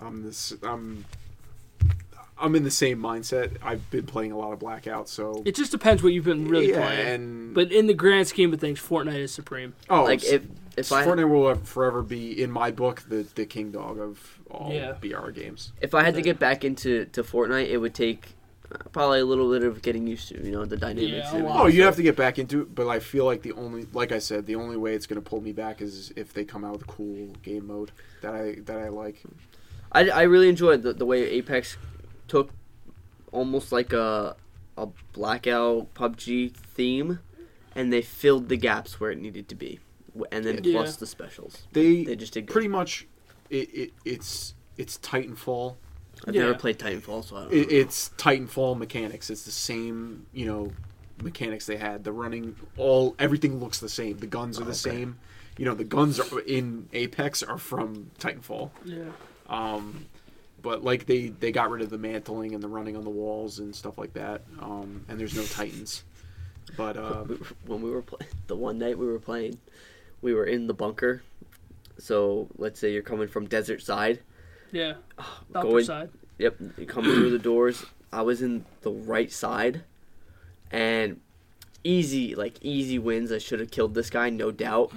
I'm this. I'm. I'm in the same mindset. I've been playing a lot of Blackout, so It just depends what you've been really yeah, playing. and But in the grand scheme of things, Fortnite is supreme. oh, like s- if if I Fortnite will forever be in my book the the king dog of all Yeah. BR games. if I had to get back into to Fortnite, it would take uh, probably a little bit of getting used to, you know, the dynamics. Yeah, a and everything. lot. Oh, you have to get back into it, but I feel like the only, like I said, the only way it's going to pull me back is if they come out with a cool game mode that I that I like. I, I really enjoyed the, the way Apex took almost like a a blackout PUBG theme, and they filled the gaps where it needed to be, W- and then Yeah. plus the specials. They, They just did good. pretty much, it, it it's it's Titanfall I've Yeah. never played Titanfall, so I don't it, know. it's Titanfall mechanics. It's the same, you know, mechanics they had. The running, all everything looks the same. The guns are the okay. same. You know, the guns are, in Apex are from Titanfall. Yeah. Um, but like they they got rid of the mantling and the running on the walls and stuff like that. Um, and there's no Titans. But uh, We- when we were playing the one night we were playing, we were in the bunker. So let's say you're coming from desert side. Yeah. Going- Upper side. Yep, you come through the doors. I was in the right side, and easy, like easy wins. I should have killed this guy, no doubt.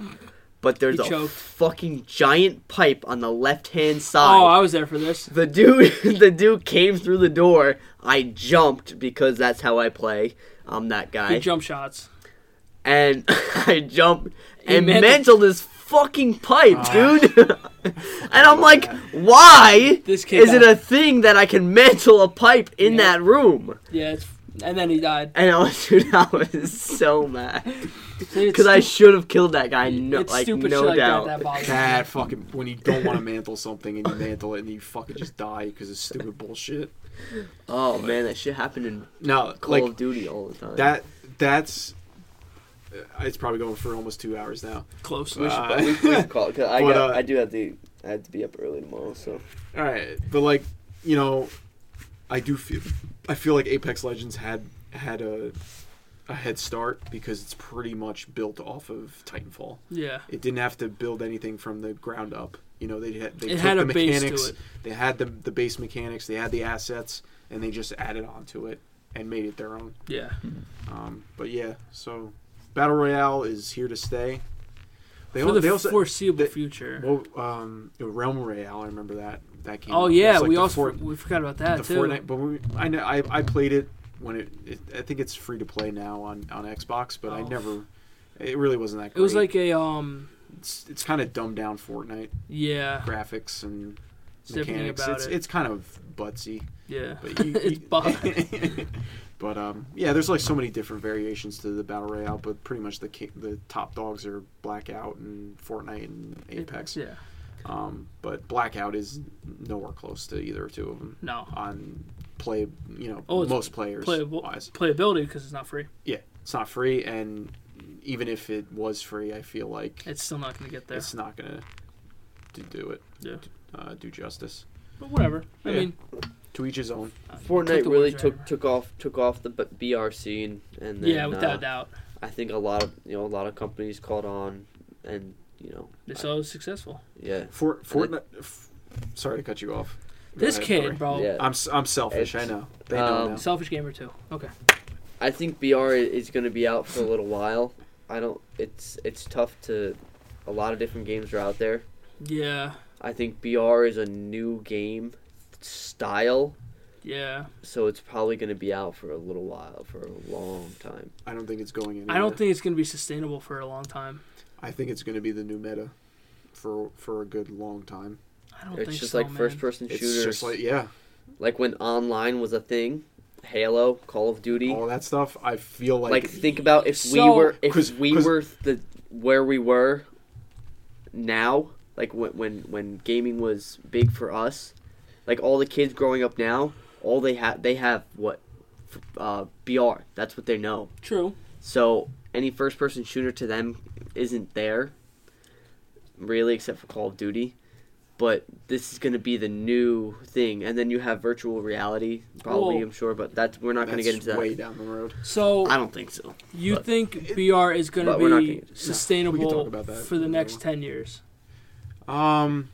But there's He a choked. fucking giant pipe on the left hand side. Oh, I was there for this. The dude, the dude came through the door. I jumped because that's how I play. I'm that guy, Good jump shots. and I jumped and meant- mantled this fucking pipe, Ah. dude. and I'm like, that. why This kid is it got- a thing that I can mantle a pipe in Yeah. that room? Yeah. It's, and then he died. And I was, dude, I was so mad because Because I should have killed that guy. No, it's like stupid no shit like doubt. that that bothers me. that fucking when you don't want to mantle something and you mantle it and you fucking just die because it's stupid bullshit. oh man, that shit happened in No, Call like of Duty all the time. that that's it's probably going for almost two hours now Close. we should, Uh, we, we should call because I, but, got- uh, I do have to I have to be up early tomorrow. So all right but like you know I do feel I feel like Apex Legends had had a a head start because it's pretty much built off of Titanfall. Yeah. It didn't have to build anything from the ground up. You know, they had they It took had the a base to mechanics, it. they had the the base mechanics, they had the assets, and they just added on to it and made it their own. Yeah. Um, but yeah, so battle royale is here to stay. They, For al- the they also foreseeable they- future. well, um, Realm Royale. I remember that that came. oh out. It yeah, was like we the also Fort- we forgot about that the too. Fortnite. But we, I know I, I played it when it, it. I think it's free to play now on on Xbox, but I Oh. never. It really wasn't that. Great. It was like a um it's, it's kind of dumbed down Fortnite yeah graphics and There's everything mechanics. about It's it. it's kind of buttsy, yeah. but you, It's you- butts. but um, yeah, there's like so many different variations to the battle royale, but pretty much the ki- the top dogs are Blackout and Fortnite and Apex. Yeah. Um, but Blackout is nowhere close to either two of them No. on play. You know, Oh, it's most players Playable wise. playability because it's not free. Yeah, it's not free, and even if it was free, I feel like It's still not going to get there. it's not gonna to do it. Yeah. Uh, do justice But whatever. I Yeah. mean, to each his own. uh, click Fortnite the really ones took right. took off took off the B- BRC and and then, Yeah, without uh, a doubt. I think a lot of you know a lot of companies caught on and you know They're so successful. yeah For And Fortnite. F- sorry to cut you off. Go This ahead, kid, sorry. bro. Yeah. I'm s- I'm selfish. I It's- know. They know um, now. Selfish gamer too. Okay. I think BR is going to be out for a little while. I don't. It's it's tough to. A lot of different games are out there. Yeah. I think BR is a new game style, Yeah. so it's probably going to be out for a little while, for a long time. I don't think it's going anywhere. I don't think it's going to be sustainable for a long time. I think it's going to be the new meta for for a good long time. I don't It's think just so, like man. first-person It's shooters, just like like, yeah, when online was a thing, Halo, Call of Duty. all that stuff. I feel like, like think about if So- we were if 'Cause- we 'cause- were the where we were now like when when when gaming was big for us like all the kids growing up now all they have they have what f- uh br that's what they know True. so any first person shooter to them isn't there really except for call of duty but this is going to be the new thing and then you have virtual reality probably Well- i'm sure but that's we're not going to that's get into that way down the road. So i don't think so you but- think BR is going to but we're not be gonna- no, sustainable we can talk about that for the in a next little- ten years? Um,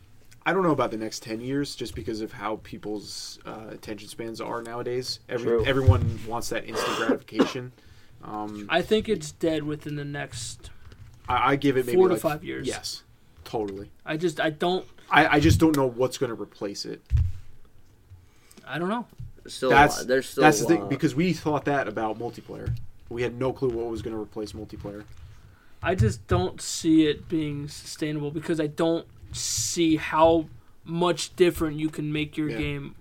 I don't know about the next ten years, just because of how people's uh, attention spans are nowadays. Every True. everyone wants that instant gratification. Um, I think it's dead within the next. I, I give it maybe Four to like- five years. Yes, totally. I just I don't I, I just don't know what's going to replace it. I don't know. still That's- a lot. there's still That's a the thing lot. because we thought that about multiplayer. We had no clue what was going to replace multiplayer. I just don't see it being sustainable because I don't see how much different you can make your Yeah. Mm-hmm. game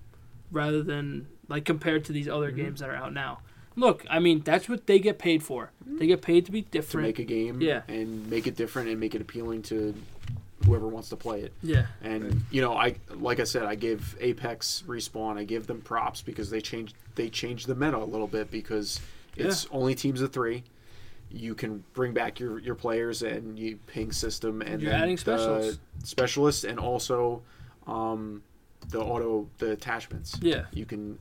rather than like compared to these other games that are out now. Look, I mean that's what they get paid for. They get paid to be to different. make a game Yeah. and make it different and make it appealing to whoever wants to play it. yeah. And you know, I like I said, I give Apex Respawn, I give them props because they changed they changed the meta a little bit because it's only teams of three. You can bring back your, your players and you ping system and You're then adding the specialists. specialists and also um, the auto the attachments. Yeah. You can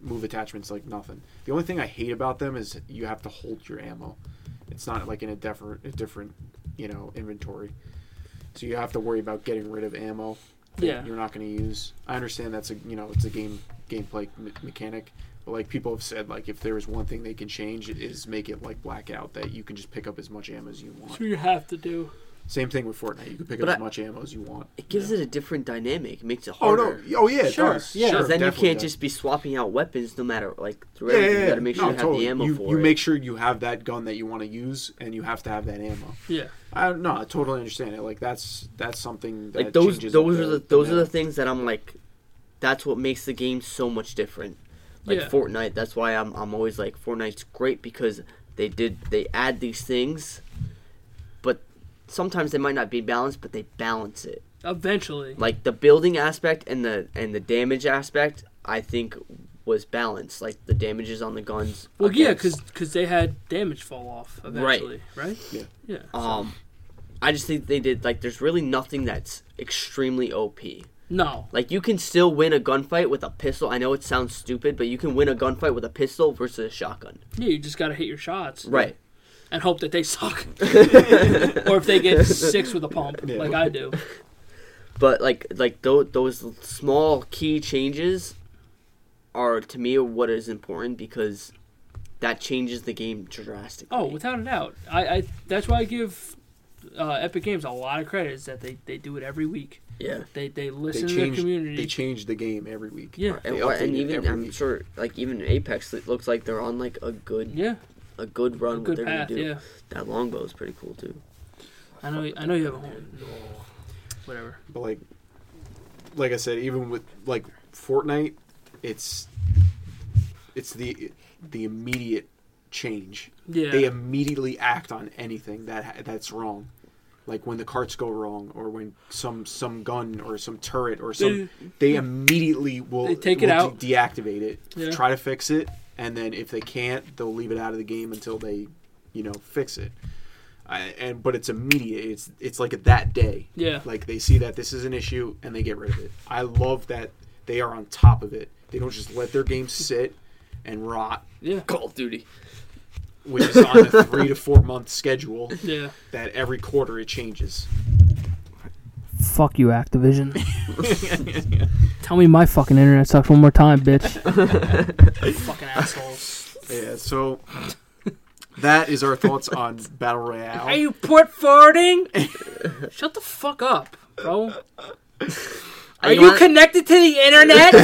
move attachments like nothing. The only thing I hate about them is you have to hold your ammo. It's not like in a different, a different, you know, inventory. So you have to worry about getting rid of ammo that Yeah. you're not going to use. I understand that's a you know it's a game gameplay me- mechanic, but like people have said, like if there is one thing they can change it is make it like blackout that you can just pick up as much ammo as you That's want. what you have to do. Same thing with Fortnite, you can pick But up I- as much ammo as you want. It gives it a different dynamic. It makes it Oh harder. no! Oh yeah, it Sure, does. yeah. Sure, 'Cause then you definitely can't does. just be swapping out weapons no matter like Yeah, through yeah, everything. yeah. You gotta make sure No, you have totally. the ammo you, for you it. make sure you have that gun that you want to use, and you have to have that ammo. Yeah. I no, I totally understand it. Like that's that's something that like those changes those are the those are the meta. things that I'm like that's what makes the game so much different. Like Yeah. Fortnite, that's why I'm I'm always like Fortnite's great because they did they add these things but sometimes they might not be balanced but they balance it. Eventually. like the building aspect and the and the damage aspect i think was balanced like the damages on the guns Well, yeah, against- because they had damage fall off eventually, right? Yeah. Yeah. um i just think they did like there's really nothing that's extremely op No. Like you can still win a gunfight with a pistol. I know it sounds stupid, but you can win a gunfight with a pistol versus a shotgun. Yeah, you just gotta hit your shots. Right. And hope that they suck. or if they get six with a pump, Yeah. like I do. But like like those those small key changes are to me what is important because that changes the game drastically. Oh, without a doubt. I, I that's why I give uh, Epic Games a lot of credit is that they, they do it every week. yeah. They they They listen to the changed. community. They changed the game every week. yeah. And, They and update it even every I'm week. sure like even Apex it looks like they're on like a good Yeah. a good run. what Good they're path, gonna do. yeah. That longbow is pretty cool too. I know I know you have a home. Whatever. But like, like I said, even with like Fortnite, it's it's the the immediate change. Yeah. They immediately act on anything that ha- that's wrong. Like when the carts go wrong, or when some some gun or some turret or some they immediately will They take it will out. de- deactivate it, Yeah. try to fix it, and then if they can't, they'll leave it out of the game until they, you know, fix it. I, and but it's immediate. It's it's like that day. Yeah. Like they see that this is an issue and they get rid of it. I love that they are on top of it. They don't just let their game sit and rot, Yeah. Call of Duty. which is on a three to four month schedule Yeah. that every quarter it changes. Fuck you, Activision. Tell me my fucking internet sucks one more time, bitch. fucking assholes. Yeah. So that is our thoughts on battle royale. Are you port forwarding? Shut the fuck up, bro. Are you connected to the internet?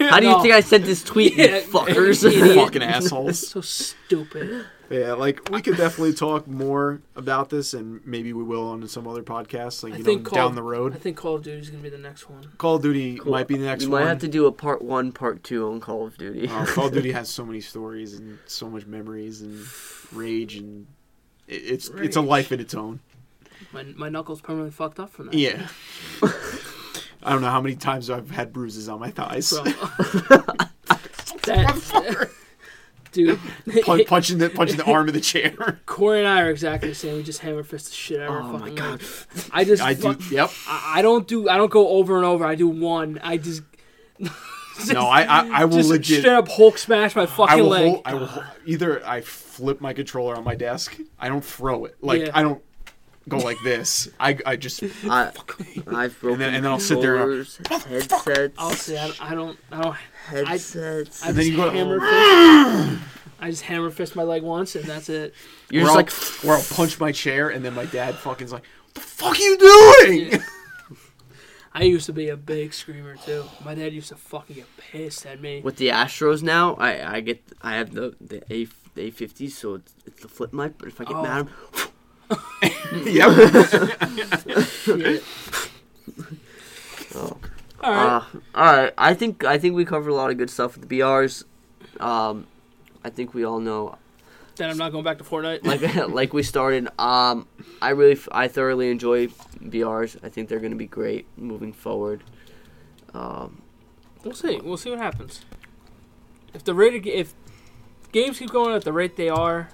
How do you No. think I sent this tweet, you Yeah, fuckers? fucking assholes. so stupid. Yeah, like we could definitely talk more about this, and maybe we will on some other podcasts, like I you know, think Call, down the road. I think Call of Duty is gonna be the next one. Call of Duty might be the next you one. might have to do a part one, part two on Call of Duty. Uh, Call of Duty has so many stories and so much memories and rage, and it, it's it's a Rage. life in its own. My my knuckles permanently fucked up from that. Yeah. I don't know how many times I've had bruises on my thighs. Bro. That- dude, Pu- punching the punching the arm of the chair. Corey and I are exactly the same. We just hammer fist the shit out of oh our my fucking god. leg. I just I do. fuck- Yep. I, I don't do I don't go over and over. I do one. I just No, I I, I will just legit. straight up Hulk smash my fucking I will leg. hold, I will hol- either I flip my controller on my desk. I don't throw it. Like Yeah. I don't go like this. I I just I, I've broken then- and then I'll sit there and I'll- controllers, headsets, I'll say I, I don't I don't headsets. I And then just you go- hammer fist. I just hammer fist my leg once and that's it. You're or just I'll, or like, I'll punch my chair and then my dad fucking's like, "What the fuck are you doing?" I used to be a big screamer too. My dad used to fucking get pissed at me. with the Astros now, I, I get, I have the, the A, the A50, so it's, it's the flip mic, but if I get Oh. mad, yep. Shit. oh. All right. Uh, all right. I think I think we covered a lot of good stuff with the BRs. Um, I think we all know, then I'm not going back to Fortnite. like like we started. Um, I really f- I thoroughly enjoy BRs. I think they're going to be great moving forward. Um, We'll see. We'll see what happens. If the rate of, ga- if games keep going at the rate they are,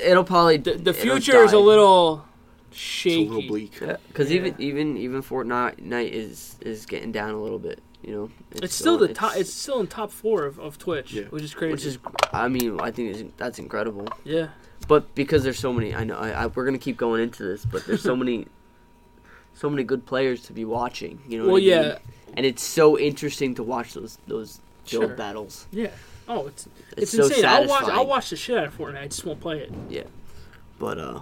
it'll probably the, the future is a little shaky. It's a little bleak. because Uh, even even even Fortnite night is is getting down a little bit. You know, It's, still the top. It's still in top four of, of Twitch, Yeah. which is crazy. which is I mean I think it's- that's incredible. yeah, But because there's so many, I know I, I, we're gonna keep going into this, but there's so many, so many good players to be watching. You know. Well, what I mean? yeah. And it's so interesting to watch those those build Sure. battles. yeah. Oh, it's it's, It's so insane. I'll watch. I'll satisfying. watch the shit out of Fortnite. I just won't play it. But uh,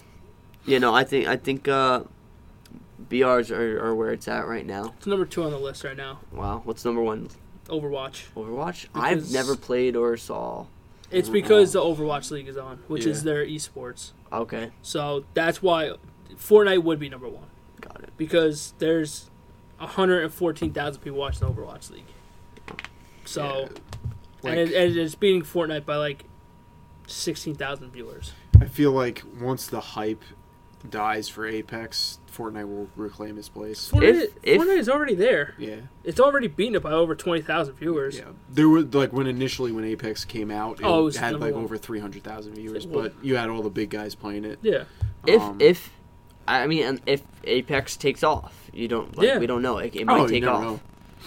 you know, I think I think uh, BRs are, are where it's at right now. It's number two on the list right now. Wow, what's number one? Overwatch. Overwatch. Because- I've never played or saw. It's because the Overwatch League is on, which is Yeah. their esports. Okay, So that's why Fortnite would be number one got it. because there's 114,000 people watching the Overwatch League. So Like, and, it, and it's beating Fortnite by like 16,000 viewers. I feel like once the hype dies for Apex, Fortnite will reclaim its place. Fortnite, if- Fortnite is already there. Yeah. It's already beaten it by over 20,000 viewers. Yeah. There were like when initially when Apex came out, it, Oh, it was had number like one. over 300,000 viewers, Well- but you had all the big guys playing it. Yeah. If Um, if I mean, and if Apex takes off, you don't. Like, Yeah. We don't know. It, it Oh, might you take never off. know.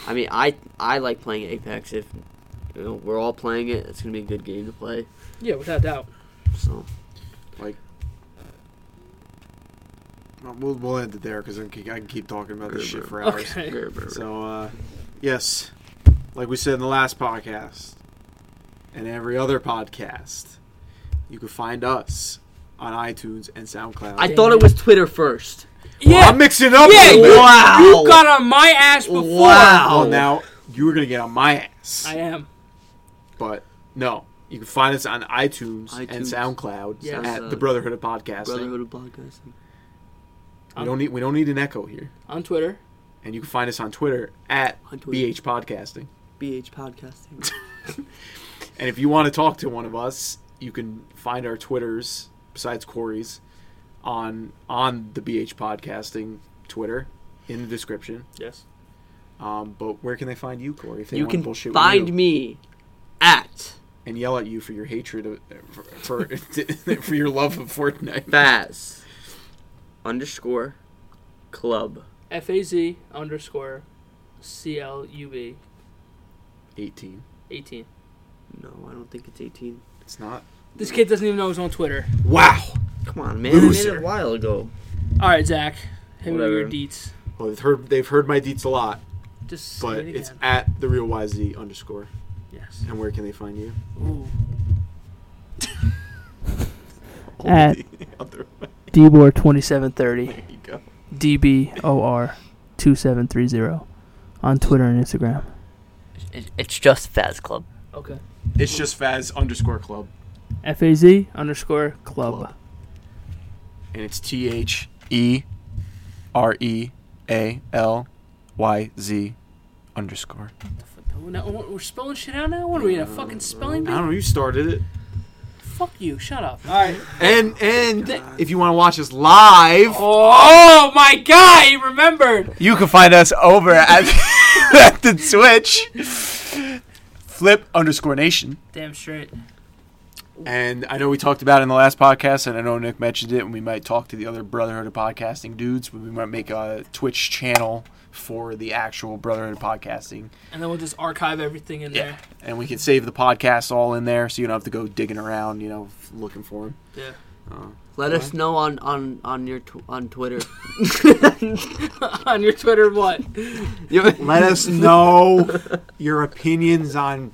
I mean, I I like playing Apex. If you know, we're all playing it, it's gonna be a good game to play. Yeah, without doubt. So Well, We'll, we'll end it there because I can keep talking about this shit for hours. Okay. So, uh, yes, like we said in the last podcast and every other podcast, you can find us on iTunes and SoundCloud. I thought it was Twitter first. Well, Yeah, I'm mixing it up. yeah, a little you, bit. Wow. you got on my ass before. Oh, Wow. Well, now you were gonna get on my ass, I am. but no. You can find us on iTunes, and iTunes. Uh, SoundCloud Yes. at the Brotherhood of Podcasting. Brotherhood of Podcasting. We don't need we don't need an echo here. On Twitter. And you can find us on Twitter at On Twitter. BH Podcasting. BH Podcasting. And if you want to talk to one of us, you can find our Twitters besides Corey's on on the BH Podcasting Twitter in the description. Yes. Um, but where can they find you, Corey? If they you wanna can bullshit with find you me at and yell at you for your hatred of, for for, for your love of Fortnite. Faz underscore club F A Z underscore C L U B Eighteen. eighteen. No, I don't think it's 18. It's not. This kid doesn't even know he's on Twitter. Wow. Come on, man. I made Loser. it a while ago. All right, Zach. Hit me with your Whatever. deets. Well, they've heard they've heard my deets a lot, Just say but it it's again. at the real YZ underscore. yes. And where can they find you? Ooh. At other way. DBOR twenty seven thirty. There you go. DBOR two seven three zero on Twitter and Instagram. It- It's just Faz Club. Okay. It's just Faz underscore club, F A Z underscore club. Club. and it's T H E R E A L Y Z underscore. We're, not- we're spelling shit out now. What are we in a fucking spelling I bee? don't know. You started it. Fuck you. Shut up. All right. And and if you want to watch us live, Oh my god! He remembered. you can find us over at, at the Twitch. Flip underscore nation. Damn straight. And I know we talked about it in the last podcast, and I know Nick mentioned it, and we might talk to the other Brotherhood of Podcasting dudes. We might make a Twitch channel for the actual Brotherhood of Podcasting. And then we'll just archive everything in Yeah. And we can save the podcasts all in there so you don't have to go digging around, you know, f- looking for them. there. Yeah. Let us know on on on your tw- on Twitter. on your Twitter what? Let us know your opinions on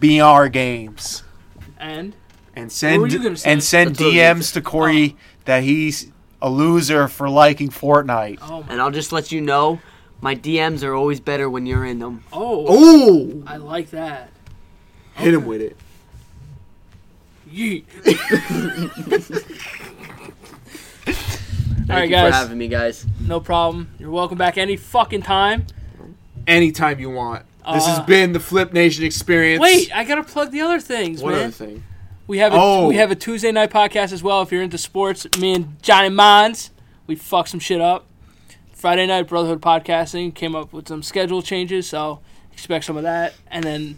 BR games. And And were send you gonna say? and send That's what I was DMs to Oh. Corey that he's a loser for liking Fortnite. oh my and I'll just let you know, my DMs are always better when you're in them. oh, Oh, I like that. hit him with it. Yeet. Thank All right, you guys. for having me, guys. No problem. You're welcome back any fucking time. Anytime you want. This Uh, has been the Flip Nation experience. Wait, I gotta plug the other things, one man. other thing. We have a, Oh. we have a Tuesday night podcast as well. If you're into sports, me and Johnny Mons, we fuck some shit up. Friday night Brotherhood podcasting came up with some schedule changes, so expect some of that. And then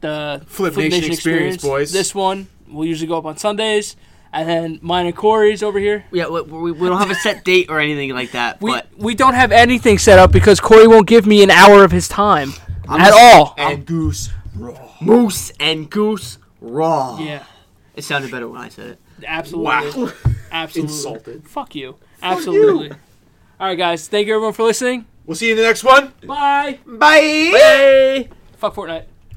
the Flip Nation Experience, boys. This one will usually go up on Sundays, and then mine and Corey's over here. Yeah, we, we, we don't have a set date or anything like that, We, but we don't have anything set up because Corey won't give me an hour of his time at just- all. And Goose Raw. Moose and Goose Raw. Yeah, It sounded better when I said it. absolutely. Wow. Absolutely. Insulted. Fuck you. Absolutely. All right, guys. Thank you everyone for listening. We'll see you in the next one. Bye. Bye. Hey! Fuck Fortnite.